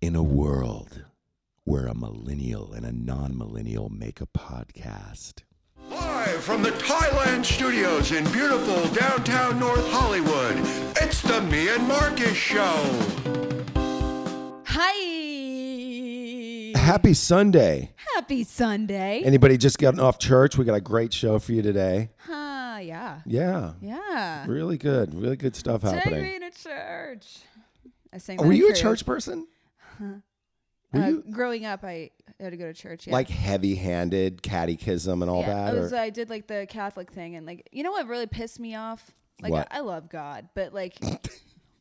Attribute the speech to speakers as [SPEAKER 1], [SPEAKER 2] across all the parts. [SPEAKER 1] in a world where a millennial and a non millennial make a podcast.
[SPEAKER 2] Live from the Thailand studios in beautiful downtown North Hollywood, it's the Me and Marcus Show.
[SPEAKER 3] Hi.
[SPEAKER 1] Happy Sunday.
[SPEAKER 3] Happy Sunday.
[SPEAKER 1] Anybody just gotten off church? We got a great show for you today.
[SPEAKER 3] Ah, yeah.
[SPEAKER 1] Yeah.
[SPEAKER 3] Yeah.
[SPEAKER 1] Really good. Really good stuff
[SPEAKER 3] Take
[SPEAKER 1] happening.
[SPEAKER 3] me to church. I sang
[SPEAKER 1] Were
[SPEAKER 3] that
[SPEAKER 1] you a
[SPEAKER 3] for-
[SPEAKER 1] church person?
[SPEAKER 3] Uh,
[SPEAKER 1] Were you
[SPEAKER 3] Growing up, I had to go to church. Yeah.
[SPEAKER 1] like heavy handed catechism and all
[SPEAKER 3] yeah.
[SPEAKER 1] that?
[SPEAKER 3] I, was, uh,
[SPEAKER 1] or-
[SPEAKER 3] I did like the Catholic thing, and like, you know what really pissed me off? Like,
[SPEAKER 1] What?
[SPEAKER 3] I, I love God, but like,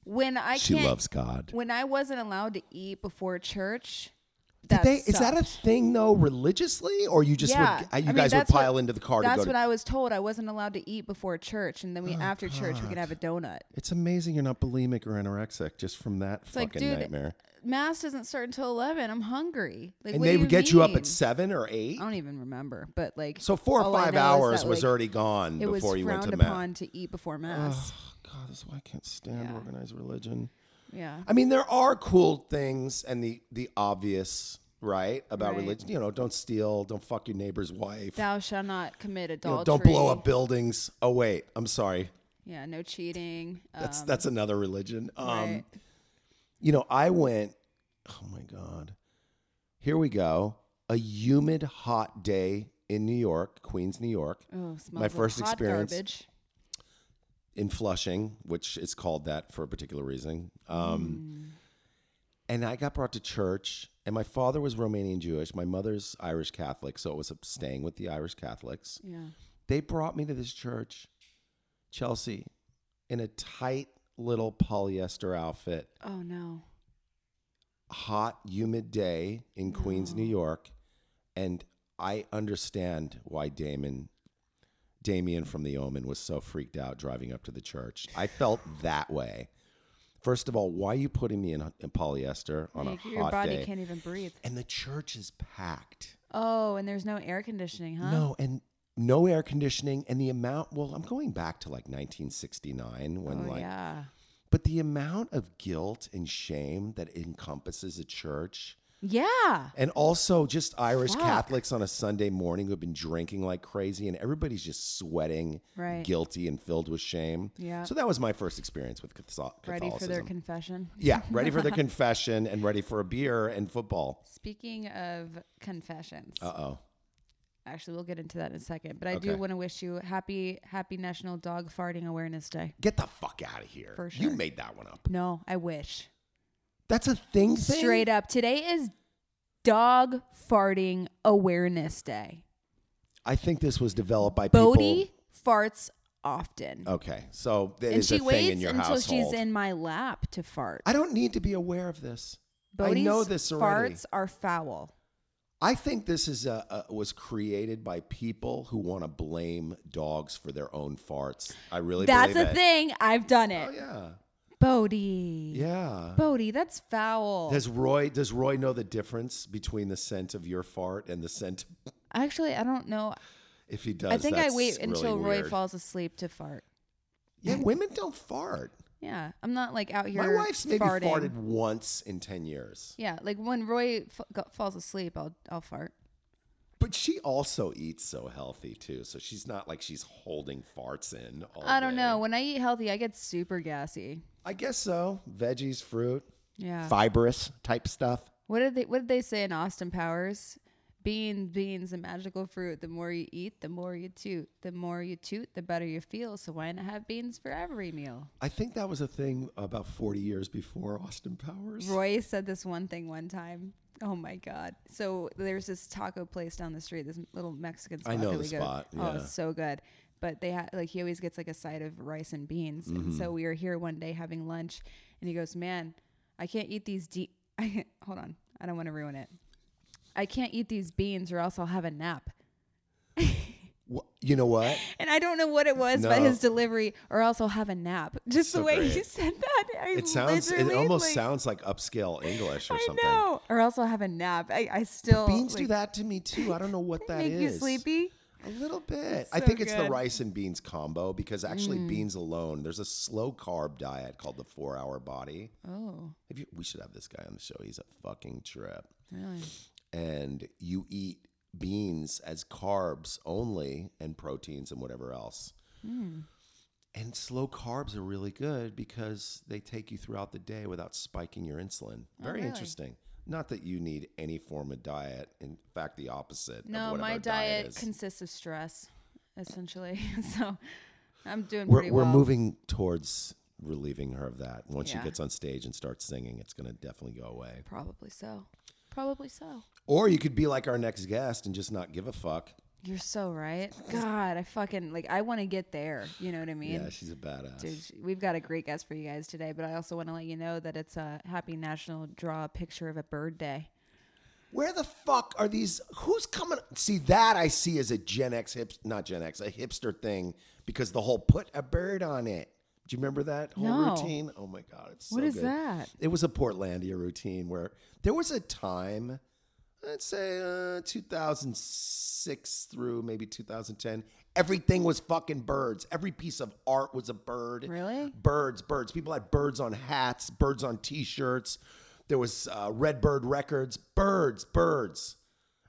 [SPEAKER 3] when I
[SPEAKER 1] she
[SPEAKER 3] can't,
[SPEAKER 1] loves God.
[SPEAKER 3] when I wasn't allowed to eat before church,
[SPEAKER 1] Did
[SPEAKER 3] that
[SPEAKER 1] they, is that a
[SPEAKER 3] sucked.
[SPEAKER 1] thing though, religiously, or you just
[SPEAKER 3] yeah,
[SPEAKER 1] would, uh, you
[SPEAKER 3] I mean,
[SPEAKER 1] guys would
[SPEAKER 3] that's what-
[SPEAKER 1] pile into the car to
[SPEAKER 3] That's
[SPEAKER 1] go? To, Oh,
[SPEAKER 3] what I was told. I wasn't allowed to eat before church, and then we after church we could have a donut.
[SPEAKER 1] it's amazing you're not bulimic or anorexic just from that fucking
[SPEAKER 3] like, dude,
[SPEAKER 1] nightmare.
[SPEAKER 3] mass doesn't start until 11 i'm hungry like
[SPEAKER 1] And
[SPEAKER 3] what
[SPEAKER 1] they
[SPEAKER 3] do
[SPEAKER 1] would get you up
[SPEAKER 3] mean?
[SPEAKER 1] at seven or eight.
[SPEAKER 3] i don't even remember but like
[SPEAKER 1] So four or
[SPEAKER 3] all I
[SPEAKER 1] five
[SPEAKER 3] know is
[SPEAKER 1] hours
[SPEAKER 3] that,
[SPEAKER 1] was
[SPEAKER 3] like,
[SPEAKER 1] already gone
[SPEAKER 3] it was
[SPEAKER 1] before you went
[SPEAKER 3] frowned
[SPEAKER 1] to
[SPEAKER 3] upon
[SPEAKER 1] mass.
[SPEAKER 3] to eat before mass
[SPEAKER 1] God, that's why I can't stand
[SPEAKER 3] Yeah.
[SPEAKER 1] organized religion.
[SPEAKER 3] yeah
[SPEAKER 1] I mean, there are cool things and the the obvious right about
[SPEAKER 3] Right.
[SPEAKER 1] religion. You know, don't steal, don't fuck your neighbor's wife.
[SPEAKER 3] thou shall not commit
[SPEAKER 1] you
[SPEAKER 3] adultery
[SPEAKER 1] know, don't blow up buildings. Oh wait, I'm sorry.
[SPEAKER 3] yeah no cheating oh,
[SPEAKER 1] That's
[SPEAKER 3] um,
[SPEAKER 1] that's another religion. Um,
[SPEAKER 3] right.
[SPEAKER 1] You know, I went, oh my God. Here we go. A humid, hot day in New York, Queens, New York,
[SPEAKER 3] oh smells
[SPEAKER 1] my
[SPEAKER 3] like
[SPEAKER 1] first
[SPEAKER 3] hot
[SPEAKER 1] experience-
[SPEAKER 3] garbage.
[SPEAKER 1] in Flushing, which is called that for a particular reason.
[SPEAKER 3] Mm.
[SPEAKER 1] Um, And I got brought to church, and my father was Romanian Jewish. My mother's Irish Catholic, so it was staying with the Irish Catholics.
[SPEAKER 3] yeah
[SPEAKER 1] They brought me to this church, Chelsea, in a tight little polyester outfit.
[SPEAKER 3] oh no
[SPEAKER 1] hot, humid day in Queens,
[SPEAKER 3] Mm.
[SPEAKER 1] New York, and I understand why Damon, Damien from The Omen, was so freaked out driving up to the church. I felt that way. First of all, why are you putting me in, in polyester on
[SPEAKER 3] Like,
[SPEAKER 1] a
[SPEAKER 3] your
[SPEAKER 1] hot
[SPEAKER 3] body
[SPEAKER 1] day?
[SPEAKER 3] can't even breathe
[SPEAKER 1] and the church is packed.
[SPEAKER 3] oh and there's no air conditioning huh
[SPEAKER 1] No, and no air conditioning, and the amount. Well, I'm going back to like 1969 when
[SPEAKER 3] oh
[SPEAKER 1] like
[SPEAKER 3] yeah
[SPEAKER 1] but the amount of guilt and shame that encompasses a church
[SPEAKER 3] yeah
[SPEAKER 1] And also, just Irish
[SPEAKER 3] Fuck.
[SPEAKER 1] Catholics on a Sunday morning who've been drinking like crazy, and everybody's just sweating,
[SPEAKER 3] Right.
[SPEAKER 1] guilty, and filled with shame.
[SPEAKER 3] Yeah.
[SPEAKER 1] So that was my first experience with Catho- Catholicism.
[SPEAKER 3] ready for their confession
[SPEAKER 1] yeah, ready for the confession and ready for a beer and football.
[SPEAKER 3] speaking of confessions
[SPEAKER 1] Uh oh.
[SPEAKER 3] Actually, we'll get into that in a second, but I
[SPEAKER 1] Okay.
[SPEAKER 3] do want to wish you happy, happy National Dog Farting Awareness Day.
[SPEAKER 1] Get the fuck out of here.
[SPEAKER 3] For
[SPEAKER 1] You
[SPEAKER 3] sure.
[SPEAKER 1] made that one up.
[SPEAKER 3] No, I wish.
[SPEAKER 1] That's a thing. thing?
[SPEAKER 3] Straight up, today is Dog Farting Awareness Day.
[SPEAKER 1] I think this was developed by
[SPEAKER 3] Bodie farts often,
[SPEAKER 1] people. Okay, so there
[SPEAKER 3] and
[SPEAKER 1] Oh, is
[SPEAKER 3] she
[SPEAKER 1] a thing in
[SPEAKER 3] waits
[SPEAKER 1] your
[SPEAKER 3] until she's
[SPEAKER 1] household.
[SPEAKER 3] in my lap to fart.
[SPEAKER 1] I don't need to be aware of this.
[SPEAKER 3] Bodie's
[SPEAKER 1] I know this already.
[SPEAKER 3] farts are foul.
[SPEAKER 1] I think this is a, a was created by people who want to blame dogs for their own farts. I really
[SPEAKER 3] That's
[SPEAKER 1] believe
[SPEAKER 3] a
[SPEAKER 1] it.
[SPEAKER 3] thing. I've done it.
[SPEAKER 1] Oh yeah,
[SPEAKER 3] Bodie.
[SPEAKER 1] yeah.
[SPEAKER 3] Bodie, that's foul.
[SPEAKER 1] Does Roy does Roy know the difference between the scent of your fart and the scent?
[SPEAKER 3] Actually, I don't know.
[SPEAKER 1] If he does,
[SPEAKER 3] I think I
[SPEAKER 1] that's
[SPEAKER 3] wait
[SPEAKER 1] really
[SPEAKER 3] until Roy
[SPEAKER 1] weird.
[SPEAKER 3] falls asleep to fart.
[SPEAKER 1] Yeah, women don't fart.
[SPEAKER 3] Yeah, I'm not like out here.
[SPEAKER 1] My wife's maybe
[SPEAKER 3] farting.
[SPEAKER 1] farted once in ten years,
[SPEAKER 3] Yeah, like when Roy f- go- falls asleep, I'll I'll fart.
[SPEAKER 1] but she also eats so healthy too, so she's not like she's holding farts in. All
[SPEAKER 3] I don't
[SPEAKER 1] day.
[SPEAKER 3] know. When I eat healthy, I get super gassy.
[SPEAKER 1] I guess so. Veggies, fruit,
[SPEAKER 3] Yeah.
[SPEAKER 1] fibrous type stuff.
[SPEAKER 3] What did they What did they say in Austin Powers? Beans, beans, a magical fruit. The more you eat, the more you toot. The more you toot, the better you feel. So why not have beans for every meal?
[SPEAKER 1] I think that was a thing about 40 years before Austin Powers.
[SPEAKER 3] Roy said this one thing one time. Oh my god! So there's this taco place down the street. This little Mexican spot.
[SPEAKER 1] I know the
[SPEAKER 3] that we go-
[SPEAKER 1] spot,
[SPEAKER 3] Oh,
[SPEAKER 1] yeah.
[SPEAKER 3] it's so good. But they had like he always gets like a side of rice and beans. And
[SPEAKER 1] Mm-hmm.
[SPEAKER 3] so we were here one day having lunch, and he goes, "Man, I can't eat these de- I can't- Hold on, I don't want to ruin it. I can't eat these beans, or else I'll have a nap."
[SPEAKER 1] Wh- You know what?
[SPEAKER 3] And I don't know what it was, but
[SPEAKER 1] No.
[SPEAKER 3] his delivery, or else I'll have a nap. Just
[SPEAKER 1] So
[SPEAKER 3] the way he
[SPEAKER 1] great.
[SPEAKER 3] said that, I
[SPEAKER 1] It sounds, it
[SPEAKER 3] literally,
[SPEAKER 1] almost
[SPEAKER 3] like,
[SPEAKER 1] sounds like upscale English or
[SPEAKER 3] I
[SPEAKER 1] something.
[SPEAKER 3] know, or else I'll have a nap. I, I still
[SPEAKER 1] Beans do
[SPEAKER 3] like,
[SPEAKER 1] that to me too. I don't know what that
[SPEAKER 3] make
[SPEAKER 1] is.
[SPEAKER 3] you sleepy.
[SPEAKER 1] A little bit. I
[SPEAKER 3] so
[SPEAKER 1] think it's the
[SPEAKER 3] good. Mm.
[SPEAKER 1] rice and beans combo because actually beans alone. There's a slow carb diet called the Four Hour Body.
[SPEAKER 3] Oh,
[SPEAKER 1] Have you, we should have this guy on the show. He's a fucking trip.
[SPEAKER 3] really?
[SPEAKER 1] And you eat beans as carbs only, and proteins and whatever else.
[SPEAKER 3] Hmm.
[SPEAKER 1] And slow carbs are really good because they take you throughout the day without spiking your insulin. Very
[SPEAKER 3] Oh, really?
[SPEAKER 1] interesting. Not that you need any form of diet. In fact, the opposite. of
[SPEAKER 3] No,
[SPEAKER 1] what
[SPEAKER 3] my
[SPEAKER 1] our
[SPEAKER 3] diet
[SPEAKER 1] is.
[SPEAKER 3] consists of stress, essentially. so I'm doing
[SPEAKER 1] we're,
[SPEAKER 3] pretty
[SPEAKER 1] we're
[SPEAKER 3] well.
[SPEAKER 1] moving towards relieving her of that. Once she
[SPEAKER 3] Yeah.
[SPEAKER 1] gets on stage and starts singing, it's going to definitely go away.
[SPEAKER 3] Probably so. Probably so.
[SPEAKER 1] Or you could be like our next guest and just not give a fuck.
[SPEAKER 3] You're so right. God, I fucking like. I want to get there. You know what I mean?
[SPEAKER 1] Yeah, she's a badass.
[SPEAKER 3] Dude, sh- we've got a great guest for you guys today, but I also want to let you know that it's a happy National Draw a Picture of a Bird Day.
[SPEAKER 1] Where the fuck are these? Who's coming? See that I see as a Gen X hip, not Gen X, a hipster thing because the whole put a bird on it. Do you remember that whole
[SPEAKER 3] No.
[SPEAKER 1] routine? Oh my god, it's so
[SPEAKER 3] What is
[SPEAKER 1] good.
[SPEAKER 3] that?
[SPEAKER 1] It was a Portlandia routine where there was a time, I'd say uh, 2006 through maybe 2010, everything was fucking birds. Every piece of art was a bird.
[SPEAKER 3] Really?
[SPEAKER 1] Birds, birds. People had birds on hats, birds on t shirts. There was uh, Redbird Records. Birds, birds.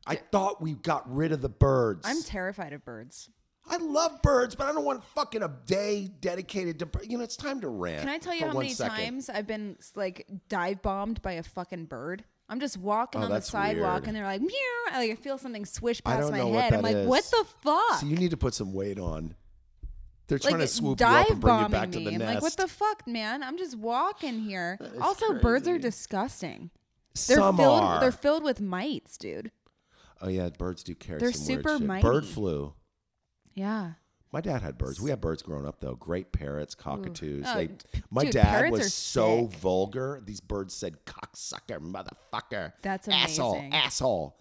[SPEAKER 1] I thought we got rid of the birds.
[SPEAKER 3] I'm terrified of birds.
[SPEAKER 1] I love birds, but I don't want fucking a day dedicated to birds. You know, it's time to rant.
[SPEAKER 3] Can I tell you
[SPEAKER 1] for
[SPEAKER 3] how
[SPEAKER 1] one
[SPEAKER 3] many
[SPEAKER 1] second.
[SPEAKER 3] times I've been s- like dive bombed by a fucking bird? I'm just walking
[SPEAKER 1] Oh,
[SPEAKER 3] on the
[SPEAKER 1] that's
[SPEAKER 3] sidewalk
[SPEAKER 1] weird.
[SPEAKER 3] and they're like, meow. I, like, I feel something swish
[SPEAKER 1] I
[SPEAKER 3] past
[SPEAKER 1] don't
[SPEAKER 3] my
[SPEAKER 1] know what
[SPEAKER 3] head. I'm
[SPEAKER 1] that
[SPEAKER 3] like, what
[SPEAKER 1] is.
[SPEAKER 3] the fuck?
[SPEAKER 1] So you need to put some weight on. They're
[SPEAKER 3] like
[SPEAKER 1] trying to swoop you
[SPEAKER 3] dive
[SPEAKER 1] up and bring you
[SPEAKER 3] bombing
[SPEAKER 1] back to
[SPEAKER 3] me.
[SPEAKER 1] the
[SPEAKER 3] I'm
[SPEAKER 1] nest.
[SPEAKER 3] like, what the fuck, man? I'm just walking here.
[SPEAKER 1] is
[SPEAKER 3] Also, birds are
[SPEAKER 1] crazy.
[SPEAKER 3] disgusting. They're
[SPEAKER 1] Some
[SPEAKER 3] filled.
[SPEAKER 1] are.
[SPEAKER 3] They're filled with mites, dude.
[SPEAKER 1] oh yeah, birds do carry.
[SPEAKER 3] They're
[SPEAKER 1] some weird
[SPEAKER 3] super
[SPEAKER 1] shit.
[SPEAKER 3] mighty.
[SPEAKER 1] Bird flu.
[SPEAKER 3] Yeah.
[SPEAKER 1] My dad had birds. We had birds growing up though. Great parrots, cockatoos.
[SPEAKER 3] Oh,
[SPEAKER 1] They-
[SPEAKER 3] p-
[SPEAKER 1] my
[SPEAKER 3] dude,
[SPEAKER 1] dad
[SPEAKER 3] parrots are
[SPEAKER 1] was so
[SPEAKER 3] sick.
[SPEAKER 1] vulgar. These birds said cocksucker, motherfucker,
[SPEAKER 3] That's
[SPEAKER 1] asshole,
[SPEAKER 3] amazing.
[SPEAKER 1] asshole.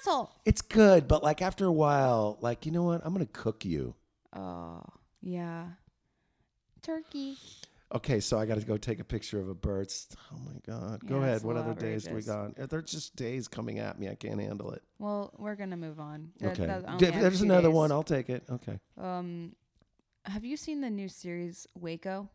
[SPEAKER 3] Asshole.
[SPEAKER 1] It's good, but like after a while, like you know what? I'm gonna cook you.
[SPEAKER 3] Oh, yeah. Turkey.
[SPEAKER 1] Okay, so I got to go take a picture of a bird. Oh my god! Go
[SPEAKER 3] Yeah,
[SPEAKER 1] ahead.
[SPEAKER 3] it's
[SPEAKER 1] What other days do we
[SPEAKER 3] outrageous.
[SPEAKER 1] got? There's just days coming at me. I can't handle it.
[SPEAKER 3] Well, we're gonna move on. That-
[SPEAKER 1] Okay.
[SPEAKER 3] that- oh I only
[SPEAKER 1] If
[SPEAKER 3] have
[SPEAKER 1] there's
[SPEAKER 3] two
[SPEAKER 1] another
[SPEAKER 3] days.
[SPEAKER 1] one. I'll take it. Okay.
[SPEAKER 3] Um, have you seen the new series Waco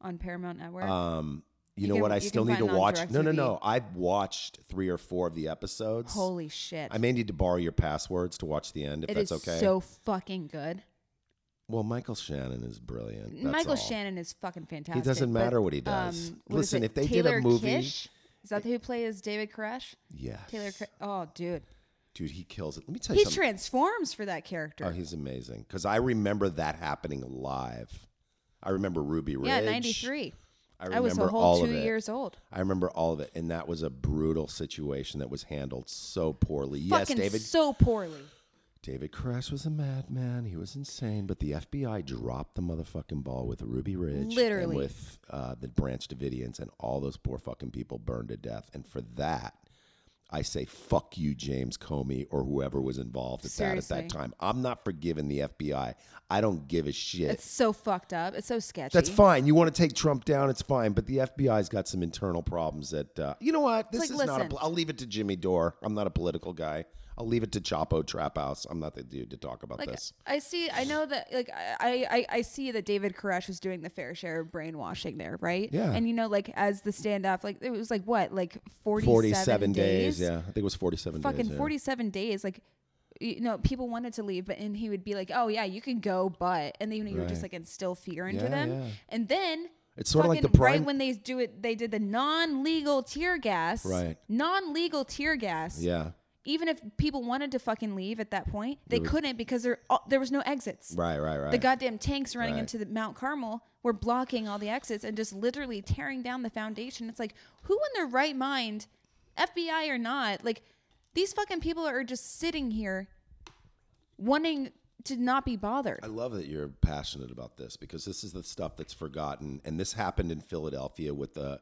[SPEAKER 3] on Paramount Network?
[SPEAKER 1] Um, you,
[SPEAKER 3] You
[SPEAKER 1] know
[SPEAKER 3] can-
[SPEAKER 1] what? I
[SPEAKER 3] you can
[SPEAKER 1] still need to
[SPEAKER 3] find it on
[SPEAKER 1] watch. No, no,
[SPEAKER 3] DirecTV.
[SPEAKER 1] no. I've watched three or four of the episodes.
[SPEAKER 3] Holy shit!
[SPEAKER 1] I may need to borrow your passwords to watch the end if
[SPEAKER 3] it
[SPEAKER 1] that's
[SPEAKER 3] is
[SPEAKER 1] okay.
[SPEAKER 3] so fucking good.
[SPEAKER 1] well, Michael Shannon is brilliant. That's
[SPEAKER 3] Michael
[SPEAKER 1] all.
[SPEAKER 3] Shannon is fucking fantastic. um,
[SPEAKER 1] matter what he does.
[SPEAKER 3] what is
[SPEAKER 1] Listen,
[SPEAKER 3] it,
[SPEAKER 1] if they did a
[SPEAKER 3] Taylor
[SPEAKER 1] movie-
[SPEAKER 3] Kish? is that who plays David Koresh?
[SPEAKER 1] Yes.
[SPEAKER 3] Taylor, Kre- oh dude,
[SPEAKER 1] Dude, he kills it. Let me tell you
[SPEAKER 3] he
[SPEAKER 1] something.
[SPEAKER 3] transforms for that character.
[SPEAKER 1] oh, he's amazing. Because I remember that happening live. I remember Ruby Ridge.
[SPEAKER 3] yeah, ninety three.
[SPEAKER 1] I
[SPEAKER 3] I,
[SPEAKER 1] remember
[SPEAKER 3] was a
[SPEAKER 1] all
[SPEAKER 3] whole two
[SPEAKER 1] of it.
[SPEAKER 3] years old.
[SPEAKER 1] I remember all of it, and that was a brutal situation that was handled so poorly. yes,
[SPEAKER 3] fucking
[SPEAKER 1] David
[SPEAKER 3] so poorly.
[SPEAKER 1] David Koresh was a madman. He was insane, but the FBI dropped the motherfucking ball with Ruby Ridge, and
[SPEAKER 3] Literally.
[SPEAKER 1] with uh, the Branch Davidians, and all those poor fucking people burned to death. And for that, I say fuck you, James Comey, or whoever was involved at that
[SPEAKER 3] Seriously.
[SPEAKER 1] at that time. I'm not forgiving the FBI. I don't give a shit.
[SPEAKER 3] It's so fucked up. It's so sketchy.
[SPEAKER 1] That's fine. You want to take Trump down, it's fine. But the FBI's got some internal problems that uh, you know what? This
[SPEAKER 3] like,
[SPEAKER 1] is not. A
[SPEAKER 3] listen.
[SPEAKER 1] pol- I'll leave it to Jimmy Dore. I'm not a political guy. I'll leave it to Chapo Trap House. I'm not the dude to talk about
[SPEAKER 3] Like
[SPEAKER 1] this.
[SPEAKER 3] I see, I know that like I, I I see that David Koresh was doing the fair share of brainwashing there, right?
[SPEAKER 1] Yeah.
[SPEAKER 3] And you know, like as the standoff, like it was like what, like forty-seven,
[SPEAKER 1] Forty-seven days. Yeah, I think it was forty-seven.
[SPEAKER 3] Fucking
[SPEAKER 1] days, yeah.
[SPEAKER 3] forty-seven days, like. You know, people wanted to leave, but and he would be like, "Oh yeah, you can go, but," and then you know, you would just
[SPEAKER 1] Right.
[SPEAKER 3] like instill fear into
[SPEAKER 1] Yeah,
[SPEAKER 3] them.
[SPEAKER 1] yeah.
[SPEAKER 3] And then
[SPEAKER 1] It's sorta like
[SPEAKER 3] fucking
[SPEAKER 1] the prime-
[SPEAKER 3] right when they do it, they did the non-legal tear gas,
[SPEAKER 1] Right.
[SPEAKER 3] Non-legal tear gas,
[SPEAKER 1] Yeah.
[SPEAKER 3] even if people wanted to fucking leave at that point, they
[SPEAKER 1] was-
[SPEAKER 3] couldn't because there oh, there was no exits.
[SPEAKER 1] Right. Right. Right.
[SPEAKER 3] The goddamn tanks running
[SPEAKER 1] Right.
[SPEAKER 3] into the Mount Carmel were blocking all the exits and just literally tearing down the foundation. It's like who in their right mind, FBI or not, like these fucking people are just sitting here wanting to not be bothered.
[SPEAKER 1] I love that you're passionate about this because this is the stuff that's forgotten, and this happened in Philadelphia with a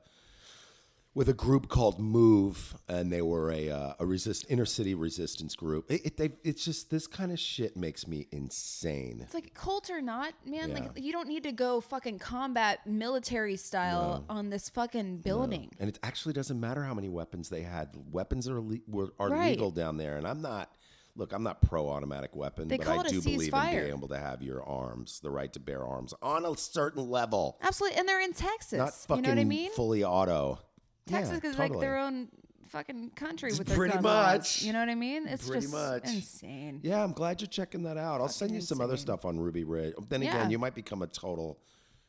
[SPEAKER 1] with a group called Move, and they were a uh, a resist inner city resistance group. It, it, they, it's just this kind of shit makes me insane.
[SPEAKER 3] It's like cult or not, man, like
[SPEAKER 1] Yeah.
[SPEAKER 3] you don't need to go fucking combat military style on this fucking building.
[SPEAKER 1] And it actually doesn't matter how many weapons they had. Weapons are le- were, are
[SPEAKER 3] Right.
[SPEAKER 1] legal down there, and I'm not. look, I'm not pro automatic weapon,
[SPEAKER 3] They
[SPEAKER 1] but
[SPEAKER 3] call
[SPEAKER 1] I
[SPEAKER 3] it a
[SPEAKER 1] do believe in
[SPEAKER 3] ceasefire.
[SPEAKER 1] being able to have your arms, the right to bear arms on a certain level.
[SPEAKER 3] Absolutely, and they're in Texas.
[SPEAKER 1] Not fucking
[SPEAKER 3] you know what I mean?
[SPEAKER 1] fully auto.
[SPEAKER 3] Texas
[SPEAKER 1] Yeah,
[SPEAKER 3] is like
[SPEAKER 1] totally.
[SPEAKER 3] their own fucking country with their
[SPEAKER 1] pretty
[SPEAKER 3] gun laws.
[SPEAKER 1] much.
[SPEAKER 3] You know what I mean? It's
[SPEAKER 1] Pretty
[SPEAKER 3] just
[SPEAKER 1] much.
[SPEAKER 3] insane.
[SPEAKER 1] Yeah, I'm glad you're checking that out. I'll send you some other stuff on Ruby Ridge. Then
[SPEAKER 3] Yeah.
[SPEAKER 1] again, you might become a total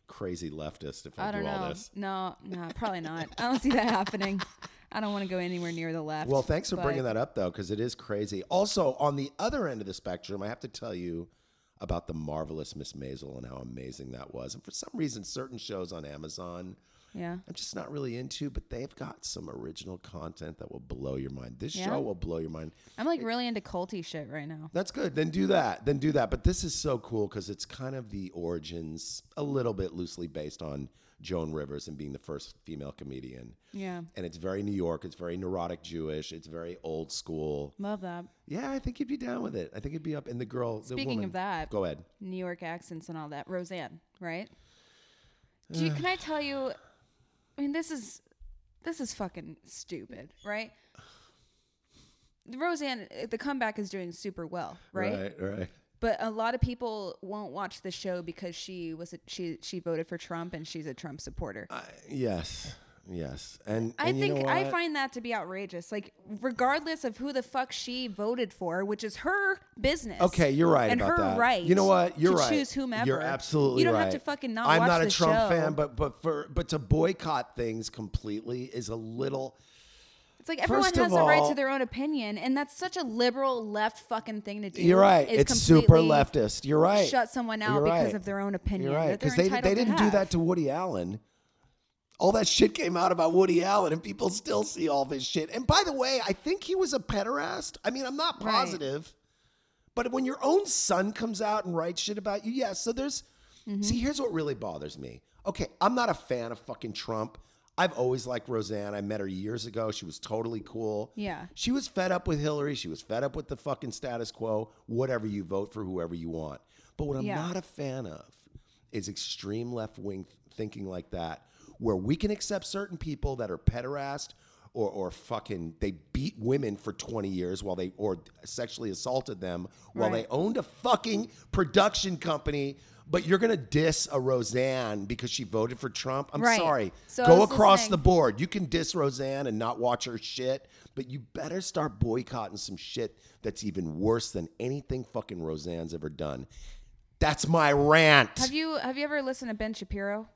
[SPEAKER 1] crazy leftist if I,
[SPEAKER 3] I
[SPEAKER 1] do
[SPEAKER 3] don't
[SPEAKER 1] all
[SPEAKER 3] know.
[SPEAKER 1] this.
[SPEAKER 3] No, no, probably not. I don't see that happening. I don't want to go anywhere near the left.
[SPEAKER 1] Well, thanks for
[SPEAKER 3] but-
[SPEAKER 1] bringing that up, though, because it is crazy. Also, on the other end of the spectrum, I have to tell you about the marvelous Miss Maisel and how amazing that was. And for some reason, certain shows on Amazon,
[SPEAKER 3] Yeah.
[SPEAKER 1] I'm just not really into, but they've got some original content that will blow your mind. This
[SPEAKER 3] Yeah?
[SPEAKER 1] show will blow your mind.
[SPEAKER 3] I'm like really into culty shit right now.
[SPEAKER 1] That's good. Then do that. Then do that. But this is so cool because it's kind of the origins, a little bit loosely based on Joan Rivers and being the first female comedian.
[SPEAKER 3] Yeah.
[SPEAKER 1] And it's very New York. It's very neurotic Jewish. It's very old school.
[SPEAKER 3] Love that.
[SPEAKER 1] Yeah, I think you'd be down with it. I think it'd be up. And the girl, the
[SPEAKER 3] Speaking
[SPEAKER 1] woman-
[SPEAKER 3] of that-
[SPEAKER 1] go ahead.
[SPEAKER 3] New York accents and all that. Roseanne, right? Do you, can I tell you? I mean, this is this is fucking stupid, right? Roseanne, uh, the comeback is doing super well, right?
[SPEAKER 1] right, right.
[SPEAKER 3] But a lot of people won't watch the show because she was a, she she voted for Trump and she's a Trump supporter.
[SPEAKER 1] Uh, yes, yes. And
[SPEAKER 3] I
[SPEAKER 1] and you know
[SPEAKER 3] think I
[SPEAKER 1] what?
[SPEAKER 3] find that to be outrageous. Like, regardless of who the fuck she voted for, which is her business.
[SPEAKER 1] Okay, you're right
[SPEAKER 3] And
[SPEAKER 1] about
[SPEAKER 3] her
[SPEAKER 1] that.
[SPEAKER 3] right.
[SPEAKER 1] You know what? You're
[SPEAKER 3] to
[SPEAKER 1] right.
[SPEAKER 3] Choose whomever.
[SPEAKER 1] You're absolutely
[SPEAKER 3] You don't
[SPEAKER 1] right.
[SPEAKER 3] have to fucking not.
[SPEAKER 1] I'm
[SPEAKER 3] watch
[SPEAKER 1] not a
[SPEAKER 3] the
[SPEAKER 1] Trump
[SPEAKER 3] show.
[SPEAKER 1] fan, but but for but to boycott things completely is a little.
[SPEAKER 3] it's like everyone
[SPEAKER 1] first of
[SPEAKER 3] has a right
[SPEAKER 1] all-
[SPEAKER 3] to their own opinion, and that's such a liberal left fucking thing to do.
[SPEAKER 1] You're right.
[SPEAKER 3] is
[SPEAKER 1] It's super
[SPEAKER 3] completely
[SPEAKER 1] leftist. You're right.
[SPEAKER 3] Shut someone out
[SPEAKER 1] You're
[SPEAKER 3] because
[SPEAKER 1] right.
[SPEAKER 3] of their own opinion.
[SPEAKER 1] You're right.
[SPEAKER 3] Because
[SPEAKER 1] Because they they didn't do that to Woody Allen. All that shit came out about Woody Allen, and people still see all this shit. And by the way, I think he was a pederast. I mean, I'm not
[SPEAKER 3] Right.
[SPEAKER 1] positive, but when your own son comes out and writes shit about you, yes. so there's.
[SPEAKER 3] Mm-hmm.
[SPEAKER 1] See, here's what really bothers me. Okay, I'm not a fan of fucking Trump. I've always liked Roseanne. I met her years ago. She was totally cool.
[SPEAKER 3] Yeah.
[SPEAKER 1] She was fed up with Hillary. She was fed up with the fucking status quo. Whatever you vote for, whoever you want. But what I'm
[SPEAKER 3] Yeah.
[SPEAKER 1] not a fan of is extreme left wing thinking like that, where we can accept certain people that are pederast or, or fucking they beat women for 20 years while they or sexually assaulted them while
[SPEAKER 3] Right.
[SPEAKER 1] they owned a fucking production company. But you're gonna diss a Roseanne because she voted for Trump. I'm
[SPEAKER 3] Right.
[SPEAKER 1] sorry.
[SPEAKER 3] So I
[SPEAKER 1] Go
[SPEAKER 3] was
[SPEAKER 1] across
[SPEAKER 3] listening.
[SPEAKER 1] the board. You can diss Roseanne and not watch her shit, but you better start boycotting some shit that's even worse than anything fucking Roseanne's ever done. That's my rant.
[SPEAKER 3] Have you have you ever listened to Ben Shapiro?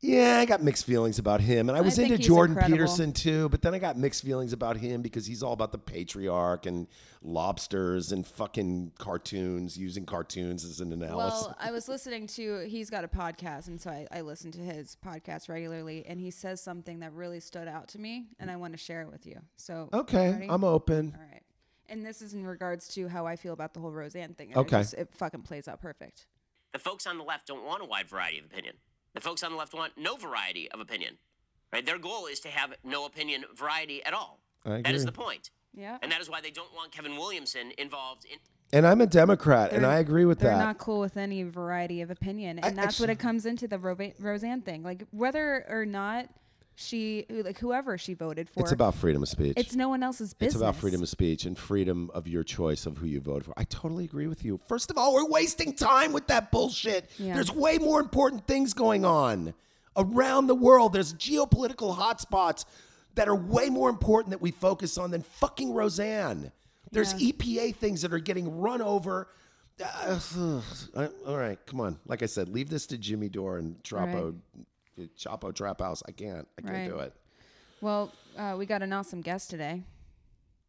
[SPEAKER 1] yeah, I got mixed feelings about him. And I was
[SPEAKER 3] think
[SPEAKER 1] into
[SPEAKER 3] he's
[SPEAKER 1] Jordan
[SPEAKER 3] incredible.
[SPEAKER 1] Peterson too, but then I got mixed feelings about him because he's all about the patriarch and lobsters and fucking cartoons, using cartoons as an analysis.
[SPEAKER 3] Well, I was listening to he's got a podcast, and so I, I listen to his podcast regularly, and he says something that really stood out to me, and I want to share it with you. So
[SPEAKER 1] okay,
[SPEAKER 3] ready?
[SPEAKER 1] I'm open.
[SPEAKER 3] all right. And this is in regards to how I feel about the whole Roseanne thing. and I
[SPEAKER 1] Okay.
[SPEAKER 3] just- it fucking plays out perfect.
[SPEAKER 4] The folks on the left don't want a wide variety of opinion. The folks on the left want no variety of opinion. Right? Their goal is to have no opinion variety at all.
[SPEAKER 1] I
[SPEAKER 4] That is
[SPEAKER 1] agree.
[SPEAKER 4] the point.
[SPEAKER 3] Yeah.
[SPEAKER 4] And that is why they don't want Kevin Williamson involved in
[SPEAKER 1] And I'm a Democrat and I agree with
[SPEAKER 3] They're
[SPEAKER 1] that.
[SPEAKER 3] not cool with any variety of opinion, and that's what
[SPEAKER 1] actually-
[SPEAKER 3] it comes into the Rova- Roseanne thing. Like whether or not she, like whoever she voted for,
[SPEAKER 1] it's about freedom of speech.
[SPEAKER 3] it's no one else's
[SPEAKER 1] It's
[SPEAKER 3] business.
[SPEAKER 1] about freedom of speech and freedom of your choice of who you vote for. I totally agree with you. First of all, we're wasting time with that bullshit.
[SPEAKER 3] Yeah.
[SPEAKER 1] There's way more important things going on around the world. There's geopolitical hotspots that are way more important that we focus on than fucking Roseanne. There's EPA things that are getting run over. Uh, ugh. all right, come on. Like I said, leave this to Jimmy Dore and Trapo, Chapo Trap House. I can't. I can't
[SPEAKER 3] Right.
[SPEAKER 1] do it.
[SPEAKER 3] Well, uh, we got an awesome guest today.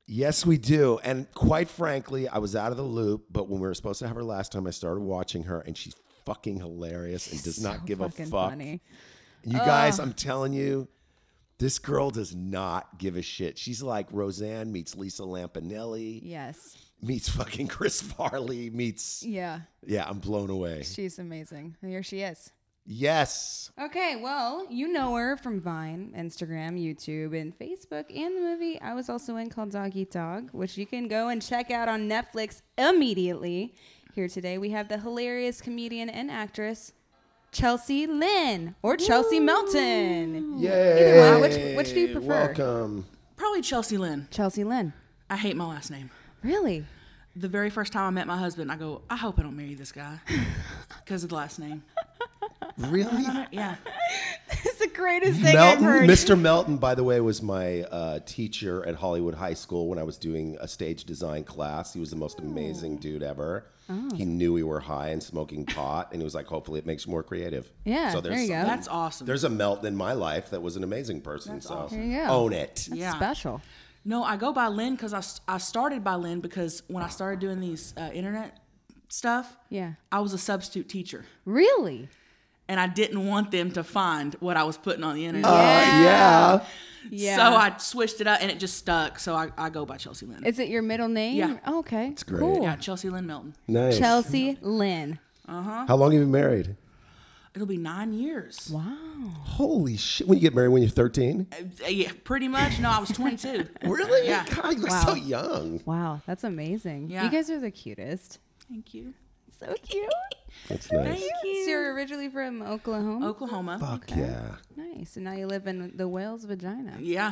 [SPEAKER 1] Yes, we do. And quite frankly, I was out of the loop, but when we were supposed to have her last time, I started watching her and she's fucking hilarious and does not
[SPEAKER 3] So
[SPEAKER 1] give a
[SPEAKER 3] fucking
[SPEAKER 1] fuck.
[SPEAKER 3] Funny.
[SPEAKER 1] You guys, I'm telling you, this girl does not give a shit. She's like Roseanne meets Lisa Lampanelli,
[SPEAKER 3] Yes.
[SPEAKER 1] meets fucking Chris Farley, meets.
[SPEAKER 3] Yeah.
[SPEAKER 1] Yeah, I'm blown away.
[SPEAKER 3] She's amazing. Here she is.
[SPEAKER 1] Yes.
[SPEAKER 3] Okay, well, you know her from Vine, Instagram, YouTube, and Facebook, and the movie I was also in called Dog Eat Dog, which you can go and check out on Netflix immediately. Here today, we have the hilarious comedian and actress Chelsea Lynn or Chelsea Melton.
[SPEAKER 1] Yay.
[SPEAKER 3] way, which- which do you prefer?
[SPEAKER 1] Welcome.
[SPEAKER 5] Probably Chelsea Lynn.
[SPEAKER 3] Chelsea Lynn.
[SPEAKER 5] I hate my last name.
[SPEAKER 3] Really?
[SPEAKER 5] The very first time I met my husband, I go, I hope I don't marry this guy because of the last name.
[SPEAKER 1] Really?
[SPEAKER 5] Yeah.
[SPEAKER 3] It's the greatest thing I've
[SPEAKER 1] Melton,
[SPEAKER 3] heard.
[SPEAKER 1] Mr. Melton, by the way, was my uh, teacher at Hollywood High School when I was doing a stage design class. He was the most
[SPEAKER 3] Oh.
[SPEAKER 1] amazing dude ever. He knew we were high and smoking pot, and he was like, "Hopefully, it makes you more creative."
[SPEAKER 3] Yeah, there you go.
[SPEAKER 1] something-
[SPEAKER 5] That's awesome.
[SPEAKER 1] There's a Melton in my life that was an amazing person. so
[SPEAKER 3] There you go.
[SPEAKER 1] own it.
[SPEAKER 5] yeah.
[SPEAKER 3] Special.
[SPEAKER 5] No, I go by Lynn because I, s- I started by Lynn because when I started doing these uh, internet stuff,
[SPEAKER 3] Yeah.
[SPEAKER 5] I was a substitute teacher
[SPEAKER 3] Really?
[SPEAKER 5] and I didn't want them to find what I was putting on the internet.
[SPEAKER 1] Yeah.
[SPEAKER 3] Oh, Yeah.
[SPEAKER 5] So I switched it up and it just stuck. So I, I go by Chelsea Lynn.
[SPEAKER 3] Is it your middle name?
[SPEAKER 5] Yeah.
[SPEAKER 3] Oh, okay. It's
[SPEAKER 1] great.
[SPEAKER 3] Cool.
[SPEAKER 5] yeah, Chelsea Lynn Melton.
[SPEAKER 1] Nice.
[SPEAKER 3] Chelsea Lynn.
[SPEAKER 1] How long have you been married?
[SPEAKER 5] It'll be nine years.
[SPEAKER 1] Holy shit! When you get married when you're 13?
[SPEAKER 5] Uh, Yeah, pretty much. No, I was 22.
[SPEAKER 1] Really?
[SPEAKER 5] Yeah.
[SPEAKER 1] God, you look so young.
[SPEAKER 3] Wow, that's amazing.
[SPEAKER 5] Yeah.
[SPEAKER 3] You guys are the cutest.
[SPEAKER 5] Thank you.
[SPEAKER 3] So cute.
[SPEAKER 1] That's nice.
[SPEAKER 3] So you're originally from Oklahoma.
[SPEAKER 5] Oklahoma.
[SPEAKER 1] Fuck yeah.
[SPEAKER 3] Nice. And now you live in the whale's vagina.
[SPEAKER 5] Yeah.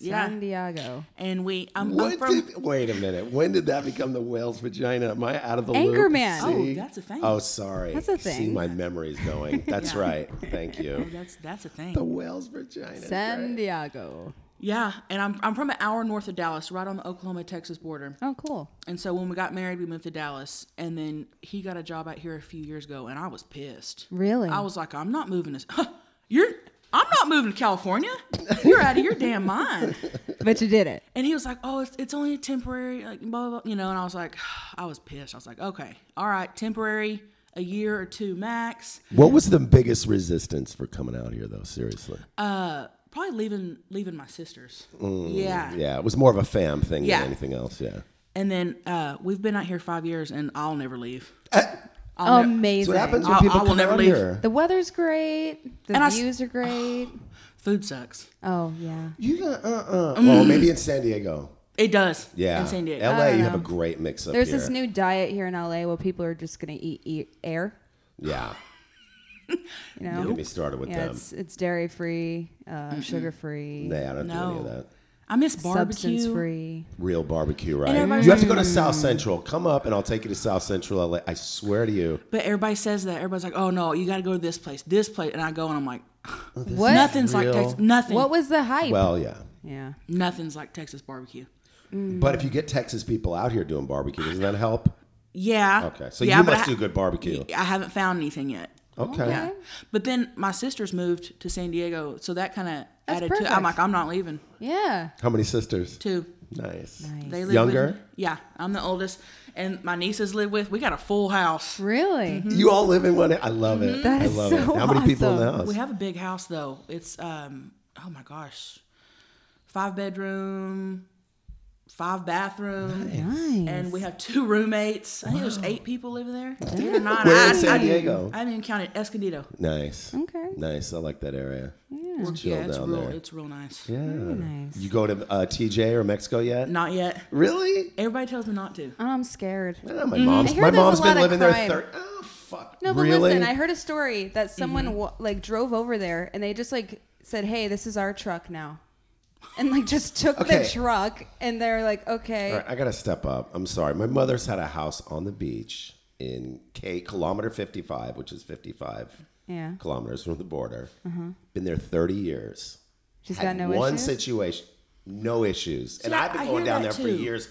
[SPEAKER 5] Yeah.
[SPEAKER 3] San Diego.
[SPEAKER 5] And we, I'm, I'm
[SPEAKER 1] What
[SPEAKER 5] from.
[SPEAKER 1] did, wait a minute. When did that become the whale's vagina? Am I out of the loop?
[SPEAKER 3] Anchorman.
[SPEAKER 5] Oh,
[SPEAKER 1] See?
[SPEAKER 5] that's a thing.
[SPEAKER 1] Oh, sorry.
[SPEAKER 3] That's a
[SPEAKER 1] See,
[SPEAKER 3] thing.
[SPEAKER 1] my memory's going. That's right. Thank you.
[SPEAKER 5] That's that's a
[SPEAKER 1] The
[SPEAKER 5] thing.
[SPEAKER 1] whale's vagina.
[SPEAKER 3] San
[SPEAKER 1] Great.
[SPEAKER 3] Diego.
[SPEAKER 5] Yeah, and I'm I'm from an hour north of Dallas, right on the Oklahoma Texas border.
[SPEAKER 3] Oh, cool.
[SPEAKER 5] And so when we got married, we moved to Dallas, and then he got a job out here a few years ago, and I was pissed.
[SPEAKER 3] Really?
[SPEAKER 5] I was like, I'm not moving to. you're. I'm not moving to California. You're out of your damn mind.
[SPEAKER 3] But you did it.
[SPEAKER 5] And he was like, "Oh, it's, it's only a temporary, like blah, blah blah," you know. And I was like, I was pissed. I was like, "Okay, all right, temporary, a year or two max."
[SPEAKER 1] What was the biggest resistance for coming out here, though? Seriously.
[SPEAKER 3] Uh,
[SPEAKER 5] Probably leaving leaving my sisters. yeah.
[SPEAKER 1] Mm, yeah, it was more of a fam thing
[SPEAKER 5] Yeah.
[SPEAKER 1] than anything else. Yeah.
[SPEAKER 5] And then uh, we've been out here five years, and I'll never leave.
[SPEAKER 3] amazing.
[SPEAKER 1] That's what happens when
[SPEAKER 5] I'll-
[SPEAKER 1] people
[SPEAKER 5] I will
[SPEAKER 1] come
[SPEAKER 5] never
[SPEAKER 1] out
[SPEAKER 5] leave.
[SPEAKER 1] here.
[SPEAKER 3] The weather's great. The
[SPEAKER 5] And I s-
[SPEAKER 3] views are great.
[SPEAKER 5] Food sucks.
[SPEAKER 3] Oh, yeah.
[SPEAKER 1] You got uh uh. Well, maybe in San Diego.
[SPEAKER 5] It does.
[SPEAKER 1] Yeah.
[SPEAKER 5] Mm. In San Diego.
[SPEAKER 1] LA, you have a great mix up
[SPEAKER 3] Um, There's
[SPEAKER 1] here.
[SPEAKER 3] this new diet here in LA where people are just going to eat, eat air.
[SPEAKER 1] yeah.
[SPEAKER 3] You know?
[SPEAKER 1] Get me started with
[SPEAKER 3] Yeah,
[SPEAKER 1] them.
[SPEAKER 3] it's, it's dairy free, uh, sugar free,
[SPEAKER 1] Nah, I don't do any of
[SPEAKER 5] No.
[SPEAKER 1] that.
[SPEAKER 5] I miss barbecue.
[SPEAKER 3] substance free.
[SPEAKER 1] real barbecue, right?
[SPEAKER 5] everybody's
[SPEAKER 1] You have to go to South Central. Come up, and I'll take you to South Central LA. I swear to you,
[SPEAKER 5] But everybody says that. Everybody's like, "Oh no, you got to go to this place, this place," and I go and I'm like,
[SPEAKER 3] What?
[SPEAKER 5] "Nothing's like
[SPEAKER 1] real.
[SPEAKER 5] Texas. Nothing.
[SPEAKER 3] What was the hype?
[SPEAKER 1] well, yeah.
[SPEAKER 3] yeah.
[SPEAKER 5] Nothing's like Texas barbecue."
[SPEAKER 3] Mm.
[SPEAKER 1] But if you get Texas people out here doing barbecue, doesn't that help?
[SPEAKER 5] Yeah.
[SPEAKER 1] Okay, so
[SPEAKER 5] yeah,
[SPEAKER 1] you
[SPEAKER 5] but
[SPEAKER 1] must
[SPEAKER 5] I-
[SPEAKER 1] do good barbecue.
[SPEAKER 5] I haven't found anything yet.
[SPEAKER 1] Okay.
[SPEAKER 5] Yeah. But then my sisters moved to San Diego, so that kind of
[SPEAKER 3] That's
[SPEAKER 5] added to.
[SPEAKER 3] perfect.
[SPEAKER 5] I'm like, I'm not leaving.
[SPEAKER 3] Yeah.
[SPEAKER 1] How many sisters?
[SPEAKER 5] Too.
[SPEAKER 1] Nice.
[SPEAKER 3] Nice.
[SPEAKER 5] They live With,
[SPEAKER 1] Younger?
[SPEAKER 5] yeah, I'm the oldest, and my nieces live with. We got a full house.
[SPEAKER 3] Really?
[SPEAKER 1] You all live in one. I love it.
[SPEAKER 3] Mm-hmm. That
[SPEAKER 1] I
[SPEAKER 3] is
[SPEAKER 1] love
[SPEAKER 3] so
[SPEAKER 1] it. How many people in the
[SPEAKER 3] awesome.
[SPEAKER 1] house?
[SPEAKER 5] We have a big house though. It's um oh my gosh, five bedroom, five bathroom,
[SPEAKER 3] Nice.
[SPEAKER 5] and we have two roommates. I think there's eight people living there. Eight or nine.
[SPEAKER 1] Where
[SPEAKER 5] I,
[SPEAKER 1] in San
[SPEAKER 5] I-
[SPEAKER 1] Diego?
[SPEAKER 5] I, haven't even counted Escondido.
[SPEAKER 1] nice.
[SPEAKER 3] Okay.
[SPEAKER 1] Nice. I like that area. chill
[SPEAKER 5] yeah, it's
[SPEAKER 1] down
[SPEAKER 5] real.
[SPEAKER 1] there.
[SPEAKER 5] It's real nice.
[SPEAKER 1] Yeah.
[SPEAKER 3] nice.
[SPEAKER 1] You go to uh, TJ or Mexico yet?
[SPEAKER 5] Not yet.
[SPEAKER 1] Really?
[SPEAKER 5] Everybody tells me not to.
[SPEAKER 3] Oh, I'm scared.
[SPEAKER 1] Ah, my mom's,
[SPEAKER 3] Mm-hmm. hear
[SPEAKER 1] my
[SPEAKER 3] there's a
[SPEAKER 1] mom's
[SPEAKER 3] lot
[SPEAKER 1] been
[SPEAKER 3] of
[SPEAKER 1] living
[SPEAKER 3] crime.
[SPEAKER 1] there 30. Oh, fuck.
[SPEAKER 3] No, but
[SPEAKER 1] really?
[SPEAKER 3] listen, I heard a story that someone wa- like drove over there and they just like said, "Hey, this is our truck now," and like just took
[SPEAKER 1] Okay.
[SPEAKER 3] the truck and they're like, "Okay,
[SPEAKER 1] All right, I gotta step up. I'm sorry. My mother's had a house on the beach in K kilometer 55, which is 55
[SPEAKER 3] yeah,
[SPEAKER 1] kilometers from the border.
[SPEAKER 5] Mm-hmm.
[SPEAKER 1] Been there 30 years.
[SPEAKER 3] she's got
[SPEAKER 1] had
[SPEAKER 3] no
[SPEAKER 1] one
[SPEAKER 3] issues."
[SPEAKER 1] situation, no issues, and
[SPEAKER 5] I-
[SPEAKER 1] I've been
[SPEAKER 5] I
[SPEAKER 1] going
[SPEAKER 5] hear
[SPEAKER 1] down there
[SPEAKER 5] that
[SPEAKER 1] for
[SPEAKER 5] too.
[SPEAKER 1] years.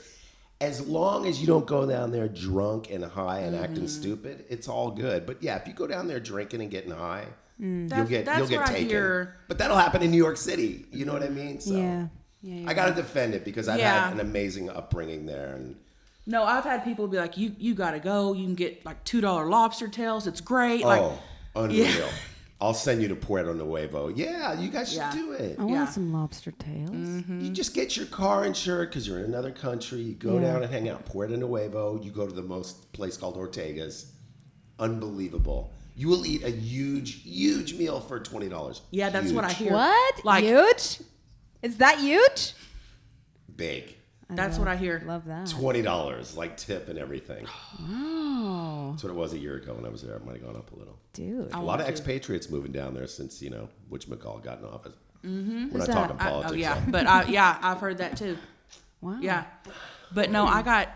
[SPEAKER 1] As long as you don't go down there drunk and high and
[SPEAKER 5] Mm-hmm.
[SPEAKER 1] acting stupid, it's all good. But yeah, if you go down there drinking and getting high, you'll
[SPEAKER 5] That's-
[SPEAKER 1] get
[SPEAKER 5] that's
[SPEAKER 1] you'll get
[SPEAKER 5] what I
[SPEAKER 1] taken.
[SPEAKER 5] hear.
[SPEAKER 1] But that'll happen in New York City. You know what I mean? So
[SPEAKER 3] yeah, yeah, you're
[SPEAKER 1] I gotta defend it because I've
[SPEAKER 5] Yeah.
[SPEAKER 1] had an amazing upbringing there, and
[SPEAKER 5] No, I've had people be like, "You you gotta go. You can get like two dollar lobster tails. It's great." Like,
[SPEAKER 1] oh, unreal! I'll send you to Puerto Nuevo. Yeah, you guys should
[SPEAKER 5] Yeah. Mm-hmm.
[SPEAKER 1] do it.
[SPEAKER 3] I want
[SPEAKER 5] yeah.
[SPEAKER 3] some lobster tails.
[SPEAKER 1] You just get your car insured because you're in another country. You go
[SPEAKER 3] Yeah.
[SPEAKER 1] down and hang out Puerto Nuevo. You go to the most place called Ortega's. Unbelievable! You will eat a huge, huge meal for twenty dollars.
[SPEAKER 5] yeah, that's what I
[SPEAKER 1] Huge.
[SPEAKER 5] hear.
[SPEAKER 3] What?
[SPEAKER 5] Like-
[SPEAKER 3] huge? Is that huge?
[SPEAKER 1] Big
[SPEAKER 5] That's what I hear.
[SPEAKER 3] Love that.
[SPEAKER 1] twenty dollars, like tip and everything.
[SPEAKER 3] Oh,
[SPEAKER 1] That's what it was a year ago when I was there. It might have gone up a little.
[SPEAKER 3] dude.
[SPEAKER 1] A lot of expatriates moving down there since you know which McCall got in office. Mm-hmm. We're not
[SPEAKER 3] that?
[SPEAKER 1] talking
[SPEAKER 5] I- oh
[SPEAKER 1] politics.
[SPEAKER 5] yeah,
[SPEAKER 1] though.
[SPEAKER 5] but I, yeah, I've heard that too.
[SPEAKER 3] Wow.
[SPEAKER 5] Yeah, But no, I got.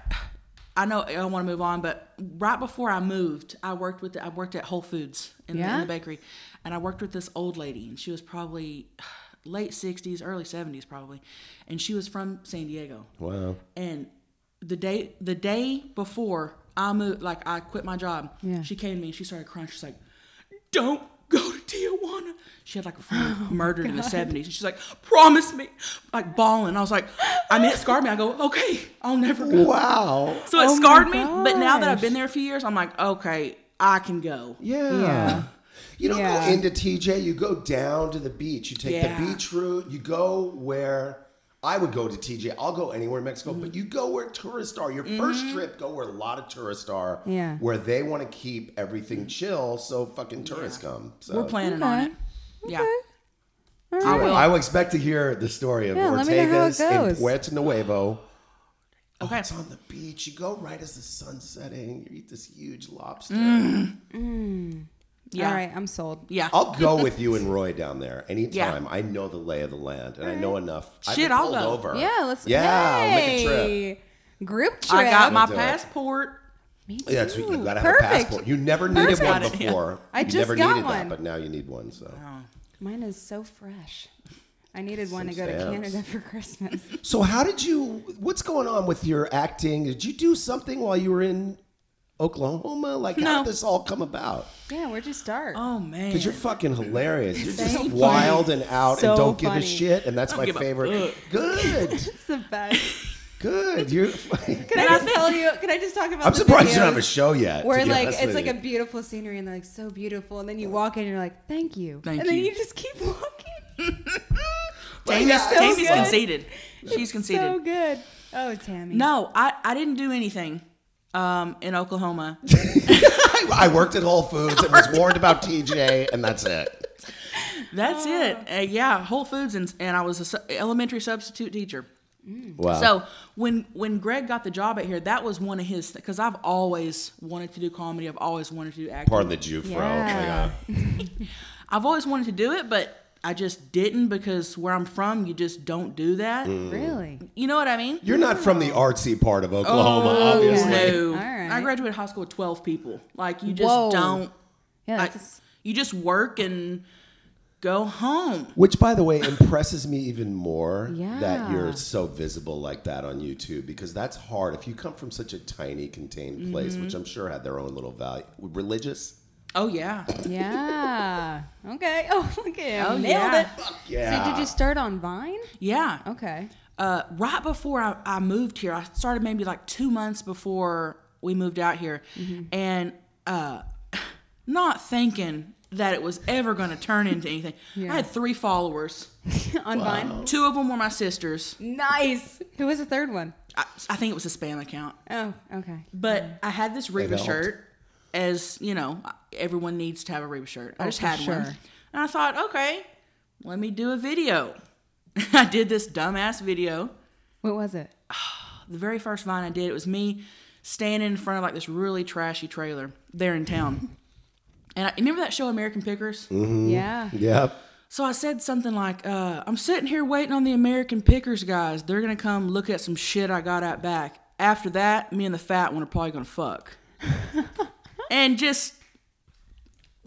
[SPEAKER 5] I know I want to move on, but right before I moved, I worked with I worked at Whole Foods in, the, in
[SPEAKER 3] Yeah?
[SPEAKER 5] the bakery, and I worked with this old lady, and she was probably late sixties, early seventies, probably, and she was from San Diego,
[SPEAKER 1] Wow.
[SPEAKER 5] and the day the day before I moved, like I quit my job,
[SPEAKER 3] Yeah.
[SPEAKER 5] she came to me and she started crying. She's like, "Don't go to Tijuana." She had like a friend
[SPEAKER 3] Oh
[SPEAKER 5] murdered in the seventies, and she's like, "Promise me," like bawling. I was like, I mean, it scarred me. I go, "Okay, I'll never go."
[SPEAKER 1] Wow.
[SPEAKER 5] So it
[SPEAKER 3] Oh my
[SPEAKER 5] scarred me, but now that I've
[SPEAKER 3] gosh.
[SPEAKER 5] been there a few years, I'm like, "Okay, I can go."
[SPEAKER 1] Yeah.
[SPEAKER 3] Yeah.
[SPEAKER 1] You don't
[SPEAKER 3] Yeah.
[SPEAKER 1] go into TJ, you go down to the beach. You take
[SPEAKER 5] Yeah.
[SPEAKER 1] the beach route, you go where I would go to TJ. I'll go anywhere in Mexico, but you go where tourists are. Your first trip, go where a lot of tourists are.
[SPEAKER 3] Yeah.
[SPEAKER 1] Where they want to keep everything chill so fucking tourists come. So
[SPEAKER 5] We're planning on it. Yeah.
[SPEAKER 1] I will, I will expect to hear the story of
[SPEAKER 3] Yeah, let me know how it
[SPEAKER 1] Ortega's in
[SPEAKER 3] goes.
[SPEAKER 1] Puerto Nuevo.
[SPEAKER 5] Okay.
[SPEAKER 1] Oh, It's on the beach. You go right as the sun's setting. You eat this huge lobster.
[SPEAKER 3] Mm.
[SPEAKER 5] Yeah.
[SPEAKER 3] All right, I'm sold.
[SPEAKER 5] Yeah.
[SPEAKER 1] I'll go with you and Roy down there anytime.
[SPEAKER 5] Yeah.
[SPEAKER 1] I know the lay of the land and I know enough. I've
[SPEAKER 5] Shit,
[SPEAKER 1] been
[SPEAKER 5] I'll
[SPEAKER 1] pulled
[SPEAKER 5] go.
[SPEAKER 1] over.
[SPEAKER 3] Yeah, let's.
[SPEAKER 1] Yeah, we'll make a trip.
[SPEAKER 3] Yay! Group trip.
[SPEAKER 5] I got my
[SPEAKER 1] do it.
[SPEAKER 5] passport.
[SPEAKER 3] Me too.
[SPEAKER 1] oh, Yeah, that's what you gotta have
[SPEAKER 3] Perfect.
[SPEAKER 1] a passport. You never needed
[SPEAKER 3] Perfect.
[SPEAKER 1] one
[SPEAKER 5] Got it, yeah.
[SPEAKER 1] before.
[SPEAKER 3] I
[SPEAKER 1] you
[SPEAKER 3] just
[SPEAKER 1] never
[SPEAKER 3] got
[SPEAKER 1] needed that,
[SPEAKER 3] one.
[SPEAKER 1] but now you need one. So,
[SPEAKER 3] Mine is so fresh. I needed one to
[SPEAKER 1] Some
[SPEAKER 3] go to
[SPEAKER 1] stamps.
[SPEAKER 3] Canada for Christmas.
[SPEAKER 1] so how did you? What's going on with your acting? Did you do something while you were in Oklahoma? Like, how
[SPEAKER 5] No.
[SPEAKER 1] did this all come about?
[SPEAKER 3] yeah, where'd you start?
[SPEAKER 5] Oh man.
[SPEAKER 1] Because you're fucking hilarious. You're just
[SPEAKER 3] Thank you.
[SPEAKER 1] wild and out
[SPEAKER 3] So
[SPEAKER 1] and don't give
[SPEAKER 3] funny.
[SPEAKER 1] a shit. And that's my
[SPEAKER 5] give a
[SPEAKER 1] favorite.
[SPEAKER 5] fuck.
[SPEAKER 1] Good,
[SPEAKER 3] It's the best.
[SPEAKER 1] good. You're.
[SPEAKER 3] Can I just tell you? Can I just talk about?
[SPEAKER 1] I'm
[SPEAKER 3] the
[SPEAKER 1] surprised you don't have
[SPEAKER 3] videos
[SPEAKER 1] a show yet.
[SPEAKER 3] Where
[SPEAKER 1] to be
[SPEAKER 3] like
[SPEAKER 1] honest
[SPEAKER 3] it's
[SPEAKER 1] with
[SPEAKER 3] like
[SPEAKER 1] you.
[SPEAKER 3] a beautiful scenery and they're like so beautiful, and then you walk in and you're like, thank you,
[SPEAKER 5] Thank
[SPEAKER 3] and then
[SPEAKER 5] you.
[SPEAKER 3] you just keep walking.
[SPEAKER 5] Tammy's,
[SPEAKER 3] so
[SPEAKER 5] Tammy's
[SPEAKER 3] good.
[SPEAKER 5] conceited. She's conceited.
[SPEAKER 3] so good. Oh, Tammy.
[SPEAKER 5] No, I, I didn't do anything um, in Oklahoma.
[SPEAKER 1] I, I worked at Whole Foods and was warned about TJ, and that's it.
[SPEAKER 5] That's
[SPEAKER 3] Oh.
[SPEAKER 5] it. Uh, yeah, Whole Foods, and, and I was an elementary substitute teacher.
[SPEAKER 1] Wow.
[SPEAKER 3] Oh.
[SPEAKER 5] So when when Greg got the job at here, that was one of his because I've always wanted to do comedy. I've always wanted to do acting.
[SPEAKER 1] pardon the Jew, fro. uh,
[SPEAKER 3] Yeah.
[SPEAKER 5] I've always wanted to do it, but I just didn't because where I'm from, you just don't do that.
[SPEAKER 3] Mm. really.
[SPEAKER 5] You know what I mean?
[SPEAKER 1] You're not from the artsy part of Oklahoma,
[SPEAKER 3] Oh,
[SPEAKER 1] obviously.
[SPEAKER 5] No.
[SPEAKER 3] All right.
[SPEAKER 5] I graduated high school with 12 people. Like you just
[SPEAKER 3] Whoa.
[SPEAKER 5] don't.
[SPEAKER 3] Yeah,
[SPEAKER 5] I-
[SPEAKER 3] that's
[SPEAKER 5] you just work and go home.
[SPEAKER 1] Which, by the way, impresses me even more that
[SPEAKER 3] Yeah.
[SPEAKER 1] you're so visible like that on YouTube because that's hard. If you come from such a tiny, contained place, which I'm sure had their own little value, religious.
[SPEAKER 5] Oh yeah.
[SPEAKER 3] yeah. Okay. Oh, look at him.
[SPEAKER 5] Oh,
[SPEAKER 3] Nailed
[SPEAKER 5] yeah.
[SPEAKER 3] it. So did you start on Vine?
[SPEAKER 5] Yeah.
[SPEAKER 3] Okay.
[SPEAKER 5] Uh, right before I, I moved here, I started maybe like two months before we moved out here,
[SPEAKER 3] Mm-hmm.
[SPEAKER 5] and uh, not thinking that it was ever going to turn into anything. I had three followers.
[SPEAKER 3] on Vine.
[SPEAKER 5] Two of them were my sisters.
[SPEAKER 3] Nice. Who was the third one?
[SPEAKER 5] I, I think it was a spam account,
[SPEAKER 3] Oh, okay.
[SPEAKER 5] but I had this Reba
[SPEAKER 1] helped.
[SPEAKER 5] shirt. As you know, everyone needs to have a Reba shirt. I just
[SPEAKER 3] Oh, for
[SPEAKER 5] had one,
[SPEAKER 3] sure.
[SPEAKER 5] and I thought, okay, let me do a video. I did this dumbass video.
[SPEAKER 3] What was it?
[SPEAKER 5] the very first vine I did, it was me standing in front of like this really trashy trailer there in town. and I remember that show American Pickers?
[SPEAKER 1] Mm.
[SPEAKER 3] Yeah.
[SPEAKER 1] Yep.
[SPEAKER 5] So I said something like, uh, I'm sitting here waiting on the American Pickers guys. They're gonna come look at some shit I got out back. After that, me and the fat one are probably gonna fuck. and just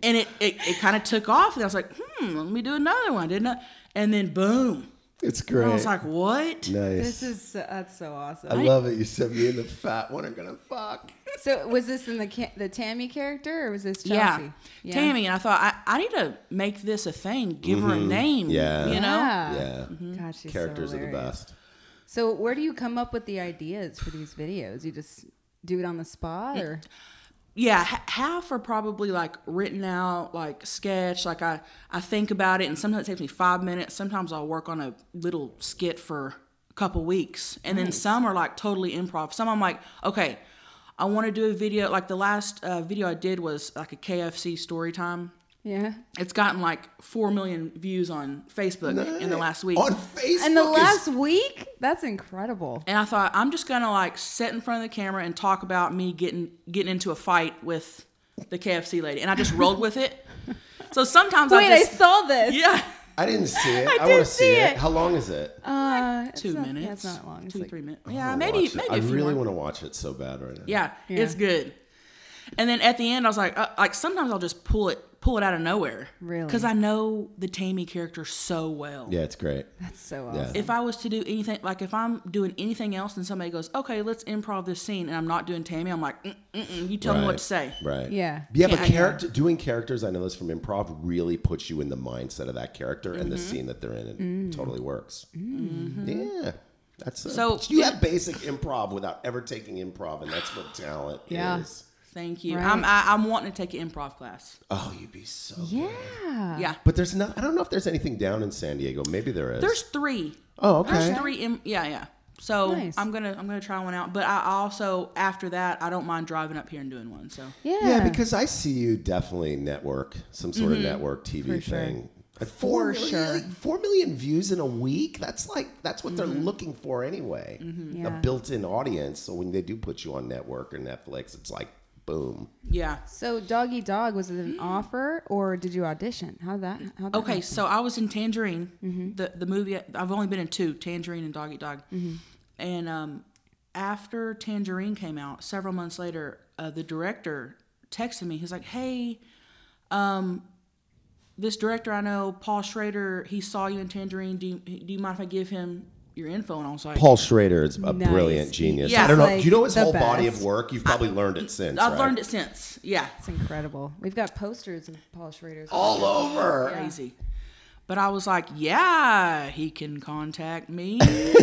[SPEAKER 5] and it it, it kind of took off and I was like, hmm, let me do another one, didn't I? And then boom.
[SPEAKER 1] It's great.
[SPEAKER 5] I was like, what?
[SPEAKER 1] nice.
[SPEAKER 3] This is so- that's so awesome.
[SPEAKER 1] I love it. You said me and the fat one are gonna fuck.
[SPEAKER 3] So was this in the ca- the Tammy character or was this Chelsea?
[SPEAKER 5] Yeah. Tammy. And I thought, I, I need to make this a thing, give her a name.
[SPEAKER 1] Mm-hmm. Yeah.
[SPEAKER 5] You know?
[SPEAKER 3] Yeah.
[SPEAKER 1] Yeah.
[SPEAKER 3] God, she's
[SPEAKER 1] Characters
[SPEAKER 3] so
[SPEAKER 1] are the
[SPEAKER 3] hilarious.
[SPEAKER 1] best.
[SPEAKER 3] So where do you come up with the ideas for these videos? You just do it on the spot or
[SPEAKER 5] Yeah. h- half are probably like written out, like sketch. Like I, I think about it, and sometimes it takes me five minutes. Sometimes I'll work on a little skit for a couple weeks. And then some are like totally improv. Some I'm like, okay. I want to do a video like the last uh, video I did was like a KFC story time.
[SPEAKER 3] yeah.
[SPEAKER 5] It's gotten like four million views on Facebook in the last week.
[SPEAKER 1] On Facebook.
[SPEAKER 3] And the
[SPEAKER 1] is
[SPEAKER 3] last week? That's incredible.
[SPEAKER 5] and I thought I'm just gonna like sit in front of the camera and talk about me getting getting into a fight with the KFC lady, and I just rolled with it. So sometimes
[SPEAKER 3] Wait,
[SPEAKER 5] I
[SPEAKER 3] I
[SPEAKER 5] just
[SPEAKER 3] saw this.
[SPEAKER 5] yeah,
[SPEAKER 1] I didn't see it. I,
[SPEAKER 3] did
[SPEAKER 1] want to see
[SPEAKER 3] see
[SPEAKER 1] it.
[SPEAKER 3] it.
[SPEAKER 1] How long is it?
[SPEAKER 3] Uh, it's
[SPEAKER 5] two
[SPEAKER 3] not-
[SPEAKER 5] minutes.
[SPEAKER 3] Yeah, it's not long. It's
[SPEAKER 5] two,
[SPEAKER 3] like-
[SPEAKER 5] three minutes.
[SPEAKER 1] I
[SPEAKER 5] Yeah,
[SPEAKER 1] wanna
[SPEAKER 5] maybe,
[SPEAKER 1] watch it.
[SPEAKER 5] maybe.
[SPEAKER 1] I
[SPEAKER 5] a few
[SPEAKER 1] really
[SPEAKER 5] more.
[SPEAKER 1] want to watch it so bad right now.
[SPEAKER 5] Yeah,
[SPEAKER 3] Yeah.
[SPEAKER 5] it's good. And then at the end, I was like, uh, like sometimes I'll just pull it, pull it out of nowhere,
[SPEAKER 3] Really?
[SPEAKER 5] because I know the Tammy character so well.
[SPEAKER 1] yeah, it's great.
[SPEAKER 3] That's so
[SPEAKER 1] Yeah.
[SPEAKER 3] awesome.
[SPEAKER 5] If I was to do anything, like if I'm doing anything else, and somebody goes, "Okay, let's improv this scene," and I'm not doing Tammy, I'm like, mm, mm, mm, "You tell me what to say."
[SPEAKER 1] Right.
[SPEAKER 3] Yeah.
[SPEAKER 1] Yeah,
[SPEAKER 5] Can't
[SPEAKER 1] but
[SPEAKER 5] I know.
[SPEAKER 1] character doing characters, I know this from improv, really puts you in the mindset of that character and
[SPEAKER 5] Mm-hmm.
[SPEAKER 1] the scene that they're in. It
[SPEAKER 3] Mm.
[SPEAKER 1] totally works. Yeah. That's a,
[SPEAKER 5] So-
[SPEAKER 1] you have basic improv without ever taking improv, and that's what talent
[SPEAKER 3] Yeah.
[SPEAKER 1] is.
[SPEAKER 5] Thank you.
[SPEAKER 3] Right.
[SPEAKER 5] I'm, I, I'm wanting to take an improv class.
[SPEAKER 1] Oh, you'd be so.
[SPEAKER 3] yeah.
[SPEAKER 5] yeah,
[SPEAKER 1] But there's not. I don't know if there's anything down in San Diego. Maybe there is.
[SPEAKER 5] there's three.
[SPEAKER 1] Oh,
[SPEAKER 5] There's
[SPEAKER 1] okay.
[SPEAKER 5] three. Im- yeah, yeah. So
[SPEAKER 3] Nice.
[SPEAKER 5] I'm gonna I'm gonna try one out. But I also after that, I don't mind driving up here and doing one. So
[SPEAKER 3] Yeah.
[SPEAKER 1] Yeah, because I see you definitely network some sort
[SPEAKER 5] Mm-hmm.
[SPEAKER 1] of network TV
[SPEAKER 3] sure.
[SPEAKER 1] thing. At four
[SPEAKER 3] For
[SPEAKER 1] million-
[SPEAKER 3] sure.
[SPEAKER 1] like, four million views in a week. That's like that's what they're
[SPEAKER 5] Mm-hmm.
[SPEAKER 1] looking for anyway.
[SPEAKER 3] Yeah.
[SPEAKER 1] A built-in audience. So when they do put you on network or Netflix, it's like boom.
[SPEAKER 5] yeah.
[SPEAKER 3] so Doggy Dog was it
[SPEAKER 1] Mm.
[SPEAKER 3] an offer or did you audition? How that? How that
[SPEAKER 5] Okay, so I was in Tangerine, the the movie. I've only been in two, Tangerine and Doggy Dog. And um, after Tangerine came out, several months later, uh, the director texted me. He's like, "Hey, um, this director I know, Paul Schrader. He saw you in Tangerine. Do you, do you mind if I give him your info?" And I was like,
[SPEAKER 1] Paul Schrader is a
[SPEAKER 3] Nice.
[SPEAKER 1] brilliant genius.
[SPEAKER 5] Yeah.
[SPEAKER 1] I don't know.
[SPEAKER 3] Like,
[SPEAKER 1] do you know his
[SPEAKER 3] the
[SPEAKER 1] whole body of
[SPEAKER 3] best.
[SPEAKER 1] work? You've probably learned it since.
[SPEAKER 5] "I've
[SPEAKER 1] right?
[SPEAKER 5] learned it since. Yeah,
[SPEAKER 3] It's incredible. We've got posters of Paul Schrader's.
[SPEAKER 1] all over.
[SPEAKER 5] crazy." But I was like, "Yeah, he can contact me."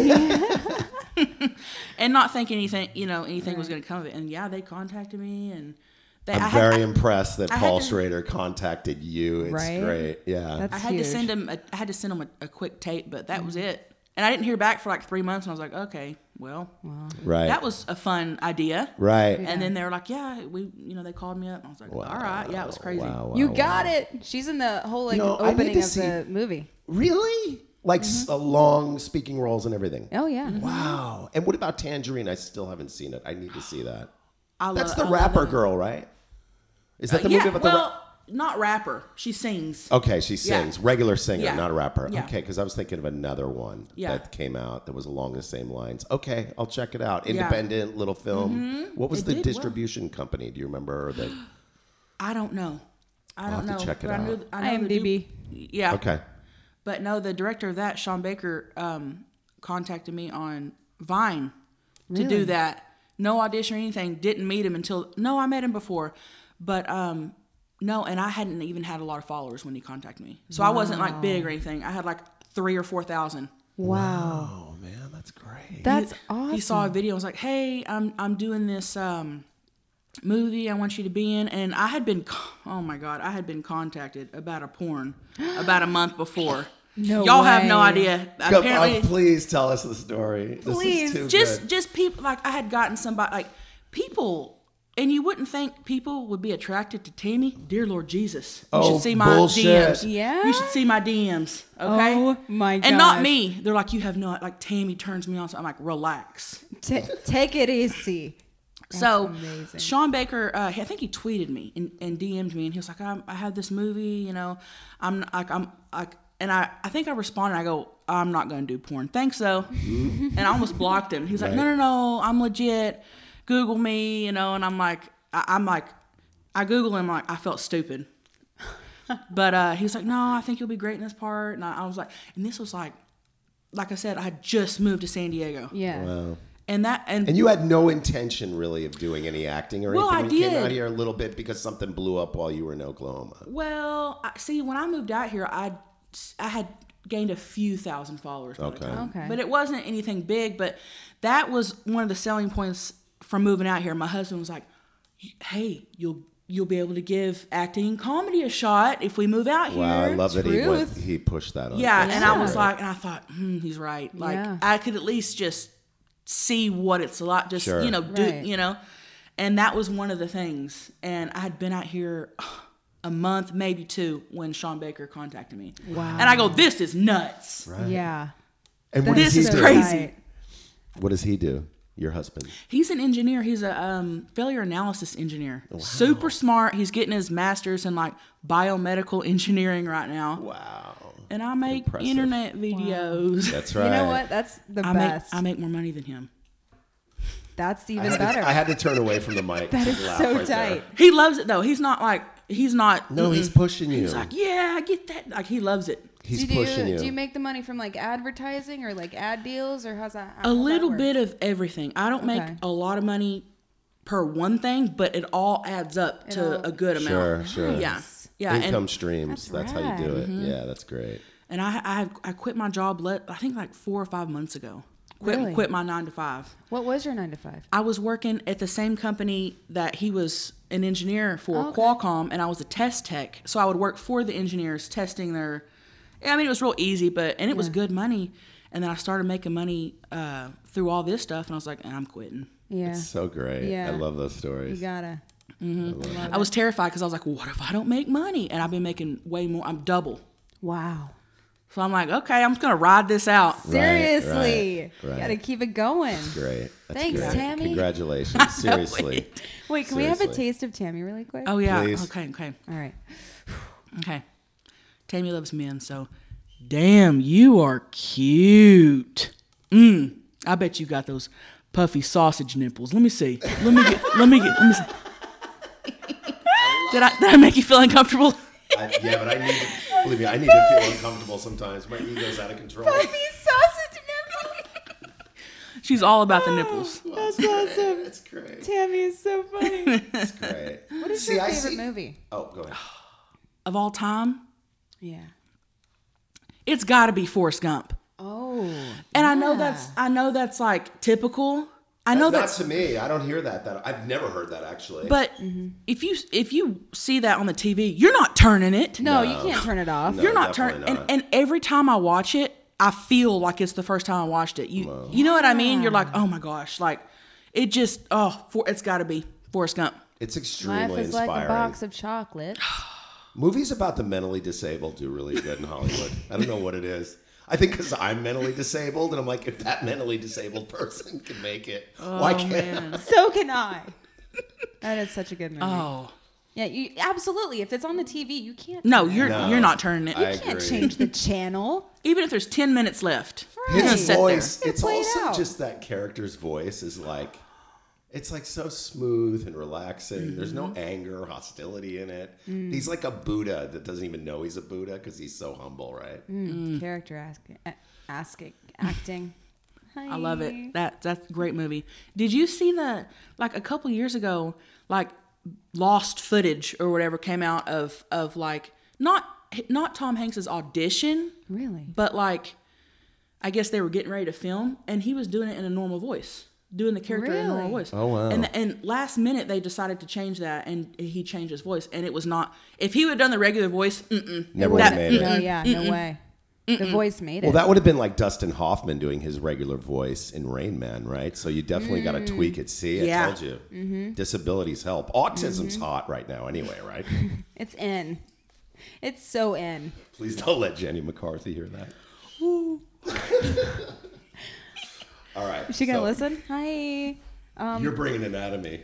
[SPEAKER 5] and not think anything, you know, anything was going to come of it. And yeah, they contacted me, and they, I
[SPEAKER 1] I'm
[SPEAKER 5] had,
[SPEAKER 1] very
[SPEAKER 5] I,
[SPEAKER 1] impressed that
[SPEAKER 5] I had
[SPEAKER 1] Paul
[SPEAKER 5] to-
[SPEAKER 1] Schrader contacted you. It's
[SPEAKER 3] Right?
[SPEAKER 1] great. Yeah.
[SPEAKER 3] That's
[SPEAKER 5] I had to
[SPEAKER 3] huge.
[SPEAKER 5] send him, a, I had to send him a, a quick tape, but that was it. And I didn't hear back for like three months, and I was like, okay, well,
[SPEAKER 1] right.
[SPEAKER 5] that was a fun idea.
[SPEAKER 1] right.
[SPEAKER 5] And then they were like, yeah, we, you know, they called me up. I was like, all right, yeah, it was crazy.
[SPEAKER 1] Wow, wow,
[SPEAKER 3] You
[SPEAKER 1] wow.
[SPEAKER 3] got it. She's in the whole like
[SPEAKER 1] You know, I need
[SPEAKER 3] opening
[SPEAKER 1] to
[SPEAKER 3] of
[SPEAKER 1] see-
[SPEAKER 3] the movie.
[SPEAKER 1] Really? Like s
[SPEAKER 5] Mm-hmm.
[SPEAKER 1] uh, long speaking roles and everything.
[SPEAKER 3] Oh yeah.
[SPEAKER 1] Wow. And what about Tangerine? I still haven't seen it. I need to see that.
[SPEAKER 5] I love,
[SPEAKER 1] That's the
[SPEAKER 5] I love
[SPEAKER 1] rapper
[SPEAKER 5] it.
[SPEAKER 1] girl, right? Is that the
[SPEAKER 5] Uh, yeah,
[SPEAKER 1] movie about the
[SPEAKER 5] well,
[SPEAKER 1] ra-
[SPEAKER 5] not rapper. She sings.
[SPEAKER 1] Okay, she sings. Regular singer,
[SPEAKER 5] Yeah.
[SPEAKER 1] not a rapper.
[SPEAKER 5] Yeah.
[SPEAKER 1] Okay, because I was thinking of another one
[SPEAKER 5] Yeah.
[SPEAKER 1] that came out that was along the same lines. Okay, I'll check it out. Independent little film. What was
[SPEAKER 5] Mm-hmm. It
[SPEAKER 1] the
[SPEAKER 5] did well.
[SPEAKER 1] distribution company? Do you remember? Or the,
[SPEAKER 5] I don't know. I don't
[SPEAKER 1] have to
[SPEAKER 5] know.
[SPEAKER 1] check it
[SPEAKER 5] but I knew,
[SPEAKER 1] out.
[SPEAKER 5] I know the
[SPEAKER 3] IMDb.
[SPEAKER 5] dude- yeah.
[SPEAKER 1] okay.
[SPEAKER 5] But no, the director of that, Sean Baker, um, contacted me on Vine to do that. No audition or anything. Didn't meet him until no, I met him before, but um, no, and I hadn't even had a lot of followers when he contacted me, so I wasn't like big or anything. I had like three or four thousand.
[SPEAKER 3] Wow.
[SPEAKER 1] Oh, man, that's great.
[SPEAKER 3] That's
[SPEAKER 5] He
[SPEAKER 3] awesome.
[SPEAKER 5] saw a video. and was like, "Hey, I'm I'm doing this um, movie. I want you to be in." And I had been, con- oh my god, I had been contacted about a porn about a month before.
[SPEAKER 3] No
[SPEAKER 5] y'all have no
[SPEAKER 3] way.
[SPEAKER 5] idea.
[SPEAKER 1] Come-
[SPEAKER 5] Apparently,
[SPEAKER 1] oh, please tell us the story. This is
[SPEAKER 3] Please,
[SPEAKER 1] too
[SPEAKER 5] just
[SPEAKER 1] good.
[SPEAKER 5] just people like I had gotten somebody like people. And you wouldn't think people would be attracted to Tammy? Dear Lord Jesus. You
[SPEAKER 1] Oh,
[SPEAKER 5] should see my
[SPEAKER 1] bullshit.
[SPEAKER 5] DMs.
[SPEAKER 3] Yeah?
[SPEAKER 5] You should see my DMs. Okay.
[SPEAKER 3] Oh, my
[SPEAKER 5] And not
[SPEAKER 3] gosh.
[SPEAKER 5] me. They're like, you have no like Tammy turns me on. So I'm like, relax.
[SPEAKER 3] Ta- take it easy.
[SPEAKER 5] so
[SPEAKER 3] amazing.
[SPEAKER 5] Sean Baker, uh, I think he tweeted me and, and DM'd me, and he was like, I'm, "I have this movie, you know, I'm like, I'm like," and I, I think I responded, I go, "I'm not gonna do porn, thanks though," and I almost blocked him. He's like, "No, no, no, I'm legit. Google me, you know," and I'm like, I, I'm like, I Google him, like I felt stupid. But uh, he was like, "No, I think you'll be great in this part." And I, I was like, and this was like, like I said, I had just moved to San Diego,
[SPEAKER 3] Yeah.
[SPEAKER 5] and that, and,
[SPEAKER 1] And you had no intention really of doing any acting or
[SPEAKER 5] Well,
[SPEAKER 1] anything.
[SPEAKER 5] I
[SPEAKER 1] when you came
[SPEAKER 5] did.
[SPEAKER 1] out here a little bit because something blew up while you were in Oklahoma.
[SPEAKER 5] Well, I, see, when I moved out here, I I had gained a few thousand followers. By
[SPEAKER 1] Okay.
[SPEAKER 5] The time.
[SPEAKER 3] Okay.
[SPEAKER 5] But it wasn't anything big. But that was one of the selling points from moving out here. My husband was like, "Hey, you'll." You'll be able to give acting and comedy a shot if we move out here.
[SPEAKER 1] Wow, I love that he went,
[SPEAKER 3] Truth.
[SPEAKER 1] he pushed that on.
[SPEAKER 5] Yeah, and I
[SPEAKER 3] Yeah.
[SPEAKER 5] was like, and I thought, hmm, he's right. Like,
[SPEAKER 3] Yeah.
[SPEAKER 5] I could at least just see what it's like. Just
[SPEAKER 1] Sure.
[SPEAKER 5] you know, do
[SPEAKER 3] Right.
[SPEAKER 5] you know? And that was one of the things. And I had been out here a month, maybe two, when Sean Baker contacted me.
[SPEAKER 3] Wow.
[SPEAKER 5] And I go, this is nuts.
[SPEAKER 3] Yeah.
[SPEAKER 1] And what does
[SPEAKER 5] This
[SPEAKER 1] he
[SPEAKER 5] is
[SPEAKER 1] do?
[SPEAKER 5] crazy.
[SPEAKER 1] What does he do? Your husband.
[SPEAKER 5] He's an engineer. He's a um, failure analysis engineer. Super smart. He's getting his master's in like biomedical engineering right now.
[SPEAKER 1] Wow.
[SPEAKER 5] And I make
[SPEAKER 1] Impressive.
[SPEAKER 5] internet videos.
[SPEAKER 1] That's right.
[SPEAKER 3] You know what? That's the
[SPEAKER 5] I make
[SPEAKER 3] best.
[SPEAKER 5] I make more money than him.
[SPEAKER 3] That's
[SPEAKER 1] I
[SPEAKER 3] even
[SPEAKER 1] had,
[SPEAKER 3] better.
[SPEAKER 1] to, I had to turn away from the mic.
[SPEAKER 3] that
[SPEAKER 1] to
[SPEAKER 3] is
[SPEAKER 1] laugh
[SPEAKER 3] so
[SPEAKER 1] right there.
[SPEAKER 3] tight. Mm-hmm.
[SPEAKER 5] He loves it though. He's not like he's not.
[SPEAKER 1] No, he's pushing you.
[SPEAKER 5] He's like, yeah, I get that. Like he loves it.
[SPEAKER 1] He's
[SPEAKER 3] Do
[SPEAKER 1] pushing
[SPEAKER 3] you,
[SPEAKER 1] you.
[SPEAKER 3] do you make the money from like advertising or like ad deals or how's that? how
[SPEAKER 5] A
[SPEAKER 3] does that
[SPEAKER 5] little
[SPEAKER 3] work?
[SPEAKER 5] bit of everything. I don't make
[SPEAKER 3] Okay.
[SPEAKER 5] a lot of money per one thing, but it all adds up to
[SPEAKER 3] all-
[SPEAKER 5] a good amount.
[SPEAKER 1] sure, sure.
[SPEAKER 5] Yeah. Yeah. and- Mm-hmm.
[SPEAKER 1] Income streams. That's,
[SPEAKER 3] That's
[SPEAKER 1] how you do
[SPEAKER 3] rad.
[SPEAKER 1] it. Yeah, that's great.
[SPEAKER 5] and I, I I quit my job let I think like four or five months ago. Quit
[SPEAKER 3] Really?
[SPEAKER 5] quit my nine to five.
[SPEAKER 3] What was your nine to five?
[SPEAKER 5] I was working at the same company that he was an engineer for
[SPEAKER 3] Okay.
[SPEAKER 5] Qualcomm, and I was a test tech. So I would work for the engineers testing their. I mean, it was real easy, but and it was good money. And then I started making money uh, through all this stuff, and I was like, I'm quitting.
[SPEAKER 3] Yeah,
[SPEAKER 1] It's uh, so great.
[SPEAKER 3] Yeah.
[SPEAKER 1] I love those
[SPEAKER 3] you
[SPEAKER 1] stories.
[SPEAKER 3] gotta.
[SPEAKER 5] I was terrified because I was like, what if I don't make money? And I've been making way more. I'm double.
[SPEAKER 3] Wow.
[SPEAKER 5] So I'm like, okay, I'm just gonna ride this out.
[SPEAKER 3] Seriously,
[SPEAKER 1] right, right.
[SPEAKER 3] gotta keep it going.
[SPEAKER 1] Great. That's
[SPEAKER 3] Thanks,
[SPEAKER 1] great.
[SPEAKER 3] Tammy.
[SPEAKER 1] Congratulations. Seriously.
[SPEAKER 3] Wait, can we have a
[SPEAKER 1] Seriously.
[SPEAKER 3] taste of Tammy really quick?
[SPEAKER 5] Oh yeah.
[SPEAKER 1] Please.
[SPEAKER 5] Okay. Okay.
[SPEAKER 3] All right.
[SPEAKER 5] Okay. Tammy loves men, so damn, you are cute. Mm. I bet you got those puffy sausage nipples. Let me see. Let me get. Let me get. Let me see. Did I did I make you feel uncomfortable?
[SPEAKER 1] I, yeah, but I need to, believe me, I need to feel uncomfortable sometimes. My ego's out of control.
[SPEAKER 3] sausage nipples.
[SPEAKER 5] She's all about the nipples.
[SPEAKER 1] That's awesome. It's great.
[SPEAKER 3] Tammy is so funny.
[SPEAKER 1] It's great.
[SPEAKER 3] What is
[SPEAKER 1] See,
[SPEAKER 3] your
[SPEAKER 1] I
[SPEAKER 3] favorite
[SPEAKER 1] see-
[SPEAKER 3] movie?
[SPEAKER 1] Oh, go ahead.
[SPEAKER 5] Of all time,
[SPEAKER 3] Yeah.
[SPEAKER 5] it's got to be Forrest Gump.
[SPEAKER 3] Oh.
[SPEAKER 5] And I know that's I know that's like typical. I know
[SPEAKER 1] Not
[SPEAKER 5] that's
[SPEAKER 1] to me. I don't hear that. That I've never heard that actually.
[SPEAKER 5] but if you if you see that on the TV, you're not turning it.
[SPEAKER 3] No, you can't turn it off.
[SPEAKER 1] No.
[SPEAKER 5] You're not turning,
[SPEAKER 1] definitely
[SPEAKER 5] and,
[SPEAKER 1] not.
[SPEAKER 5] and every time I watch it, I feel like it's the first time I watched it. You, you know what I mean? You're like, oh my gosh, like it just, oh, for, it's got to be Forrest Gump.
[SPEAKER 1] it's extremely
[SPEAKER 3] Life is
[SPEAKER 1] inspiring.
[SPEAKER 3] like a box of chocolates.
[SPEAKER 1] Movies about the mentally disabled do really good in Hollywood. I don't know what it is. I think because I'm mentally disabled, and I'm like, if that mentally disabled person can make it,
[SPEAKER 3] Oh,
[SPEAKER 1] why can't?
[SPEAKER 3] so can I. That is such a good movie.
[SPEAKER 5] Oh
[SPEAKER 3] Yeah, you absolutely. If it's on the TV, you can't.
[SPEAKER 5] no, you're
[SPEAKER 1] No,
[SPEAKER 5] you're not turning it.
[SPEAKER 1] I
[SPEAKER 3] you can't
[SPEAKER 1] agree.
[SPEAKER 3] change the channel.
[SPEAKER 5] Even if there's ten minutes left,
[SPEAKER 3] Right.
[SPEAKER 5] gonna
[SPEAKER 1] His
[SPEAKER 5] sit there.
[SPEAKER 1] voice. It's
[SPEAKER 3] Play it
[SPEAKER 1] also
[SPEAKER 3] out.
[SPEAKER 1] just that character's voice is like, it's like so smooth and relaxing. There's
[SPEAKER 5] Mm-hmm.
[SPEAKER 1] no anger, or hostility in it.
[SPEAKER 5] Mm.
[SPEAKER 1] He's like a Buddha that doesn't even know he's a Buddha because he's so humble, right?
[SPEAKER 5] Mm.
[SPEAKER 3] Mm. Character asking, asking, acting.
[SPEAKER 5] I love it. That that's a great movie. Did you see the like a couple years ago, like lost footage or whatever came out of of like not not Tom Hanks's audition,
[SPEAKER 3] Really?
[SPEAKER 5] but like I guess they were getting ready to film, and he was doing it in a normal voice, doing the character in a normal
[SPEAKER 3] Really?
[SPEAKER 5] voice. Oh wow! And and last minute they decided to change that, and he changed his voice, and it was not. If he would have done the regular voice, mm, mm-mm,
[SPEAKER 1] Never
[SPEAKER 5] that,
[SPEAKER 1] would've made
[SPEAKER 5] Mm-hmm.
[SPEAKER 1] it.
[SPEAKER 3] No, Oh, yeah, no way. The voice made it.
[SPEAKER 1] Well, that would have been like Dustin Hoffman doing his regular voice in Rain Man, right? So you definitely got to tweak it. See, I
[SPEAKER 5] Mm. Yeah. Mm-hmm.
[SPEAKER 1] told you. Disabilities help. Autism's hot right now, anyway, right?
[SPEAKER 3] It's in. It's so in.
[SPEAKER 1] Please don't let Jenny McCarthy hear that. All right.
[SPEAKER 3] Is she gonna
[SPEAKER 1] so
[SPEAKER 3] listen? Um, Hi.
[SPEAKER 1] You're bringing anatomy.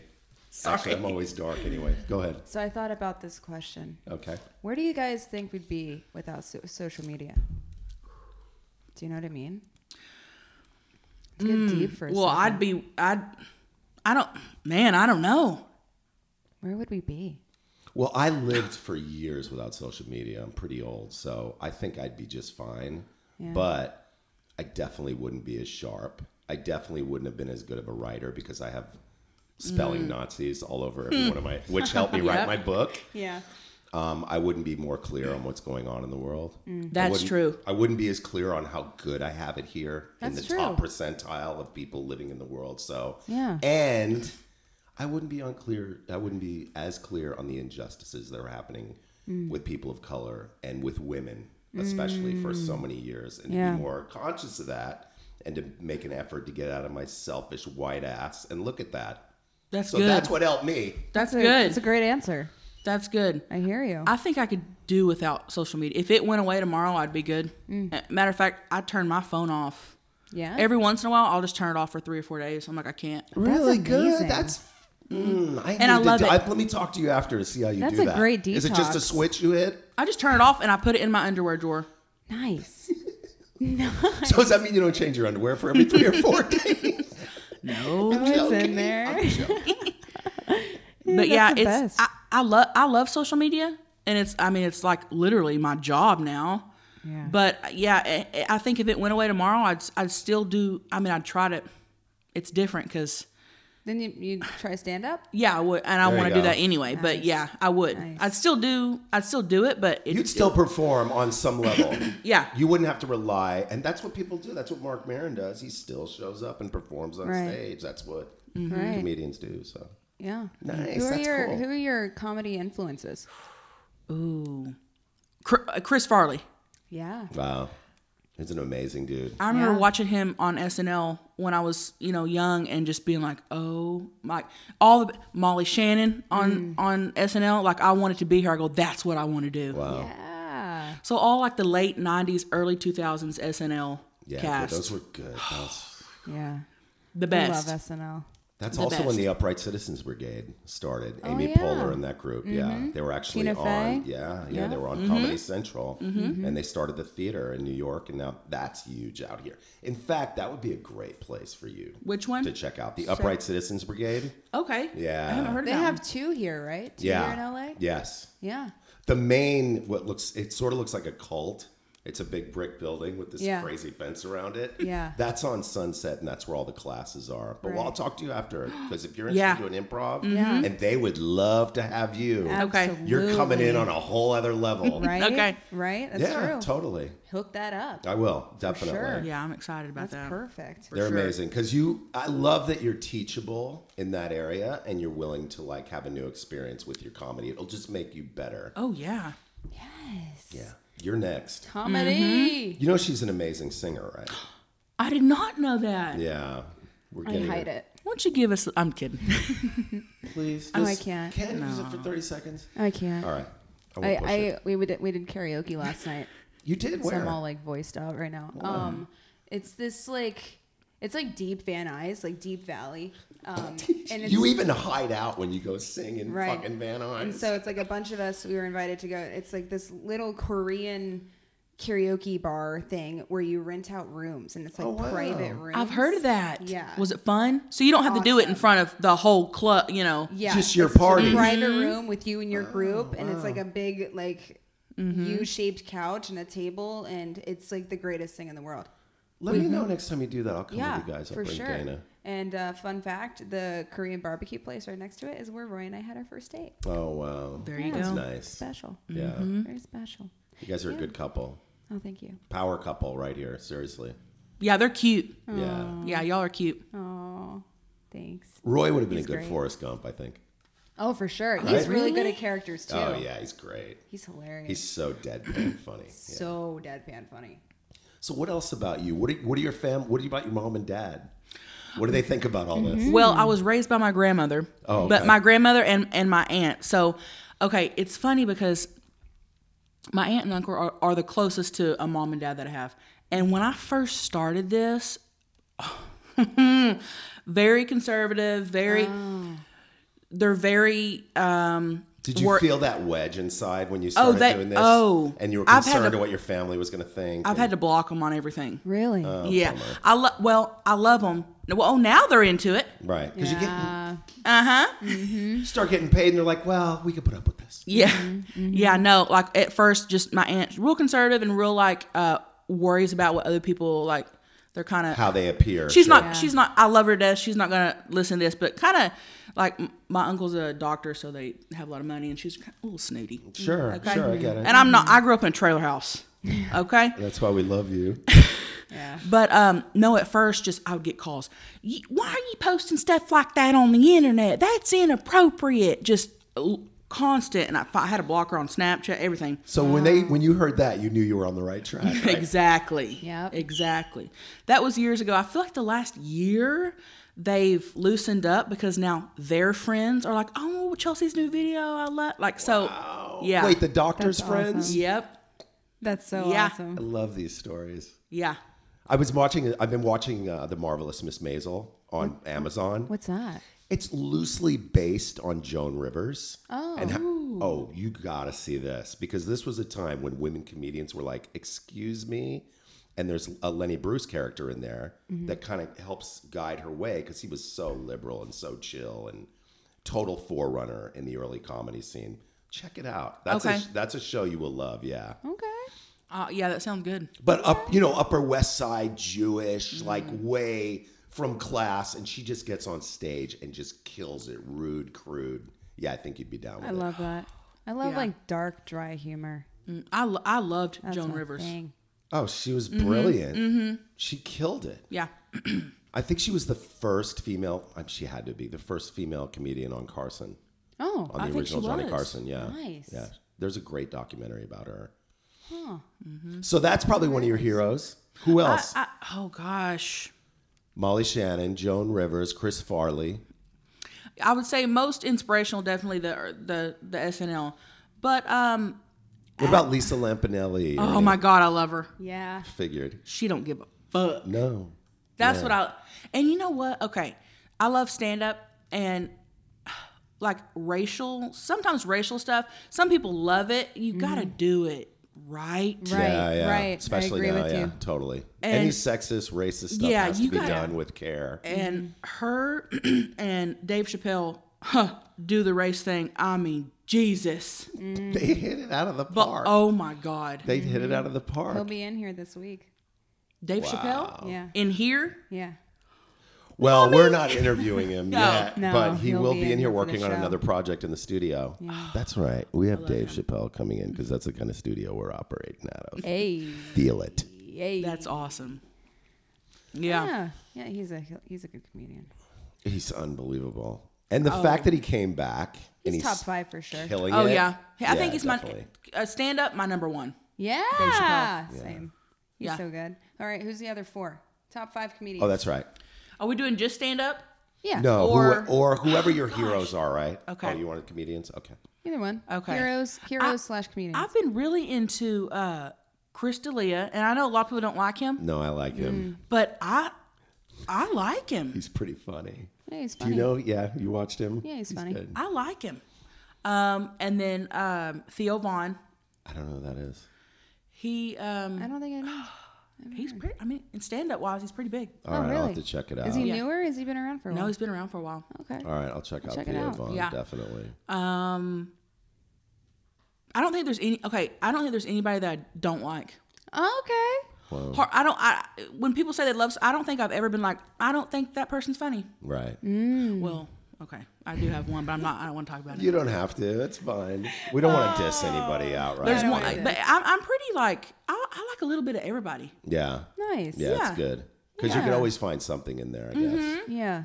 [SPEAKER 1] Actually, I'm always dark anyway. Go ahead.
[SPEAKER 3] So I thought about this question.
[SPEAKER 1] Okay.
[SPEAKER 3] Where do you guys think we'd be without so- social media? Do you know what I mean? Let's get deep for a
[SPEAKER 5] Mm, Well,
[SPEAKER 3] second.
[SPEAKER 5] I'd be I'd I don't man I don't know.
[SPEAKER 3] Where would we be?
[SPEAKER 1] Well, I lived for years without social media. I'm pretty old, so I think I'd be just fine. But I definitely wouldn't be as sharp. I definitely wouldn't have been as good of a writer because I have spelling
[SPEAKER 3] Mm.
[SPEAKER 1] Nazis all over every one of my, which helped me write
[SPEAKER 5] Yep.
[SPEAKER 1] my book.
[SPEAKER 3] Hmm. Yeah.
[SPEAKER 1] um, I wouldn't be more clear on what's going on in the world.
[SPEAKER 3] Mm.
[SPEAKER 1] I
[SPEAKER 5] That's
[SPEAKER 1] wouldn't-
[SPEAKER 5] true.
[SPEAKER 1] I wouldn't be as clear on how good I have it here in
[SPEAKER 3] That's
[SPEAKER 1] the top
[SPEAKER 3] true.
[SPEAKER 1] percentile of people living in the world. So
[SPEAKER 3] Yeah.
[SPEAKER 1] and I wouldn't be unclear. I wouldn't be as clear on the injustices that are happening
[SPEAKER 3] Mm.
[SPEAKER 1] with people of color and with women, especially for so many years, and
[SPEAKER 3] Mm. Yeah.
[SPEAKER 1] be more conscious of that and to make an effort to get out of my selfish white ass and look at that.
[SPEAKER 5] That's
[SPEAKER 1] So
[SPEAKER 5] good.
[SPEAKER 1] that's what helped me.
[SPEAKER 5] That's
[SPEAKER 3] It's a-
[SPEAKER 5] good.
[SPEAKER 3] It's a great answer.
[SPEAKER 5] That's good.
[SPEAKER 3] I hear you.
[SPEAKER 5] I think I could do Mm. without social media. If it went away tomorrow, I'd be good. Uh, Matter of fact, I turn my phone off
[SPEAKER 3] Yeah.
[SPEAKER 5] Every once in a while, I'll just turn it off for three or four days. I'm like, I can't.
[SPEAKER 1] really
[SPEAKER 3] amazing.
[SPEAKER 1] good. That's mm, I
[SPEAKER 5] And I
[SPEAKER 1] need
[SPEAKER 5] love
[SPEAKER 1] to, do-
[SPEAKER 5] it.
[SPEAKER 1] I- let me talk to you after to see how you
[SPEAKER 3] That's
[SPEAKER 1] do
[SPEAKER 3] a
[SPEAKER 1] that.
[SPEAKER 3] great
[SPEAKER 1] Is it just a
[SPEAKER 3] detox.
[SPEAKER 1] switch you hit?
[SPEAKER 5] I just turn it off and I put it in my underwear drawer.
[SPEAKER 3] nice.
[SPEAKER 1] So does that mean you don't change your underwear for every three or four days?
[SPEAKER 5] No.
[SPEAKER 3] It's in there.
[SPEAKER 5] but
[SPEAKER 3] that's
[SPEAKER 5] yeah,
[SPEAKER 3] the
[SPEAKER 5] it's
[SPEAKER 3] best.
[SPEAKER 5] I, I love I love social media, and it's I mean it's like literally my job now.
[SPEAKER 3] Yeah.
[SPEAKER 5] But yeah, I- I think if it went away tomorrow, I'd I'd still do. I mean, I'd try to. It's different because
[SPEAKER 3] Then you, you try stand up.
[SPEAKER 5] yeah, I would, and I
[SPEAKER 1] There you
[SPEAKER 5] want to do
[SPEAKER 1] go.
[SPEAKER 5] that anyway. But yeah, I would.
[SPEAKER 3] Nice.
[SPEAKER 5] I'd still do. I'd still do it, but it,
[SPEAKER 1] You'd still perform on some level.
[SPEAKER 5] yeah,
[SPEAKER 1] You wouldn't have to rely, and that's what people do. That's what Mark Maron does. He still shows up and performs on
[SPEAKER 3] Right. Mm-hmm.
[SPEAKER 1] stage. That's what
[SPEAKER 3] Right.
[SPEAKER 1] comedians do. So
[SPEAKER 3] Yeah.
[SPEAKER 1] Mm-hmm. Nice,
[SPEAKER 3] Who are
[SPEAKER 1] that's
[SPEAKER 3] your
[SPEAKER 1] cool.
[SPEAKER 3] Who are your comedy influences?
[SPEAKER 5] Cr- uh, Chris Farley.
[SPEAKER 3] Yeah.
[SPEAKER 1] wow, he's an amazing dude.
[SPEAKER 5] I remember
[SPEAKER 3] Yeah.
[SPEAKER 5] watching him on SNL when I was, you know, young and just being like, "Oh, like all the Molly Shannon on
[SPEAKER 3] Mm.
[SPEAKER 5] on SNL, like I wanted to be here. I go, that's what I want to do."
[SPEAKER 1] Wow,
[SPEAKER 3] Yeah.
[SPEAKER 5] So all like the late '90s, early 2000s SNL
[SPEAKER 1] yeah,
[SPEAKER 5] cast,
[SPEAKER 1] those were good. That was-
[SPEAKER 3] Yeah. I
[SPEAKER 5] the best.
[SPEAKER 3] love SNL.
[SPEAKER 1] that's
[SPEAKER 5] The
[SPEAKER 1] also when
[SPEAKER 5] best.
[SPEAKER 1] the Upright Citizens Brigade started. Amy
[SPEAKER 3] yeah.
[SPEAKER 1] Poehler and that group. Yeah, they were actually
[SPEAKER 3] Tina
[SPEAKER 1] on.
[SPEAKER 3] Fey.
[SPEAKER 1] Yeah, yeah, they were on Comedy Central, and they started the theater in New York, and now that's huge out here. In fact, that would be a great place for you
[SPEAKER 5] Which one?
[SPEAKER 1] to check out the Upright Citizens Brigade.
[SPEAKER 5] Okay.
[SPEAKER 1] Yeah.
[SPEAKER 5] I haven't heard
[SPEAKER 3] They
[SPEAKER 5] of that.
[SPEAKER 3] have two here, right? Two
[SPEAKER 1] Yeah,
[SPEAKER 3] here in LA.
[SPEAKER 1] yes.
[SPEAKER 3] Yeah.
[SPEAKER 1] the main what looks it sort of looks like a cult it's a big brick building with this
[SPEAKER 3] Yeah.
[SPEAKER 1] crazy fence around it
[SPEAKER 3] Yeah.
[SPEAKER 1] that's on sunset and that's where all the classes are but well, i'll
[SPEAKER 3] Right. Mm-hmm.
[SPEAKER 1] talk to you after because if you're
[SPEAKER 5] Yeah.
[SPEAKER 1] interested in doing improv and they would love to have you
[SPEAKER 5] Okay.
[SPEAKER 1] you're coming in
[SPEAKER 3] Absolutely.
[SPEAKER 1] on a whole other level
[SPEAKER 3] Right.
[SPEAKER 5] Okay.
[SPEAKER 3] Right. That's
[SPEAKER 1] yeah
[SPEAKER 3] true.
[SPEAKER 1] totally
[SPEAKER 3] Hook that up.
[SPEAKER 1] i will definitely
[SPEAKER 3] sure.
[SPEAKER 5] yeah, I'm excited about
[SPEAKER 3] That's
[SPEAKER 5] that.
[SPEAKER 3] perfect.
[SPEAKER 1] they're
[SPEAKER 5] sure.
[SPEAKER 1] amazing because you i love that you're teachable in that area and you're willing to like have a new experience with your comedy it'll just make you better
[SPEAKER 5] Oh yeah.
[SPEAKER 1] yeah you're next
[SPEAKER 3] Comedy.
[SPEAKER 1] you know she's an amazing singer right
[SPEAKER 5] I did not know that.
[SPEAKER 1] Yeah. We're
[SPEAKER 3] I hide it.
[SPEAKER 5] Won't you give us? I'm kidding.
[SPEAKER 1] Please.
[SPEAKER 3] Oh, I can't.
[SPEAKER 1] Can you use it for 30 seconds?
[SPEAKER 3] I can't.
[SPEAKER 1] All right. I,
[SPEAKER 3] I,
[SPEAKER 1] won't push it.
[SPEAKER 3] I we did we did karaoke last night.
[SPEAKER 1] You did
[SPEAKER 3] So
[SPEAKER 1] where?
[SPEAKER 3] I'm all like voiced out right now. Um, it's this like, it's like deep Van Eyes, like Deep Valley. Um, and it's,
[SPEAKER 1] you even hide out when you go sing in
[SPEAKER 3] Right.
[SPEAKER 1] fucking Van Nuys.
[SPEAKER 3] and so it's like a bunch of us. We were invited to go. It's like this little Korean karaoke bar thing where you rent out rooms, and it's like
[SPEAKER 1] Oh, wow.
[SPEAKER 3] private rooms.
[SPEAKER 5] I've heard of that.
[SPEAKER 3] Yeah.
[SPEAKER 5] Was it fun? So you don't have to do it in front of the whole club. You know.
[SPEAKER 3] Yeah,
[SPEAKER 1] Just your
[SPEAKER 3] it's a
[SPEAKER 1] party.
[SPEAKER 3] private
[SPEAKER 5] Mm-hmm.
[SPEAKER 3] room with you and your group, and it's like a big like
[SPEAKER 5] Mm-hmm.
[SPEAKER 3] U-shaped couch and a table, and it's like the greatest thing in the world.
[SPEAKER 1] Let me know next time you do that. I'll come
[SPEAKER 3] Mm-hmm. yeah,
[SPEAKER 1] with you guys. I'll
[SPEAKER 3] for
[SPEAKER 1] bring
[SPEAKER 3] sure.
[SPEAKER 1] Dana.
[SPEAKER 3] And uh, fun fact: the Korean barbecue place right next to it is where Roy and I had our first date.
[SPEAKER 1] Oh, wow.
[SPEAKER 5] There you
[SPEAKER 1] That's
[SPEAKER 5] go.
[SPEAKER 1] nice.
[SPEAKER 3] Special,
[SPEAKER 1] Yeah.
[SPEAKER 5] Mm-hmm.
[SPEAKER 3] very special.
[SPEAKER 1] You guys are a good couple.
[SPEAKER 3] Oh, thank you.
[SPEAKER 1] Power couple right here. Seriously.
[SPEAKER 5] Yeah, they're cute.
[SPEAKER 1] Yeah.
[SPEAKER 5] Yeah, y'all are cute.
[SPEAKER 3] Oh, thanks.
[SPEAKER 1] Roy would have been a good
[SPEAKER 3] great.
[SPEAKER 1] Forrest Gump, I think.
[SPEAKER 3] Oh, for sure. He's really good at characters too.
[SPEAKER 1] Oh, yeah. He's great.
[SPEAKER 3] He's hilarious.
[SPEAKER 1] He's so deadpan funny. Yeah.
[SPEAKER 3] so deadpan funny.
[SPEAKER 1] So what else about you? What are, what are your fam? What are you about your mom and dad? What do they think about all this?
[SPEAKER 5] Well, I was raised by my grandmother,
[SPEAKER 1] Hmm. Oh,
[SPEAKER 5] but
[SPEAKER 1] okay.
[SPEAKER 5] my grandmother and, and my aunt. So, okay, it's funny because my aunt and uncle are, are the closest to a mom and dad that I have. And when I first started this, very conservative, very,
[SPEAKER 1] Oh.
[SPEAKER 5] they're very, um,
[SPEAKER 1] Did you
[SPEAKER 5] We're-
[SPEAKER 1] feel that wedge inside when you started
[SPEAKER 5] they-
[SPEAKER 1] doing this?
[SPEAKER 5] oh.
[SPEAKER 1] and you were
[SPEAKER 5] I've had
[SPEAKER 1] concerned
[SPEAKER 5] to-
[SPEAKER 1] what your family was going to think.
[SPEAKER 5] I've had to block them on everything.
[SPEAKER 3] Really?
[SPEAKER 1] Oh, Um,
[SPEAKER 5] yeah. I love, well, I love them. Well, now they're into it.
[SPEAKER 1] right because
[SPEAKER 3] yeah.
[SPEAKER 5] Uh huh.
[SPEAKER 1] you get you start getting paid, and they're like, "Well, we could put up with this."
[SPEAKER 5] Yeah. Yeah, no, like at first just my aunt real conservative and real like uh worries about what other people like they're kind of
[SPEAKER 1] How they appear.
[SPEAKER 5] She's
[SPEAKER 1] so-
[SPEAKER 5] not she's not I love her to death. She's not going to listen to this, but kind of like m- my uncle's a doctor so they have a lot of money and she's kinda a little snooty.
[SPEAKER 1] sure. Sure, I get it.
[SPEAKER 5] And I'm not I grew up in a trailer house. Okay?
[SPEAKER 1] That's why we love you.
[SPEAKER 5] But um, no, at first, just I would get calls. "Y- Why are you posting stuff like that on the internet? That's inappropriate. Just l- constant. And I, I had a blocker on Snapchat, everything.
[SPEAKER 1] So when they when you heard that, you knew you were on the right track. right?
[SPEAKER 5] Exactly.
[SPEAKER 3] Yep.
[SPEAKER 5] Exactly. That was years ago. I feel like the last year they've loosened up because now their friends are like, "Oh, Chelsea's new video. I love." Like so. Yeah.
[SPEAKER 1] Wait, the doctor's
[SPEAKER 3] That's
[SPEAKER 1] friends.
[SPEAKER 3] awesome.
[SPEAKER 5] Yep.
[SPEAKER 3] That's so
[SPEAKER 5] Yeah.
[SPEAKER 1] I
[SPEAKER 3] awesome.
[SPEAKER 1] love these stories.
[SPEAKER 5] Yeah.
[SPEAKER 1] I was watching. I've been watching uh, the marvelous Miss Maisel on
[SPEAKER 5] Mm-hmm.
[SPEAKER 1] Amazon.
[SPEAKER 3] What's that?
[SPEAKER 1] It's loosely based on Joan Rivers. Oh. And ho- oh, you gotta see this because this was a time when women comedians were like, "Excuse me," and there's a Lenny Bruce character in there that kind of helps guide her way because he was so liberal and so chill and total forerunner in the early comedy scene. Check it out. That's a,
[SPEAKER 5] Okay.
[SPEAKER 1] sh- that's a show you will love. Yeah.
[SPEAKER 3] Okay.
[SPEAKER 5] Uh, yeah, that sounds good.
[SPEAKER 1] But up, you know, Upper West Side Jewish, like
[SPEAKER 5] Mm.
[SPEAKER 1] way from class, and she just gets on stage and just kills it, rude, crude. Yeah, I think you'd be down with
[SPEAKER 3] I
[SPEAKER 1] it.
[SPEAKER 3] love that. I love
[SPEAKER 5] Yeah.
[SPEAKER 3] like dark, dry humor.
[SPEAKER 5] I, lo- I loved
[SPEAKER 3] That's
[SPEAKER 5] Joan
[SPEAKER 3] my
[SPEAKER 5] Rivers.
[SPEAKER 3] thing.
[SPEAKER 1] oh, she was
[SPEAKER 5] Mm-hmm,
[SPEAKER 1] brilliant. She killed it.
[SPEAKER 5] Yeah.
[SPEAKER 1] I think she was the first female. um, She had to be the first female comedian on Carson,
[SPEAKER 3] Oh,
[SPEAKER 1] on
[SPEAKER 5] I
[SPEAKER 1] the
[SPEAKER 5] think she
[SPEAKER 1] original Johnny
[SPEAKER 5] was.
[SPEAKER 1] Carson. Yeah,
[SPEAKER 3] Nice.
[SPEAKER 1] Yeah, there's a great documentary about her. So that's probably one of your heroes. Who else?
[SPEAKER 5] mm-hmm. I, oh gosh.
[SPEAKER 1] Molly Shannon, Joan Rivers, Chris Farley.
[SPEAKER 5] I would say most inspirational, definitely the the the SNL. But um,
[SPEAKER 1] What about Lisa Lampanelli? or
[SPEAKER 5] oh my God, I love her.
[SPEAKER 3] yeah.
[SPEAKER 1] figured.
[SPEAKER 5] She don't give a fuck.
[SPEAKER 1] No.
[SPEAKER 5] That's what I. And you know what? Okay, I love stand up and like racial. Sometimes racial stuff. Some people love it. You gotta do it right.
[SPEAKER 3] Right. Right.
[SPEAKER 1] Especially
[SPEAKER 3] I agree
[SPEAKER 1] now,
[SPEAKER 3] with
[SPEAKER 1] yeah,
[SPEAKER 3] you.
[SPEAKER 1] totally.
[SPEAKER 5] And-
[SPEAKER 1] Any sexist, racist stuff
[SPEAKER 5] Yeah,
[SPEAKER 1] has to
[SPEAKER 5] you
[SPEAKER 1] be
[SPEAKER 5] gotta-
[SPEAKER 1] done with care.
[SPEAKER 5] And her and Dave Chappelle huh, do the race thing. I mean, Jesus.
[SPEAKER 1] They hit it out of the
[SPEAKER 5] But
[SPEAKER 1] park.
[SPEAKER 5] oh my God,
[SPEAKER 1] They hit it out of the
[SPEAKER 3] He'll
[SPEAKER 1] park.
[SPEAKER 3] be in here this week.
[SPEAKER 5] Dave
[SPEAKER 1] Oh.
[SPEAKER 5] Chappelle
[SPEAKER 3] Yeah.
[SPEAKER 5] in here.
[SPEAKER 3] Yeah.
[SPEAKER 1] well, we're not interviewing him
[SPEAKER 5] No.
[SPEAKER 1] yet,
[SPEAKER 3] No,
[SPEAKER 1] but he
[SPEAKER 3] he'll
[SPEAKER 1] will
[SPEAKER 3] be
[SPEAKER 1] be
[SPEAKER 3] in
[SPEAKER 1] in here
[SPEAKER 3] for the
[SPEAKER 1] working on
[SPEAKER 3] show.
[SPEAKER 1] another project in the studio. That's right. We have Dave Chappelle coming in because that's the kind of studio we're operating out of.
[SPEAKER 3] Hey.
[SPEAKER 1] Feel it.
[SPEAKER 3] Yay.
[SPEAKER 5] That's awesome. yeah.
[SPEAKER 3] yeah. Yeah. He's a he's a good comedian.
[SPEAKER 1] He's unbelievable. And the fact that he came back and
[SPEAKER 3] Oh. He's,
[SPEAKER 1] he's
[SPEAKER 3] top five for sure.
[SPEAKER 1] killing
[SPEAKER 5] Oh
[SPEAKER 1] it.
[SPEAKER 5] yeah, I think
[SPEAKER 1] Yeah,
[SPEAKER 5] he's
[SPEAKER 1] definitely.
[SPEAKER 5] my uh, stand up. My number one.
[SPEAKER 3] Yeah. Same. He's
[SPEAKER 5] Yeah.
[SPEAKER 3] so good. All right. Who's the other four? Top five comedians.
[SPEAKER 1] Oh, that's right.
[SPEAKER 5] Are we doing just stand up?
[SPEAKER 3] yeah.
[SPEAKER 1] No, or,
[SPEAKER 5] Or-
[SPEAKER 1] or whoever your heroes are, right?
[SPEAKER 5] Okay.
[SPEAKER 1] Oh, you wanted comedians? Okay.
[SPEAKER 3] Either one.
[SPEAKER 5] Okay.
[SPEAKER 3] Heroes. Heroes slash comedians.
[SPEAKER 5] I've been really into uh, Chris D'Elia, and I know a lot of people don't like him,
[SPEAKER 1] No, I like
[SPEAKER 3] Mm.
[SPEAKER 1] him.
[SPEAKER 5] but I I like him.
[SPEAKER 1] He's pretty funny.
[SPEAKER 3] yeah, he's
[SPEAKER 1] Do
[SPEAKER 3] funny.
[SPEAKER 1] you know? Yeah, you watched him.
[SPEAKER 3] Yeah, he's funny.
[SPEAKER 1] good.
[SPEAKER 5] I like him. Um, and then um, Theo Vaughn.
[SPEAKER 1] I don't know who that is.
[SPEAKER 5] He um,
[SPEAKER 3] I don't think I know.
[SPEAKER 5] he's pretty. I mean, in stand up wise, he's pretty big.
[SPEAKER 1] All right, I'll
[SPEAKER 3] Oh, really?
[SPEAKER 1] have to check it out.
[SPEAKER 3] Is he newer? Has he been around for a
[SPEAKER 5] No,
[SPEAKER 3] while?
[SPEAKER 5] he's been around for a while.
[SPEAKER 3] okay.
[SPEAKER 1] All right, I'll check out
[SPEAKER 3] Check it
[SPEAKER 1] Theo
[SPEAKER 3] out. Uh,
[SPEAKER 1] Vaughn.
[SPEAKER 5] Yeah.
[SPEAKER 1] Definitely.
[SPEAKER 5] Um, I don't think there's any. Okay, I don't think there's anybody that I don't like.
[SPEAKER 3] Okay.
[SPEAKER 1] Whoa.
[SPEAKER 5] Har- I don't. I when people say they love, I don't think I've ever been like, I don't think that person's funny.
[SPEAKER 1] Right.
[SPEAKER 3] Mm.
[SPEAKER 5] Well, okay, I do have one, but I'm not. I don't want to talk about it.
[SPEAKER 1] You don't have to. It's fine. We don't want to diss anybody
[SPEAKER 3] Oh.
[SPEAKER 1] out, right?
[SPEAKER 5] There's one,
[SPEAKER 3] either.
[SPEAKER 5] but I'm, I'm pretty like I, I like a little bit of everybody.
[SPEAKER 1] Yeah.
[SPEAKER 3] Nice.
[SPEAKER 1] Yeah,
[SPEAKER 5] Yeah.
[SPEAKER 1] it's good. Because you can
[SPEAKER 3] Yeah. Mm-hmm.
[SPEAKER 1] always find something in there, I guess.
[SPEAKER 3] Yeah. Yeah.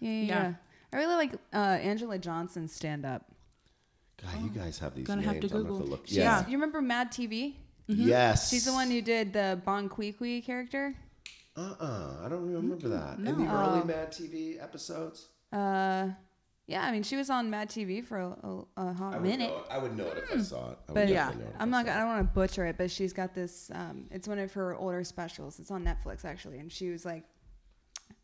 [SPEAKER 3] Yeah.
[SPEAKER 5] Yeah.
[SPEAKER 3] yeah. I really like uh, Angela Johnson's stand up.
[SPEAKER 1] God, you guys have these
[SPEAKER 5] Gonna
[SPEAKER 1] names.
[SPEAKER 5] have to
[SPEAKER 1] I'm gonna have to
[SPEAKER 5] Google.
[SPEAKER 1] look.
[SPEAKER 5] She's-
[SPEAKER 1] Yeah.
[SPEAKER 3] You remember Mad TV?
[SPEAKER 1] Yes.
[SPEAKER 3] Mm-hmm. She's the one who did the Bon Kui Kui character.
[SPEAKER 1] Uh-uh. I don't remember that. In the early Mad TV episodes?
[SPEAKER 3] Uh, yeah, I mean, she was on Mad TV for a, a, a hot minute.
[SPEAKER 1] I would know it if I saw it. I would
[SPEAKER 3] But
[SPEAKER 5] yeah,
[SPEAKER 1] definitely know it if
[SPEAKER 3] I'm
[SPEAKER 1] I
[SPEAKER 3] not.
[SPEAKER 1] saw
[SPEAKER 3] gonna- I don't want to butcher it, but she's got this. Um, it's one of her older specials. It's on Netflix actually, and she was like,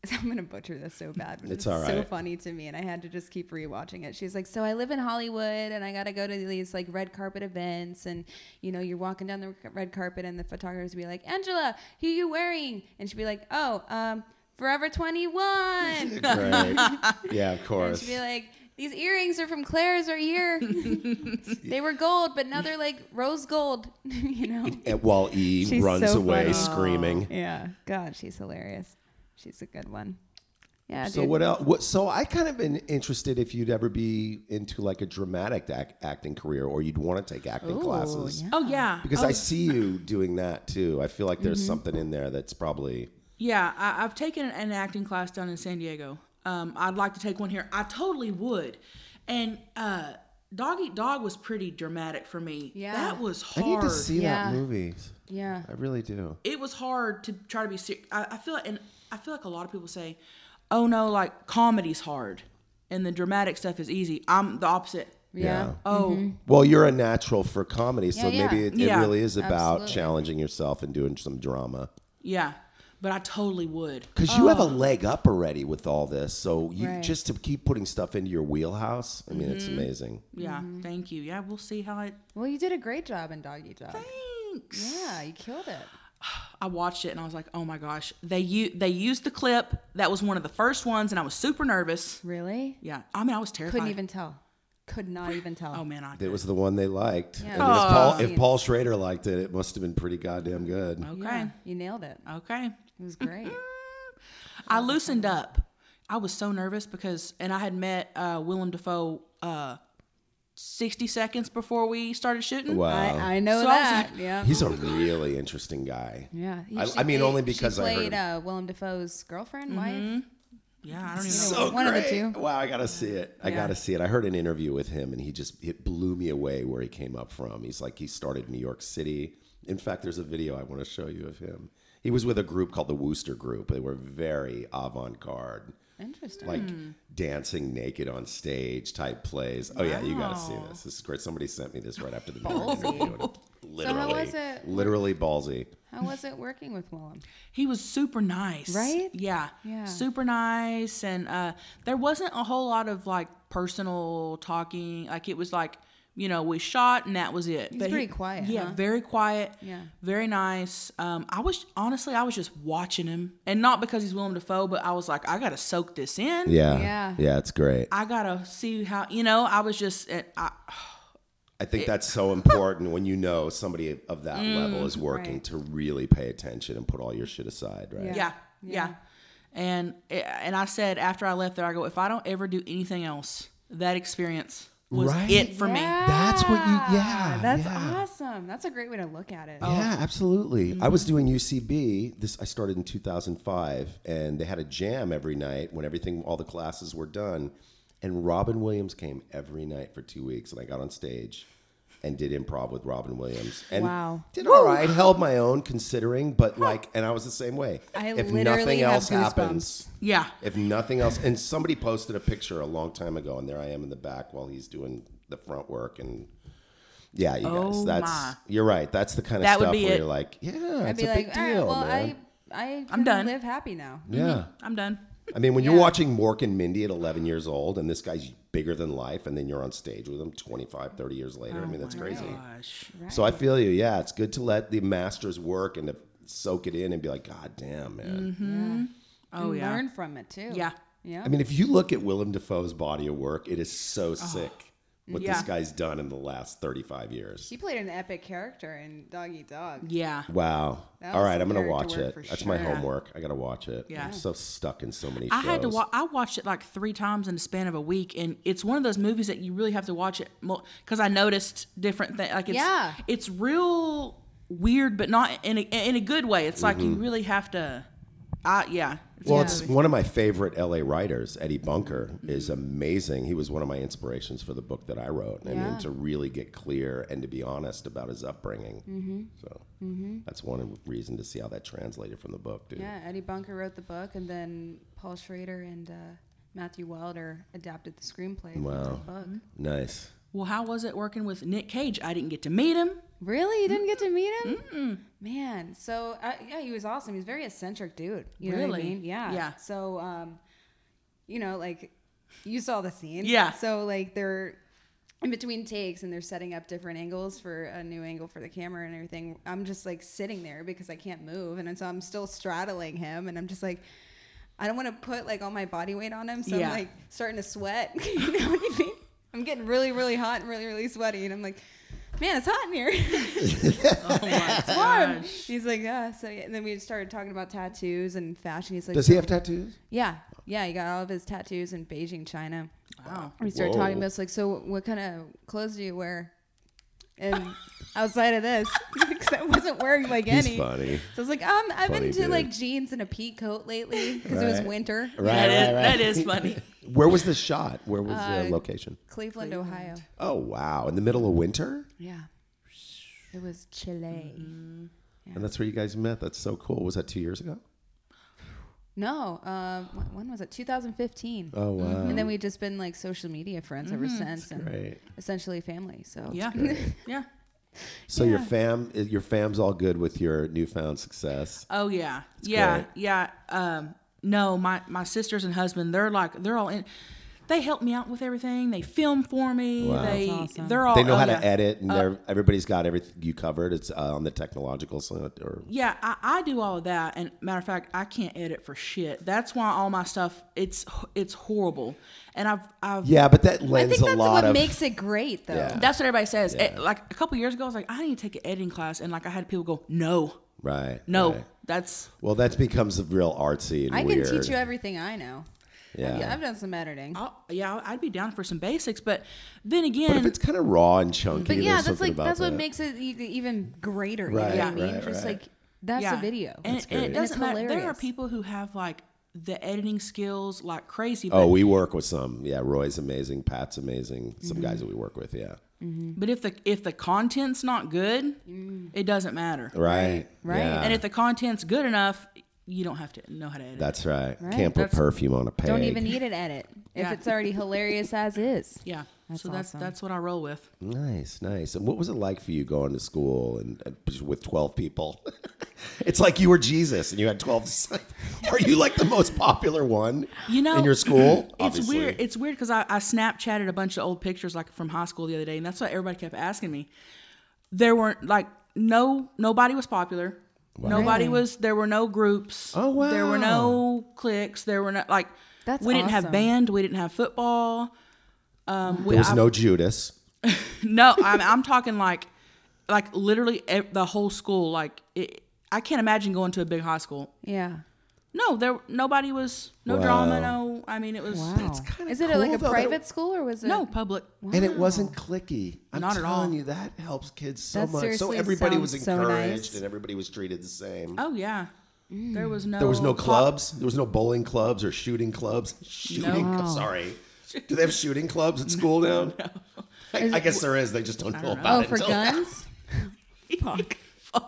[SPEAKER 3] "I'm gonna butcher this so bad, but
[SPEAKER 1] It's
[SPEAKER 3] it's,
[SPEAKER 1] all
[SPEAKER 3] so
[SPEAKER 1] right.
[SPEAKER 3] funny to me." And I had to just keep rewatching it. She's like, "So I live in Hollywood, and I gotta go to these like red carpet events, and you know, you're walking down the red carpet, and the photographers would be like, Angela, who you wearing?' And she'd be like, "Oh, um, Forever 21."
[SPEAKER 1] Right. yeah, of
[SPEAKER 3] And
[SPEAKER 1] course.
[SPEAKER 3] she'd be like, these earrings are from Claire's or year. they were gold, but now they're like rose gold, you know?
[SPEAKER 1] And while E
[SPEAKER 3] She's
[SPEAKER 1] runs
[SPEAKER 3] so
[SPEAKER 1] away
[SPEAKER 3] funny.
[SPEAKER 1] screaming.
[SPEAKER 3] Yeah. God, she's hilarious. She's a good one. Yeah.
[SPEAKER 1] So
[SPEAKER 3] dude.
[SPEAKER 1] what else? What, so I kind of been interested if you'd ever be into like a dramatic act, acting career, or you'd want to take acting
[SPEAKER 3] Ooh,
[SPEAKER 1] classes.
[SPEAKER 3] yeah.
[SPEAKER 5] Oh yeah,
[SPEAKER 1] Because
[SPEAKER 5] Oh,
[SPEAKER 1] I see you doing that too. I feel like there's
[SPEAKER 3] Mm-hmm.
[SPEAKER 1] something in there that's probably
[SPEAKER 5] yeah, I, I've taken an acting class down in San Diego. Um, I'd like to take one here. I totally would. And uh, Dog Eat Dog was pretty dramatic for me.
[SPEAKER 3] Yeah.
[SPEAKER 5] that was hard.
[SPEAKER 1] I need to see
[SPEAKER 3] Yeah.
[SPEAKER 1] that movie.
[SPEAKER 3] Yeah.
[SPEAKER 1] I really do.
[SPEAKER 5] it was hard to try to be serious. I, I feel and I feel like a lot of people say, "Oh no, like comedy's hard and the dramatic stuff is easy." I'm the opposite.
[SPEAKER 3] Yeah. Mm-hmm.
[SPEAKER 5] Oh,
[SPEAKER 1] Well, you're a natural for comedy, so
[SPEAKER 3] Yeah, yeah.
[SPEAKER 1] maybe it, it
[SPEAKER 5] Yeah,
[SPEAKER 1] really is about
[SPEAKER 3] absolutely.
[SPEAKER 1] challenging yourself and doing some drama.
[SPEAKER 5] yeah. but I totally would.
[SPEAKER 1] Because you have a leg up already with all this, so you
[SPEAKER 3] Oh. Right. Mm-hmm.
[SPEAKER 1] just to keep putting stuff into your wheelhouse. I mean, it's amazing.
[SPEAKER 5] Yeah, thank you. Yeah, we'll see how it.
[SPEAKER 3] Well, you did a great job in Doggy Dog.
[SPEAKER 5] Thanks.
[SPEAKER 3] Yeah, you killed it.
[SPEAKER 5] I watched it and I was like, oh my gosh, they u- they used the clip. That was one of the first ones, and I was super nervous.
[SPEAKER 3] Really?
[SPEAKER 5] Yeah, I mean, I was terrified.
[SPEAKER 3] Couldn't even tell. Could not even tell.
[SPEAKER 5] Oh man, I
[SPEAKER 1] It was the one they liked.
[SPEAKER 3] Yeah.
[SPEAKER 1] I mean, if, Paul, if
[SPEAKER 3] Scenes.
[SPEAKER 1] Paul Schrader liked it, it must have been pretty goddamn good.
[SPEAKER 5] okay,
[SPEAKER 3] Yeah, you nailed it.
[SPEAKER 5] okay.
[SPEAKER 3] It was great.
[SPEAKER 5] I loosened up. I was so nervous because, and I had met uh, Willem Dafoe uh, sixty seconds before we started shooting.
[SPEAKER 1] Wow.
[SPEAKER 3] I, I know
[SPEAKER 5] So I was
[SPEAKER 3] that.
[SPEAKER 5] like-
[SPEAKER 3] yeah.
[SPEAKER 1] He's a really interesting guy.
[SPEAKER 3] Yeah. He-
[SPEAKER 1] I-
[SPEAKER 3] she
[SPEAKER 1] I mean,
[SPEAKER 3] played-
[SPEAKER 1] only
[SPEAKER 3] she
[SPEAKER 1] because I heard
[SPEAKER 3] played,
[SPEAKER 1] him. Mm-hmm.
[SPEAKER 3] uh, Willem Dafoe's girlfriend, wife.
[SPEAKER 5] Yeah, I don't even know.
[SPEAKER 1] So
[SPEAKER 3] One of the
[SPEAKER 1] Oh, great.
[SPEAKER 3] two.
[SPEAKER 1] Wow, I gotta see it. I
[SPEAKER 5] Yeah.
[SPEAKER 1] gotta see it. I heard an interview with him, and he just it blew me away where he came up from. He's like he started in New York City. In fact, there's a video I want to show you of him. He was with a group called the Wooster Group. They were very avant-garde,
[SPEAKER 3] Interesting.
[SPEAKER 1] like dancing naked on stage type plays. Oh yeah, you gotta see this. This is great. Somebody sent me this right after the interview. and it- Literally,
[SPEAKER 3] was it?
[SPEAKER 1] literally ballsy.
[SPEAKER 3] How was it working with Willem?
[SPEAKER 5] He was super nice.
[SPEAKER 3] Right?
[SPEAKER 5] Yeah.
[SPEAKER 3] Yeah.
[SPEAKER 5] Super nice. And uh, there wasn't a whole lot of like personal talking. Like it was like, you know, we shot and that was it. He's
[SPEAKER 3] pretty quiet,
[SPEAKER 5] Yeah,
[SPEAKER 3] huh?
[SPEAKER 5] very quiet.
[SPEAKER 3] Yeah.
[SPEAKER 5] Very nice. Um, I was honestly, I was just watching him. And not because he's Willem Dafoe, but I was like, I got to soak this in.
[SPEAKER 1] Yeah,
[SPEAKER 3] Yeah.
[SPEAKER 1] yeah, it's great.
[SPEAKER 5] I got to see how, you know, I was just, it, I,
[SPEAKER 1] I think that's so important when you know somebody of that level is working
[SPEAKER 3] Mm, right.
[SPEAKER 1] to really pay attention and put all your shit aside, right?
[SPEAKER 3] Yeah.
[SPEAKER 5] yeah. Yeah. And, and I said after I left there, I go, if I don't ever do anything else, that experience was
[SPEAKER 1] Right?
[SPEAKER 5] it for me.
[SPEAKER 1] That's what you- yeah,
[SPEAKER 3] That's
[SPEAKER 1] yeah. Oh,
[SPEAKER 3] awesome. That's a great way to look at it.
[SPEAKER 1] Yeah, absolutely. I
[SPEAKER 3] Mm.
[SPEAKER 1] was doing UCB. This I started in 2005 and they had a jam every night when everything all the classes were done and Robin Williams came every night for 2 weeks and I got on stage and did improv with Robin Williams and
[SPEAKER 3] Wow.
[SPEAKER 1] did all right, held my own considering, but like and I was the same way.
[SPEAKER 3] I
[SPEAKER 1] if
[SPEAKER 3] literally
[SPEAKER 1] nothing
[SPEAKER 3] have
[SPEAKER 1] else
[SPEAKER 3] goosebumps.
[SPEAKER 1] happens,
[SPEAKER 5] Yeah.
[SPEAKER 1] If nothing else, and somebody posted a picture a long time ago, and there I am in the back while he's doing the front work, and yeah, you guys,
[SPEAKER 5] Oh,
[SPEAKER 1] that's
[SPEAKER 5] my.
[SPEAKER 1] you're right. That's the kind of
[SPEAKER 5] That would
[SPEAKER 1] stuff
[SPEAKER 5] be
[SPEAKER 1] where
[SPEAKER 5] it.
[SPEAKER 1] you're like, yeah,
[SPEAKER 3] I'd
[SPEAKER 1] it's
[SPEAKER 3] be
[SPEAKER 1] a
[SPEAKER 3] like,
[SPEAKER 1] big
[SPEAKER 3] all right,
[SPEAKER 1] deal,
[SPEAKER 3] well,
[SPEAKER 1] man.
[SPEAKER 3] I, I
[SPEAKER 5] I'm done.
[SPEAKER 3] live happy now.
[SPEAKER 1] yeah,
[SPEAKER 5] I'm done.
[SPEAKER 1] I mean, when
[SPEAKER 3] Yeah.
[SPEAKER 1] you're watching Mork and Mindy at 11 years old, and this guy's bigger than life, and then you're on stage with him 25, 30 years later.
[SPEAKER 3] Oh,
[SPEAKER 1] I mean, that's crazy.
[SPEAKER 5] Gosh.
[SPEAKER 1] So I feel you. Yeah, it's good to let the masters work and to soak it in and be like, God damn, man.
[SPEAKER 5] Oh
[SPEAKER 3] and
[SPEAKER 5] yeah.
[SPEAKER 3] learn from it too.
[SPEAKER 5] Yeah.
[SPEAKER 3] Yeah.
[SPEAKER 1] I mean, if you look at Willem Dafoe's body of work, it is so sick what
[SPEAKER 5] Oh, Yeah.
[SPEAKER 1] this guy's done in the last 35 years.
[SPEAKER 3] she played an epic character in Doggy Dog.
[SPEAKER 5] Yeah.
[SPEAKER 1] Wow.
[SPEAKER 3] That
[SPEAKER 1] All
[SPEAKER 3] was
[SPEAKER 1] right, I'm going to
[SPEAKER 3] character
[SPEAKER 1] watch
[SPEAKER 3] work
[SPEAKER 1] it.
[SPEAKER 3] for
[SPEAKER 1] That's my
[SPEAKER 3] sure.
[SPEAKER 1] homework. I got to watch it.
[SPEAKER 5] Yeah.
[SPEAKER 1] I'm so stuck in so many shows.
[SPEAKER 5] I had to watch. I watched it like three times in the span of a week, and it's one of those movies that you really have to watch it because I noticed different things. Like it's
[SPEAKER 3] Yeah.
[SPEAKER 5] it's real weird, but not in a, in a good way. It's like you really have to. I yeah. Mm-hmm. It's a
[SPEAKER 1] Mm-hmm. Well,
[SPEAKER 5] good
[SPEAKER 1] it's
[SPEAKER 5] movie.
[SPEAKER 1] one of my favorite LA writers. Eddie Bunker is amazing. He was one of my inspirations for the book that I wrote. I mean, to really get clear and to be honest about his upbringing.
[SPEAKER 5] Mm-hmm.
[SPEAKER 1] So that's one reason to see how that translated from the book, dude.
[SPEAKER 3] Yeah, Eddie Bunker wrote the book, and then Paul Schrader and uh, Matthew Wilder adapted the screenplay to the
[SPEAKER 1] Wow.
[SPEAKER 3] book.
[SPEAKER 1] Nice.
[SPEAKER 5] well, how was it working with Nick Cage? I didn't get to meet him.
[SPEAKER 3] Really, you didn't get to meet him? Man, so uh, yeah, he was awesome. He's a very eccentric dude. You know what I
[SPEAKER 5] Really?
[SPEAKER 3] mean? Yeah.
[SPEAKER 5] Yeah.
[SPEAKER 3] So, um, you know, like you saw the scene.
[SPEAKER 5] Yeah.
[SPEAKER 3] So like they're in between takes and they're setting up different angles for a new angle for the camera and everything. I'm just like sitting there because I can't move, and so I'm still straddling him, and I'm just like. I don't want to put like all my body weight on him, so
[SPEAKER 5] Yeah.
[SPEAKER 3] I'm like starting to sweat. you know what I mean? I'm getting really, really hot and really, really sweaty, and I'm like, "Man, it's hot in here."
[SPEAKER 5] it's
[SPEAKER 3] warm. He's like, yeah. So yeah. And then we started talking about tattoos and fashion. He's like,
[SPEAKER 1] Does he have tattoos?
[SPEAKER 3] yeah, yeah. He got all of his tattoos in Beijing, China.
[SPEAKER 5] Wow.
[SPEAKER 3] And we started talking
[SPEAKER 1] Whoa.
[SPEAKER 3] about it's like, so what kind of clothes do you wear? And outside of this, because I wasn't wearing like
[SPEAKER 1] He's
[SPEAKER 3] any.
[SPEAKER 1] funny.
[SPEAKER 3] So I was like, um, I've been
[SPEAKER 1] Funny
[SPEAKER 3] into
[SPEAKER 1] dude.
[SPEAKER 3] like jeans and a pea coat lately because it was
[SPEAKER 1] Right.
[SPEAKER 3] winter.
[SPEAKER 5] That is that is funny.
[SPEAKER 1] Where was the shot? Where was
[SPEAKER 3] Uh,
[SPEAKER 1] the location?
[SPEAKER 3] Cleveland, Ohio.
[SPEAKER 1] Oh wow, in the middle of winter,
[SPEAKER 3] Yeah. Mm-hmm. It was Chile.
[SPEAKER 1] and that's where you guys met. That's so cool. Was that two years ago?
[SPEAKER 3] No, uh, wh- when was it? 2015.
[SPEAKER 1] Oh wow,
[SPEAKER 3] And then we've just Mm-hmm. been like social media friends ever since, and
[SPEAKER 1] great.
[SPEAKER 3] essentially family. So
[SPEAKER 5] Yeah. Yeah.
[SPEAKER 1] So your fam, your fam's all good with your newfound success.
[SPEAKER 5] Oh yeah, yeah,
[SPEAKER 1] great.
[SPEAKER 5] yeah. Um, no, my my sisters and husband, they're like they're all in. They help me out with everything. They film for me. They
[SPEAKER 3] awesome.
[SPEAKER 5] they're all
[SPEAKER 1] They know
[SPEAKER 5] oh,
[SPEAKER 1] how
[SPEAKER 5] yeah.
[SPEAKER 1] to edit,
[SPEAKER 3] Uh,
[SPEAKER 1] and they're everybody's got everything you covered. It's uh, on the technological side, or
[SPEAKER 5] Yeah, I, I do all of that, and matter of fact, I can't edit for shit. That's why all my stuff it's it's horrible, and I've I've
[SPEAKER 1] yeah, but that
[SPEAKER 3] I
[SPEAKER 1] lends
[SPEAKER 3] think that's
[SPEAKER 1] a lot
[SPEAKER 3] what
[SPEAKER 1] of
[SPEAKER 3] makes it great, though.
[SPEAKER 1] Yeah.
[SPEAKER 5] That's what everybody says. Eh, like a couple years ago, I was like, I need to take an editing class, and like I had people go, no,
[SPEAKER 1] right.
[SPEAKER 5] no,
[SPEAKER 1] right.
[SPEAKER 5] that's
[SPEAKER 1] Well, that becomes real artsy and
[SPEAKER 3] I
[SPEAKER 1] weird.
[SPEAKER 3] can teach you everything I know.
[SPEAKER 1] Yeah.
[SPEAKER 3] I've done some editing.
[SPEAKER 5] I'll, yeah, I'd be down for some basics, but then again,
[SPEAKER 1] But if it's kind of raw and chunky,
[SPEAKER 3] But yeah,
[SPEAKER 1] there's
[SPEAKER 3] that's
[SPEAKER 1] something
[SPEAKER 3] like
[SPEAKER 1] about
[SPEAKER 3] that's what
[SPEAKER 1] that.
[SPEAKER 3] makes it e- even greater.
[SPEAKER 1] Right,
[SPEAKER 3] you know what I
[SPEAKER 1] right,
[SPEAKER 3] mean? Just
[SPEAKER 1] right.
[SPEAKER 3] like that's
[SPEAKER 5] yeah.
[SPEAKER 3] a video.
[SPEAKER 5] and, and it
[SPEAKER 1] great.
[SPEAKER 5] doesn't
[SPEAKER 3] And it's
[SPEAKER 5] matter. There are
[SPEAKER 3] hilarious.
[SPEAKER 5] people who have like the editing skills like crazy. But,
[SPEAKER 1] Oh, we work with some. Yeah, Roy's amazing. Pat's amazing. Some guys that we work with. Yeah.
[SPEAKER 5] but if the if the content's not good,
[SPEAKER 3] Mm.
[SPEAKER 5] it doesn't matter.
[SPEAKER 1] Right.
[SPEAKER 3] right.
[SPEAKER 1] yeah.
[SPEAKER 5] And if the content's good enough, you don't have to know how to edit.
[SPEAKER 1] that's right. Can't put
[SPEAKER 5] That's-
[SPEAKER 1] perfume on a peg.
[SPEAKER 3] Don't even need an edit if
[SPEAKER 5] Yeah.
[SPEAKER 3] it's already hilarious as is.
[SPEAKER 5] yeah, so
[SPEAKER 3] awesome.
[SPEAKER 5] that's that's what I roll with.
[SPEAKER 1] Nice, nice. And what was it like for you going to school and, and just with twelve people? it's like you were Jesus and you had twelve. disciples. Are you like the most popular one?
[SPEAKER 5] You know,
[SPEAKER 1] in your school,
[SPEAKER 5] It's
[SPEAKER 1] Obviously.
[SPEAKER 5] weird. It's weird because I, I Snapchatted a bunch of old pictures like from high school the other day, and that's what everybody kept asking me. There weren't like no nobody was popular. Nobody
[SPEAKER 3] Really?
[SPEAKER 5] was. There were no groups.
[SPEAKER 1] Oh,
[SPEAKER 5] There were
[SPEAKER 1] wow.
[SPEAKER 5] no cliques. There were no like.
[SPEAKER 3] That's
[SPEAKER 5] we didn't have
[SPEAKER 3] awesome.
[SPEAKER 5] band. We didn't have football. Um, we,
[SPEAKER 1] There was
[SPEAKER 5] I-
[SPEAKER 1] no Judas.
[SPEAKER 5] no, I'm, I'm talking like, like literally ev- the whole school. Like, it, I can't imagine going to a big high school.
[SPEAKER 3] Yeah.
[SPEAKER 5] No, there nobody was. No
[SPEAKER 1] Wow.
[SPEAKER 5] drama. No, I mean it was
[SPEAKER 3] Wow.
[SPEAKER 1] kinda
[SPEAKER 3] Is it a- like
[SPEAKER 1] cool,
[SPEAKER 3] a
[SPEAKER 1] though, that
[SPEAKER 3] private
[SPEAKER 1] it-
[SPEAKER 3] school or was it?
[SPEAKER 5] no public.
[SPEAKER 1] And it wasn't clicky. I'm
[SPEAKER 5] Not at all.
[SPEAKER 1] telling you, that helps kids so
[SPEAKER 3] That
[SPEAKER 1] much. So
[SPEAKER 3] seriously
[SPEAKER 1] everybody was
[SPEAKER 3] sounds so nice.
[SPEAKER 1] encouraged and everybody was treated the same.
[SPEAKER 5] Oh yeah, there was no.
[SPEAKER 1] Mm. There was no
[SPEAKER 5] pop-
[SPEAKER 1] clubs. There was no bowling clubs or shooting clubs. Shooting.
[SPEAKER 3] No.
[SPEAKER 1] Sorry. Do they have shooting clubs at school now? I, I guess there is. They just don't, know about
[SPEAKER 3] Oh,
[SPEAKER 1] it.
[SPEAKER 3] for
[SPEAKER 1] until-
[SPEAKER 3] guns. Fuck.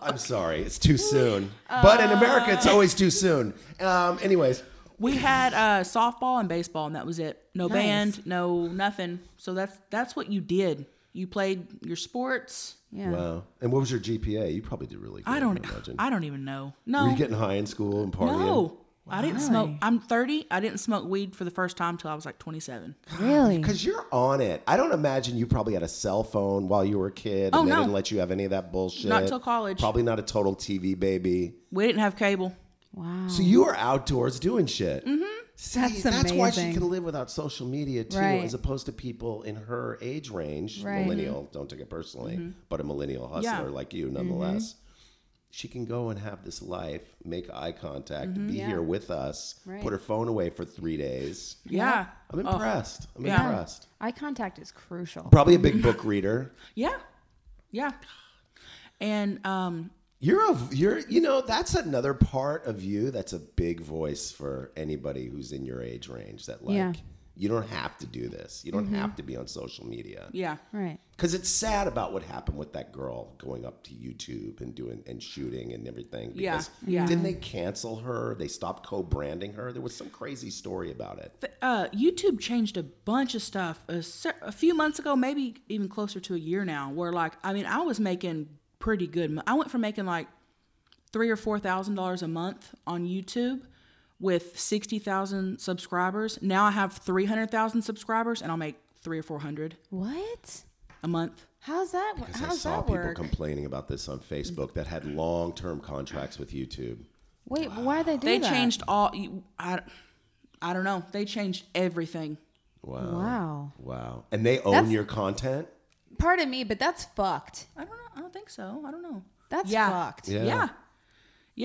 [SPEAKER 1] I'm sorry. It's too soon. but in America,
[SPEAKER 5] Uh.
[SPEAKER 1] it's always too soon. Um, anyways,
[SPEAKER 5] We had uh, softball and baseball, and that was it. No
[SPEAKER 3] Nice.
[SPEAKER 5] band, no nothing. So that's that's what you did. You played your sports.
[SPEAKER 3] Yeah.
[SPEAKER 1] wow. And what was your GPA? You probably did really good.
[SPEAKER 5] I don't.
[SPEAKER 1] imagine.
[SPEAKER 5] I don't even know.
[SPEAKER 1] Were
[SPEAKER 5] No.
[SPEAKER 1] you getting high in school and partying?
[SPEAKER 5] no. I didn't smoke. I'm 30. I didn't smoke weed for the first time till I was like 27.
[SPEAKER 3] Really?
[SPEAKER 1] Because you're on it. I don't imagine you probably had a cell phone while you were a kid, and
[SPEAKER 5] Oh,
[SPEAKER 1] they
[SPEAKER 5] no.
[SPEAKER 1] didn't let you have any of that bullshit.
[SPEAKER 5] Not till college.
[SPEAKER 1] Probably not a total TV baby.
[SPEAKER 5] We didn't have cable.
[SPEAKER 3] Wow.
[SPEAKER 1] So you were outdoors doing shit. Mm-hmm. See, that's,
[SPEAKER 3] That's
[SPEAKER 1] why she
[SPEAKER 3] amazing.
[SPEAKER 1] can live without social media too,
[SPEAKER 3] Right.
[SPEAKER 1] as opposed to people in her age range,
[SPEAKER 3] Right. Mm-hmm.
[SPEAKER 1] millennial. Don't take it personally, but a millennial hustler
[SPEAKER 5] Yeah.
[SPEAKER 1] like you, nonetheless.
[SPEAKER 3] Mm-hmm.
[SPEAKER 1] She can go and have this life, make eye contact, be here with us,
[SPEAKER 3] Mm-hmm. Right. Oh.
[SPEAKER 1] put her phone away for three days.
[SPEAKER 5] Yeah.
[SPEAKER 1] I'm impressed. I'm
[SPEAKER 5] Yeah.
[SPEAKER 1] impressed.
[SPEAKER 3] Eye contact is crucial.
[SPEAKER 1] Probably a big book reader.
[SPEAKER 5] Yeah. Yeah. And um,
[SPEAKER 1] You're a you're you know that's another part of you that's a big voice for anybody who's in your age range that like
[SPEAKER 3] Yeah. Mm-hmm.
[SPEAKER 1] you don't have to do this. You don't have to be on social media.
[SPEAKER 5] yeah.
[SPEAKER 3] Right.
[SPEAKER 1] Cuz it's sad about what happened with that girl going up to YouTube and doing and shooting and everything
[SPEAKER 5] Yeah,
[SPEAKER 1] because
[SPEAKER 5] yeah.
[SPEAKER 1] didn't they cancel her? They stopped co-branding her. There was some crazy story about it.
[SPEAKER 5] uh, YouTube changed a bunch of stuff a, cer- a few months ago, maybe even closer to a year now. Where like, I mean, I was making pretty good. mo- I went from making like three or four thousand dollars a month on YouTube with sixty thousand subscribers. Now I have three hundred thousand subscribers, and I'll make three or four hundred
[SPEAKER 3] What?
[SPEAKER 5] a month.
[SPEAKER 3] How's that? wo-
[SPEAKER 1] Because I
[SPEAKER 3] How's
[SPEAKER 1] saw
[SPEAKER 3] that
[SPEAKER 1] people
[SPEAKER 3] work?
[SPEAKER 1] complaining about this on Facebook that had long-term contracts with YouTube.
[SPEAKER 3] Wait, why they do
[SPEAKER 5] They
[SPEAKER 3] that?
[SPEAKER 5] changed all. you- I, I don't know. They changed everything.
[SPEAKER 1] Wow.
[SPEAKER 3] Wow.
[SPEAKER 1] Wow. And they own
[SPEAKER 3] That's-
[SPEAKER 1] your content?
[SPEAKER 3] Pardon me, but that's fucked.
[SPEAKER 5] I don't know. I don't think so. I don't know.
[SPEAKER 3] That's
[SPEAKER 5] Yeah.
[SPEAKER 3] fucked.
[SPEAKER 1] Yeah.
[SPEAKER 5] Yeah. yeah.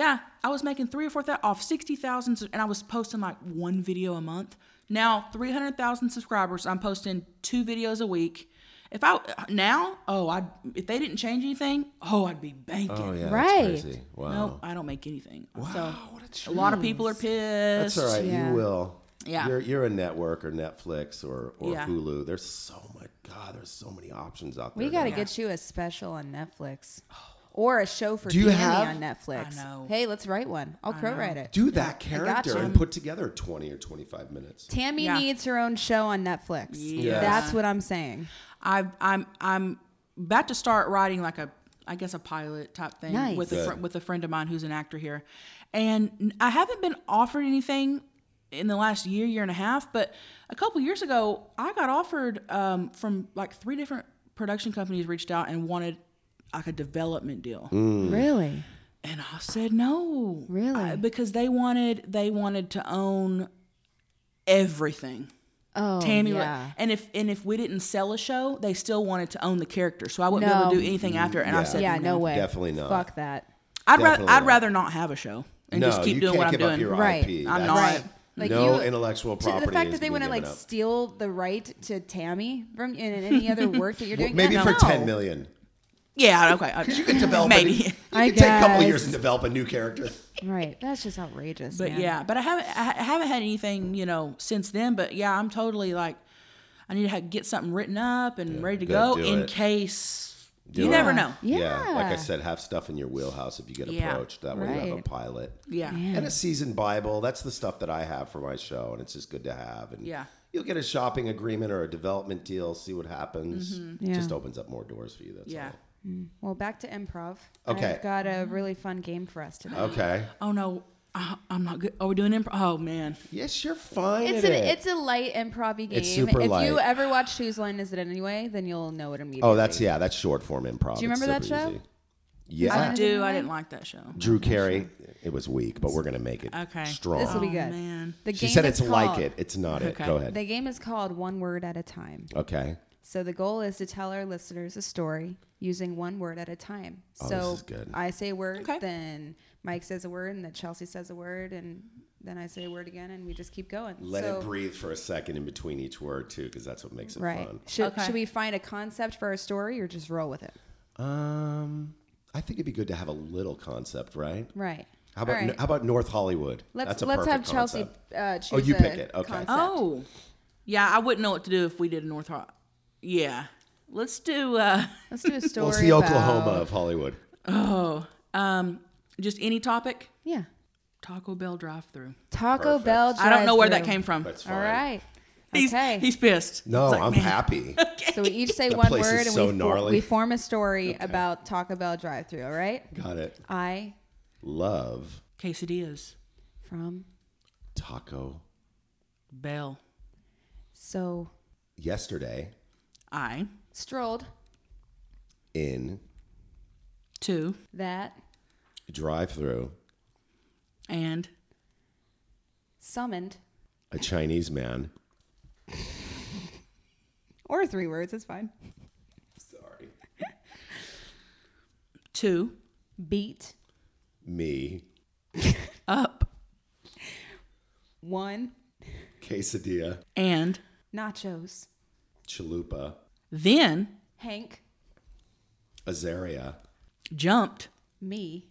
[SPEAKER 5] I was making three or four thousand off sixty thousand, and I was posting like one video a month. Now three hundred thousand subscribers. I'm posting two videos a week. If I now, oh, I if they didn't change anything, oh, I'd be banking.
[SPEAKER 1] Oh yeah,
[SPEAKER 3] Right.
[SPEAKER 1] That's crazy. Wow.
[SPEAKER 5] No, I don't make anything. so
[SPEAKER 1] what
[SPEAKER 5] Oh, a, lot of people are pissed.
[SPEAKER 1] That's all right.
[SPEAKER 3] Yeah.
[SPEAKER 1] You will.
[SPEAKER 5] Yeah.
[SPEAKER 1] You're you're a network or Netflix or or
[SPEAKER 5] Yeah.
[SPEAKER 1] Hulu. There's so much. God, there's so many options out there.
[SPEAKER 3] We got to
[SPEAKER 1] now.
[SPEAKER 3] get you a special on Netflix or a show for
[SPEAKER 1] Do you
[SPEAKER 3] Danny
[SPEAKER 1] have-
[SPEAKER 3] on Netflix.
[SPEAKER 5] I know.
[SPEAKER 3] Hey, let's write one. I'll co write it.
[SPEAKER 1] do that character
[SPEAKER 3] you.
[SPEAKER 1] and put together 20 or 25 minutes.
[SPEAKER 3] Tammy
[SPEAKER 5] Yeah.
[SPEAKER 3] needs her own show on Netflix.
[SPEAKER 1] Yes.
[SPEAKER 3] That's what I'm saying.
[SPEAKER 5] I've, I'm I'm about to start writing like a I guess a pilot type thing
[SPEAKER 3] Nice.
[SPEAKER 5] with a
[SPEAKER 1] Good.
[SPEAKER 5] fr- with a friend of mine who's an actor here, and I haven't been offered anything in the last year year and a half. But a couple years ago, I got offered um, from like three different production companies reached out and wanted like a development deal,
[SPEAKER 3] Mm.
[SPEAKER 1] Hmm.
[SPEAKER 3] Really?
[SPEAKER 5] and I said no,
[SPEAKER 3] Really?
[SPEAKER 5] I- because they wanted they wanted to own everything.
[SPEAKER 3] Oh,
[SPEAKER 5] Tammy, Ra-
[SPEAKER 3] yeah.
[SPEAKER 5] and if and if we didn't sell a show, they still wanted to own the character, so I wouldn't be
[SPEAKER 3] No.
[SPEAKER 5] able to do anything after. it, And I said,
[SPEAKER 3] yeah, no way.
[SPEAKER 1] Definitely not.
[SPEAKER 3] Fuck that.
[SPEAKER 5] I'd rather
[SPEAKER 1] Definitely
[SPEAKER 5] I'd
[SPEAKER 1] not.
[SPEAKER 5] rather not have a show and
[SPEAKER 1] no,
[SPEAKER 5] just keep
[SPEAKER 1] you
[SPEAKER 5] doing
[SPEAKER 1] can't
[SPEAKER 5] what I'm
[SPEAKER 1] give
[SPEAKER 5] doing.
[SPEAKER 1] up your
[SPEAKER 3] Right.
[SPEAKER 1] IP.
[SPEAKER 5] I'm
[SPEAKER 1] That's-
[SPEAKER 5] not.
[SPEAKER 1] no intellectual property.
[SPEAKER 3] To the fact
[SPEAKER 1] is
[SPEAKER 3] that they
[SPEAKER 1] being
[SPEAKER 3] want to
[SPEAKER 1] given
[SPEAKER 3] like
[SPEAKER 1] up.
[SPEAKER 3] steal the right to Tammy from in in any other work that you're doing.
[SPEAKER 1] maybe
[SPEAKER 3] yeah,
[SPEAKER 1] for
[SPEAKER 3] no.
[SPEAKER 1] ten million.
[SPEAKER 5] Yeah, okay. okay.
[SPEAKER 1] You can develop. a-
[SPEAKER 5] Maybe.
[SPEAKER 1] you
[SPEAKER 3] I
[SPEAKER 1] can take a couple
[SPEAKER 3] guess.
[SPEAKER 1] years and develop a new character.
[SPEAKER 3] Right. That's just outrageous.
[SPEAKER 5] But
[SPEAKER 3] man.
[SPEAKER 5] yeah, but I haven't I ha- I haven't had anything you know since then. But yeah, I'm totally like I need to ha- get something written up and ready to
[SPEAKER 1] go
[SPEAKER 5] go
[SPEAKER 1] do
[SPEAKER 5] in
[SPEAKER 1] it.
[SPEAKER 5] case
[SPEAKER 1] Do
[SPEAKER 5] you
[SPEAKER 1] it.
[SPEAKER 5] never know.
[SPEAKER 1] Yeah. Like I
[SPEAKER 3] Yeah.
[SPEAKER 1] said, have stuff in your wheelhouse if you get
[SPEAKER 5] Yeah.
[SPEAKER 1] approached. That way you have a
[SPEAKER 3] Right.
[SPEAKER 1] pilot.
[SPEAKER 5] Yeah.
[SPEAKER 1] And a season Bible. That's the stuff that I have for my show, and it's just good to have. And
[SPEAKER 5] Yeah.
[SPEAKER 1] you'll get a shopping agreement or a development deal, see what happens. It
[SPEAKER 3] Mm-hmm. Yeah.
[SPEAKER 1] just opens up more doors for you. That's
[SPEAKER 5] Yeah.
[SPEAKER 3] Well, back to improv.
[SPEAKER 1] Okay.
[SPEAKER 3] I've got a really fun game for us today.
[SPEAKER 1] all. Okay.
[SPEAKER 5] Oh no, I, I'm not good. Are we doing improv? Oh man.
[SPEAKER 1] Yes, you're fine.
[SPEAKER 3] It's
[SPEAKER 1] at it.
[SPEAKER 3] an, it's a light improv game.
[SPEAKER 1] It's super
[SPEAKER 3] if you
[SPEAKER 1] light.
[SPEAKER 3] ever watched Whose Line Is It Anyway, then you'll know it immediately.
[SPEAKER 1] oh, that's yeah. That's short form improv.
[SPEAKER 3] Do you
[SPEAKER 1] It's
[SPEAKER 3] remember that
[SPEAKER 1] super
[SPEAKER 3] show?
[SPEAKER 1] easy.
[SPEAKER 5] I
[SPEAKER 1] Yeah.
[SPEAKER 5] do. I didn't like that show.
[SPEAKER 1] Drew Carey. It was weak, but we're gonna make it
[SPEAKER 5] Okay.
[SPEAKER 1] strong.
[SPEAKER 3] This will be
[SPEAKER 5] Oh,
[SPEAKER 3] good.
[SPEAKER 5] man.
[SPEAKER 3] The
[SPEAKER 1] she
[SPEAKER 3] game
[SPEAKER 1] said
[SPEAKER 3] is
[SPEAKER 1] it's like
[SPEAKER 3] called-
[SPEAKER 1] it. It's not it.
[SPEAKER 5] Okay.
[SPEAKER 1] Go ahead.
[SPEAKER 3] The game is called One Word at a Time.
[SPEAKER 1] okay.
[SPEAKER 3] So the goal is to tell our listeners a story using one word at a time.
[SPEAKER 1] Oh,
[SPEAKER 3] so
[SPEAKER 1] this is good.
[SPEAKER 3] I say a word,
[SPEAKER 5] Okay.
[SPEAKER 3] then Mike says a word, and then Chelsea says a word, and then I say a word again, and we just keep going.
[SPEAKER 1] Let
[SPEAKER 3] so,
[SPEAKER 1] it breathe for a second in between each word too, because that's what makes it
[SPEAKER 3] Right.
[SPEAKER 1] fun.
[SPEAKER 3] Should,
[SPEAKER 5] Okay.
[SPEAKER 3] should we find a concept for our story or just roll with it?
[SPEAKER 1] Um, I think it'd be good to have a little concept, right?
[SPEAKER 3] Right.
[SPEAKER 1] How about
[SPEAKER 3] All right.
[SPEAKER 1] how about North Hollywood?
[SPEAKER 3] Let's
[SPEAKER 1] That's a
[SPEAKER 3] let's have
[SPEAKER 1] perfect
[SPEAKER 3] Chelsea
[SPEAKER 1] concept.
[SPEAKER 3] uh, choose.
[SPEAKER 1] Oh, you
[SPEAKER 3] a
[SPEAKER 1] pick it. Okay.
[SPEAKER 3] concept.
[SPEAKER 5] Oh, yeah. I wouldn't know what to do if we did North Hall. Yeah. Let's do uh,
[SPEAKER 3] Let's do a story.
[SPEAKER 1] Well, it's the Oklahoma
[SPEAKER 3] about-
[SPEAKER 1] of Hollywood.
[SPEAKER 5] um, just any topic.
[SPEAKER 3] Yeah.
[SPEAKER 5] Taco Bell drive-through.
[SPEAKER 3] Taco
[SPEAKER 1] Perfect.
[SPEAKER 3] Bell.
[SPEAKER 5] I don't know where that
[SPEAKER 3] drive-thru.
[SPEAKER 5] came from.
[SPEAKER 1] That's fine.
[SPEAKER 3] All right.
[SPEAKER 5] He's
[SPEAKER 3] okay.
[SPEAKER 5] he's pissed.
[SPEAKER 1] No,
[SPEAKER 5] He's like,
[SPEAKER 1] I'm
[SPEAKER 5] "Man."
[SPEAKER 1] happy.
[SPEAKER 3] so we each say
[SPEAKER 1] That
[SPEAKER 3] one
[SPEAKER 1] place is
[SPEAKER 3] word and
[SPEAKER 1] so
[SPEAKER 3] we, for,
[SPEAKER 1] gnarly.
[SPEAKER 3] we form a story about Taco Bell drive-through. All right.
[SPEAKER 1] Got it.
[SPEAKER 3] I
[SPEAKER 1] Love
[SPEAKER 5] Quesadillas.
[SPEAKER 3] from
[SPEAKER 1] taco.
[SPEAKER 5] Bell.
[SPEAKER 3] so
[SPEAKER 1] Yesterday
[SPEAKER 5] I
[SPEAKER 3] strolled
[SPEAKER 1] in
[SPEAKER 5] two
[SPEAKER 3] that
[SPEAKER 1] drive-through,
[SPEAKER 5] and
[SPEAKER 3] summoned
[SPEAKER 1] a Chinese man.
[SPEAKER 3] or three words. It's fine.
[SPEAKER 1] Sorry.
[SPEAKER 5] two
[SPEAKER 3] Beat
[SPEAKER 1] Me
[SPEAKER 5] up
[SPEAKER 3] one
[SPEAKER 1] quesadilla
[SPEAKER 5] and
[SPEAKER 3] nachos.
[SPEAKER 1] chalupa
[SPEAKER 5] then
[SPEAKER 3] Hank
[SPEAKER 1] azaria
[SPEAKER 5] jumped
[SPEAKER 3] me.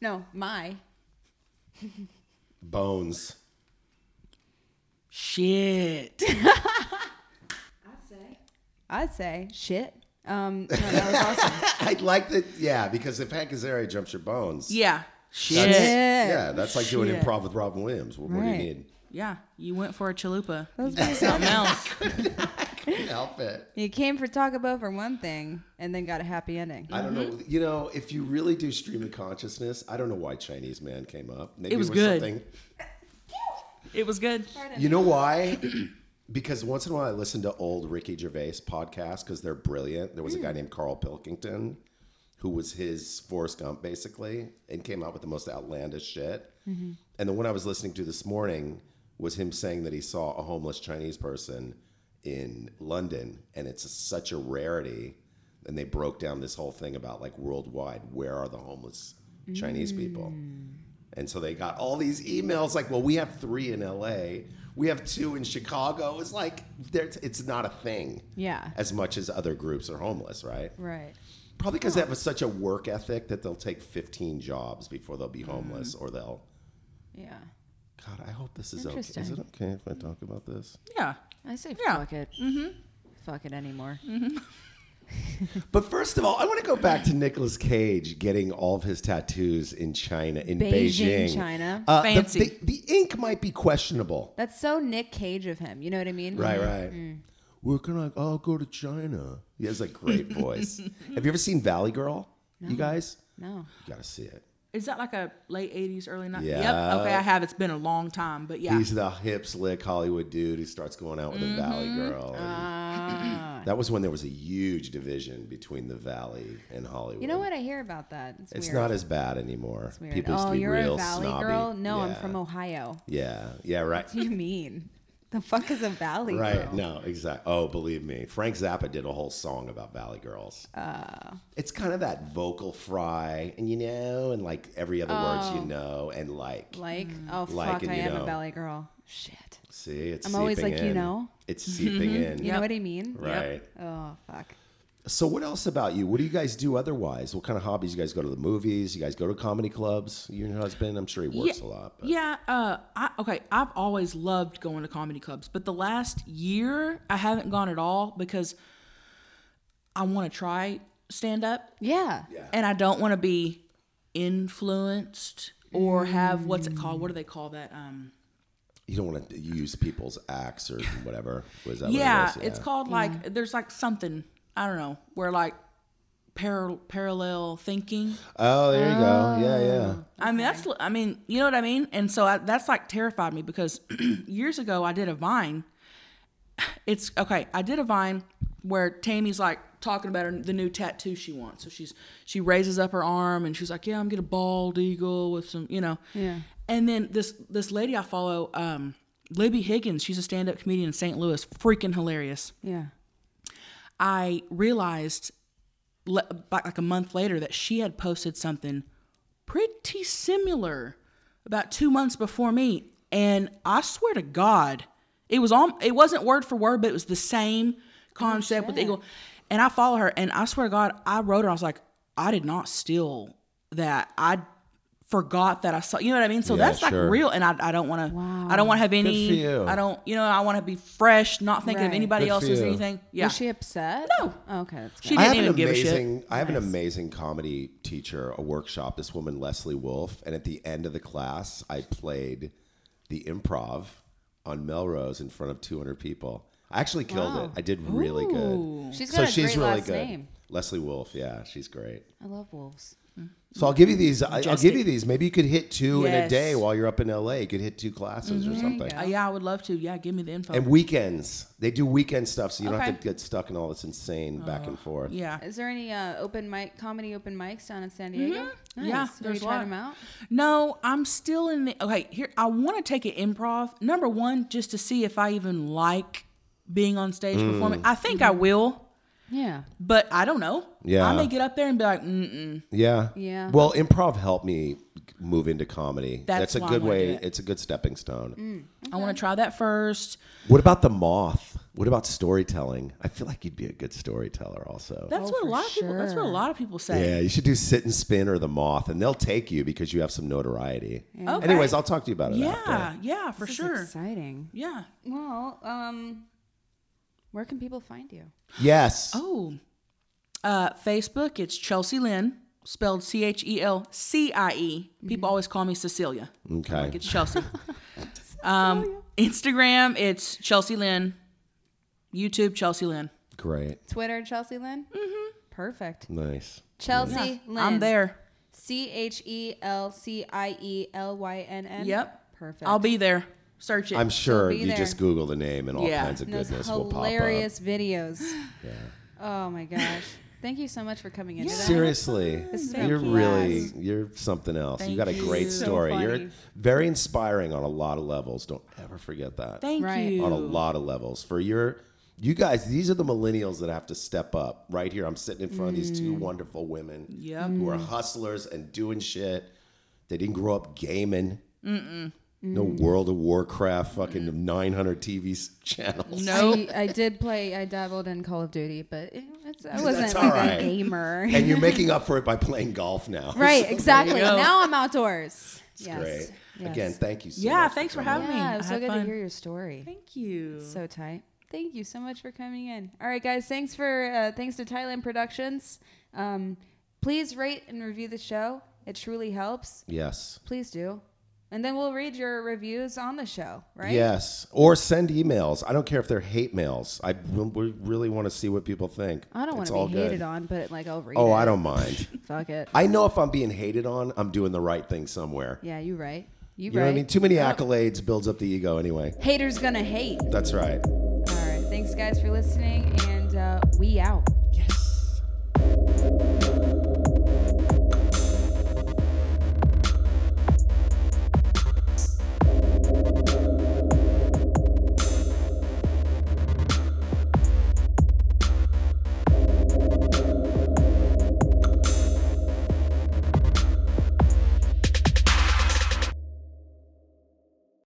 [SPEAKER 3] No, my
[SPEAKER 1] bones.
[SPEAKER 5] shit.
[SPEAKER 3] I'd say shit. Um, no, that was awesome.
[SPEAKER 1] I like that. Yeah, because if Hank Azaria jumps your bones,
[SPEAKER 5] yeah.
[SPEAKER 1] that's,
[SPEAKER 5] Shit.
[SPEAKER 3] Shit.
[SPEAKER 1] yeah, that's like doing
[SPEAKER 5] Shit.
[SPEAKER 1] improv with Robin Williams. What, what do you
[SPEAKER 3] Right.
[SPEAKER 1] need?
[SPEAKER 5] Yeah. You went for a chalupa. That was something else.
[SPEAKER 1] outfit.
[SPEAKER 3] you came for Taco Bell for one thing, and then got a happy ending.
[SPEAKER 1] I don't know. You know, if you really do stream of consciousness, I don't know why Chinese man came up. Maybe
[SPEAKER 5] It was good.
[SPEAKER 1] something.
[SPEAKER 5] It was good.
[SPEAKER 1] You know why? because once in a while I listen to old Ricky Gervais podcasts because they're brilliant. There was a guy named Carl Pilkington who was his Forrest Gump basically and came out with the most outlandish shit. And the one I was listening to this morning was him saying that he saw a homeless Chinese person in London and it's such a rarity. And they broke down this whole thing about like worldwide, where are the homeless Chinese people? And so they got all these emails like, well, we have three in LA, we have two in Chicago. It's like, there's, it's not a thing.
[SPEAKER 3] Yeah.
[SPEAKER 1] As much as other groups are homeless, right?
[SPEAKER 3] Right.
[SPEAKER 1] Probably because they have such a work ethic that they'll take 15 jobs before they'll
[SPEAKER 3] Hmm.
[SPEAKER 1] be homeless or they'll.
[SPEAKER 3] Yeah.
[SPEAKER 1] God, I hope this is okay. Is it
[SPEAKER 3] Interesting.
[SPEAKER 1] okay if I talk about this?
[SPEAKER 5] Yeah.
[SPEAKER 3] I say
[SPEAKER 5] Yeah.
[SPEAKER 3] fuck it. Mm-hmm. Fuck it anymore.
[SPEAKER 1] But first of all, I want to go back to Nicolas Cage getting all of his tattoos in China, in
[SPEAKER 3] Beijing,
[SPEAKER 1] Beijing.
[SPEAKER 3] China.
[SPEAKER 1] Uh, the-
[SPEAKER 5] Fancy.
[SPEAKER 1] the- the ink might be questionable.
[SPEAKER 3] That's so Nick Cage of him. You know what I mean?
[SPEAKER 1] Right, right. We're gonna all go to China. He has a great voice. Have you ever seen Valley Girl? You guys,
[SPEAKER 3] No.
[SPEAKER 1] you gotta see it.
[SPEAKER 5] Is that like a late 80s, early 90s?
[SPEAKER 1] Yeah.
[SPEAKER 5] Yep. Okay, I have. It's been a long time, but yeah.
[SPEAKER 1] He's the hip slick Hollywood dude who starts going out with a Valley
[SPEAKER 3] Mm-hmm.
[SPEAKER 1] Girl.
[SPEAKER 3] Ah.
[SPEAKER 1] and- that was when there was a huge division between the Valley and Hollywood.
[SPEAKER 3] You know what? I hear about that. It's,
[SPEAKER 1] It's
[SPEAKER 3] weird.
[SPEAKER 1] not as bad anymore.
[SPEAKER 3] Weird.
[SPEAKER 1] People used
[SPEAKER 3] oh,
[SPEAKER 1] to be
[SPEAKER 3] you're
[SPEAKER 1] real
[SPEAKER 3] a valley
[SPEAKER 1] snobby.
[SPEAKER 3] girl? No, I'm
[SPEAKER 1] Yeah.
[SPEAKER 3] from Ohio.
[SPEAKER 1] Yeah, yeah, right.
[SPEAKER 3] What do you mean? The fuck is a valley
[SPEAKER 1] Right.
[SPEAKER 3] girl?
[SPEAKER 1] No, exactly. Oh, believe me. Frank Zappa did a whole song about Valley Girls.
[SPEAKER 3] Oh.
[SPEAKER 1] it's kind of that vocal fry, and you know, and like every other words you know, and like,
[SPEAKER 3] Oh. Like, oh
[SPEAKER 1] Like
[SPEAKER 3] fuck,
[SPEAKER 1] and
[SPEAKER 3] I
[SPEAKER 1] you
[SPEAKER 3] am
[SPEAKER 1] know.
[SPEAKER 3] a valley girl. Shit.
[SPEAKER 1] see, it's
[SPEAKER 3] I'm always
[SPEAKER 1] seeping
[SPEAKER 3] like, you
[SPEAKER 1] in.
[SPEAKER 3] know.
[SPEAKER 1] It's seeping in.
[SPEAKER 3] You know what I mean?
[SPEAKER 1] Right.
[SPEAKER 3] Oh fuck.
[SPEAKER 1] So, what else about you? What do you guys do otherwise? What kind of hobbies? You guys go to the movies? You guys go to comedy clubs? You and your husband? I'm sure he works
[SPEAKER 5] Yeah,
[SPEAKER 1] a lot. But
[SPEAKER 5] Yeah, uh, I, okay. I've always loved going to comedy clubs, but the last year I haven't gone at all because I want to try stand up
[SPEAKER 3] Yeah.
[SPEAKER 5] and I don't want to be influenced or have what's it called? What do they call that? Um,
[SPEAKER 1] you don't want to use people's acts or whatever. Was that?
[SPEAKER 5] yeah,
[SPEAKER 1] what it was?
[SPEAKER 5] it's called like there's like something I don't know where like par- parallel thinking.
[SPEAKER 1] Oh, there you go. Yeah, yeah.
[SPEAKER 5] I mean, that's, I mean, you know what I mean? And so I, that's like terrified me because years ago I did a Vine. It's okay. I did a Vine where Tammy's like talking about her, the new tattoo she wants. So she's, she raises up her arm and she's like, yeah, I'm getting a bald eagle with some, you know.
[SPEAKER 3] Yeah.
[SPEAKER 5] And then this, this lady I follow, um, Libby Higgins, she's a stand up comedian in St. Louis, freaking hilarious.
[SPEAKER 3] Yeah.
[SPEAKER 5] I realized le- about, like a month later that she had posted something pretty similar about two months before me, and I swear to God, it was on. It wasn't word for word, but it was the same concept with Eagle. And I follow her, and I swear to God, I wrote her. I was like, I did not steal that. I forgot that I saw. You know what I mean? So
[SPEAKER 1] Yeah,
[SPEAKER 5] that's like
[SPEAKER 1] sure.
[SPEAKER 5] real, and I, I don't want to. I don't want to have any.
[SPEAKER 1] for you.
[SPEAKER 5] I don't. You know, I want to be fresh, not thinking of
[SPEAKER 3] Right.
[SPEAKER 5] anybody
[SPEAKER 1] Good for
[SPEAKER 5] else's
[SPEAKER 1] you.
[SPEAKER 5] anything. Yeah.
[SPEAKER 3] Was she upset?
[SPEAKER 5] No.
[SPEAKER 3] Oh, okay. That's good.
[SPEAKER 5] She
[SPEAKER 1] I
[SPEAKER 5] didn't
[SPEAKER 1] have
[SPEAKER 5] even
[SPEAKER 1] an
[SPEAKER 5] give a shit.
[SPEAKER 1] amazing, I have an amazing comedy teacher, a workshop. This woman, Leslie Wolf, and at the end of the class, I played the improv on Melrose in front of 200 people. I actually killed it. I did really good.
[SPEAKER 3] She's
[SPEAKER 1] so
[SPEAKER 3] got a
[SPEAKER 1] she's
[SPEAKER 3] great
[SPEAKER 1] really
[SPEAKER 3] last
[SPEAKER 1] good.
[SPEAKER 3] name.
[SPEAKER 1] Leslie Wolf, yeah, she's great.
[SPEAKER 3] I love wolves.
[SPEAKER 1] So I'll give you these. I, will give you these. Maybe you could hit two in a
[SPEAKER 5] Yes.
[SPEAKER 1] day while you're up in LA. You could hit two classes or something.
[SPEAKER 5] Uh, yeah, I would love to. Yeah, give me the info.
[SPEAKER 1] And weekends, they do weekend stuff, so you don't have to
[SPEAKER 5] Okay. Oh,
[SPEAKER 1] get stuck in all this insane back and forth.
[SPEAKER 5] yeah.
[SPEAKER 3] Is there any uh, open mic comedy open mics down in San Diego? Nice.
[SPEAKER 5] Mm-hmm. Yeah,
[SPEAKER 3] Have you
[SPEAKER 5] there's a
[SPEAKER 3] tried
[SPEAKER 5] lot.
[SPEAKER 3] them out?
[SPEAKER 5] No, I'm still in the okay, here I want to take an improv. Number one, just to see if I even like being on stage
[SPEAKER 1] Mm.
[SPEAKER 5] performing. I think I will,
[SPEAKER 3] Yeah.
[SPEAKER 5] but I don't know.
[SPEAKER 1] Yeah.
[SPEAKER 5] I may get up there and be like, mm
[SPEAKER 1] Yeah.
[SPEAKER 3] Yeah.
[SPEAKER 1] Well, improv helped me move into comedy. That's,
[SPEAKER 5] That's
[SPEAKER 1] a
[SPEAKER 5] why I
[SPEAKER 1] good
[SPEAKER 5] wanna do
[SPEAKER 1] way.
[SPEAKER 5] it. Mm.
[SPEAKER 1] It's a good stepping stone.
[SPEAKER 5] I want to try that first.
[SPEAKER 1] What about the moth? What about storytelling? I feel like you'd be a good storyteller also.
[SPEAKER 5] That's what a
[SPEAKER 3] for
[SPEAKER 5] lot of people that's what a
[SPEAKER 3] sure.
[SPEAKER 5] lot of people say.
[SPEAKER 1] yeah, you should do sit and spin or the moth, and they'll take you because you have some notoriety.
[SPEAKER 5] Okay.
[SPEAKER 1] Anyways, I'll talk to you about it.
[SPEAKER 5] Yeah,
[SPEAKER 1] After.
[SPEAKER 5] yeah, for
[SPEAKER 3] This is
[SPEAKER 5] sure.
[SPEAKER 3] exciting.
[SPEAKER 5] Yeah.
[SPEAKER 3] Well, um, where can people find you?
[SPEAKER 1] Yes.
[SPEAKER 5] Oh. Uh, Facebook, it's Chelsea Lynn, spelled C H E L C I E. People always call me Cecilia.
[SPEAKER 1] okay.
[SPEAKER 5] It's Chelsea. um, Instagram, it's Chelsea Lynn. YouTube, Chelsea Lynn.
[SPEAKER 1] Great.
[SPEAKER 3] Twitter, Chelsea Lynn? Mm-hmm. Perfect.
[SPEAKER 1] Nice.
[SPEAKER 3] Chelsea Lynn.
[SPEAKER 5] I'm there.
[SPEAKER 3] C H E L C I E L Y N N.
[SPEAKER 5] Yep.
[SPEAKER 3] Perfect.
[SPEAKER 5] I'll be there. Search it.
[SPEAKER 1] I'm sure
[SPEAKER 3] be
[SPEAKER 1] you
[SPEAKER 3] there.
[SPEAKER 1] just Google the name and all
[SPEAKER 5] Yeah.
[SPEAKER 1] kinds of
[SPEAKER 3] And those
[SPEAKER 1] goodness will pop up.
[SPEAKER 3] hilarious videos. Oh my gosh. Thank you so much for coming in today.
[SPEAKER 1] Seriously,
[SPEAKER 3] been
[SPEAKER 1] you're
[SPEAKER 3] a
[SPEAKER 1] really you're something else. you got a great story.
[SPEAKER 3] So
[SPEAKER 1] you're
[SPEAKER 3] funny.
[SPEAKER 1] very inspiring on a lot of levels. Don't ever forget that.
[SPEAKER 5] Thank
[SPEAKER 3] Right.
[SPEAKER 5] you.
[SPEAKER 1] on a lot of levels for your you guys. These are the millennials that have to step up. Right here, I'm sitting in front of these two wonderful women
[SPEAKER 5] Yep.
[SPEAKER 1] who are hustlers and doing shit. They didn't grow up gaming. No World of Warcraft, fucking 900 TV s- channels.
[SPEAKER 5] No.
[SPEAKER 3] I, I did play, I dabbled in Call of Duty, but it- it's, I wasn't
[SPEAKER 1] all
[SPEAKER 3] like
[SPEAKER 1] right.
[SPEAKER 3] a gamer.
[SPEAKER 1] And you're making up for it by playing golf now.
[SPEAKER 3] right, exactly.
[SPEAKER 5] go.
[SPEAKER 3] Now I'm outdoors. yes.
[SPEAKER 1] Great.
[SPEAKER 3] Yes.
[SPEAKER 1] Again, thank you so much.
[SPEAKER 5] Yeah, thanks for
[SPEAKER 1] coming.
[SPEAKER 5] having me.
[SPEAKER 3] Yeah, it
[SPEAKER 5] I
[SPEAKER 3] was so
[SPEAKER 5] had
[SPEAKER 3] good
[SPEAKER 5] fun.
[SPEAKER 3] to hear your story.
[SPEAKER 5] Thank you.
[SPEAKER 3] So tight. Thank you so much for coming in. All right, guys. Thanks for uh, thanks to Thailand Productions. Um, please rate and review the show. It truly helps.
[SPEAKER 1] Yes.
[SPEAKER 3] Please do. And then we'll read your reviews on the show, right?
[SPEAKER 1] Yes, or send emails. I don't care if they're hate mails. I we really want to see what people think.
[SPEAKER 3] I don't want
[SPEAKER 1] It's
[SPEAKER 3] to be
[SPEAKER 1] all
[SPEAKER 3] hated
[SPEAKER 1] good.
[SPEAKER 3] on, but like I'll read
[SPEAKER 1] Oh,
[SPEAKER 3] it.
[SPEAKER 1] I don't mind.
[SPEAKER 3] Fuck it.
[SPEAKER 1] I know if I'm being hated on, I'm doing the right thing somewhere.
[SPEAKER 3] yeah, you right. You,
[SPEAKER 1] you know
[SPEAKER 3] right.
[SPEAKER 1] what I mean? Too many accolades builds up the ego anyway.
[SPEAKER 3] Haters gonna hate.
[SPEAKER 1] That's right.
[SPEAKER 3] All right. Thanks, guys, for listening, and uh, we out.
[SPEAKER 1] Yes.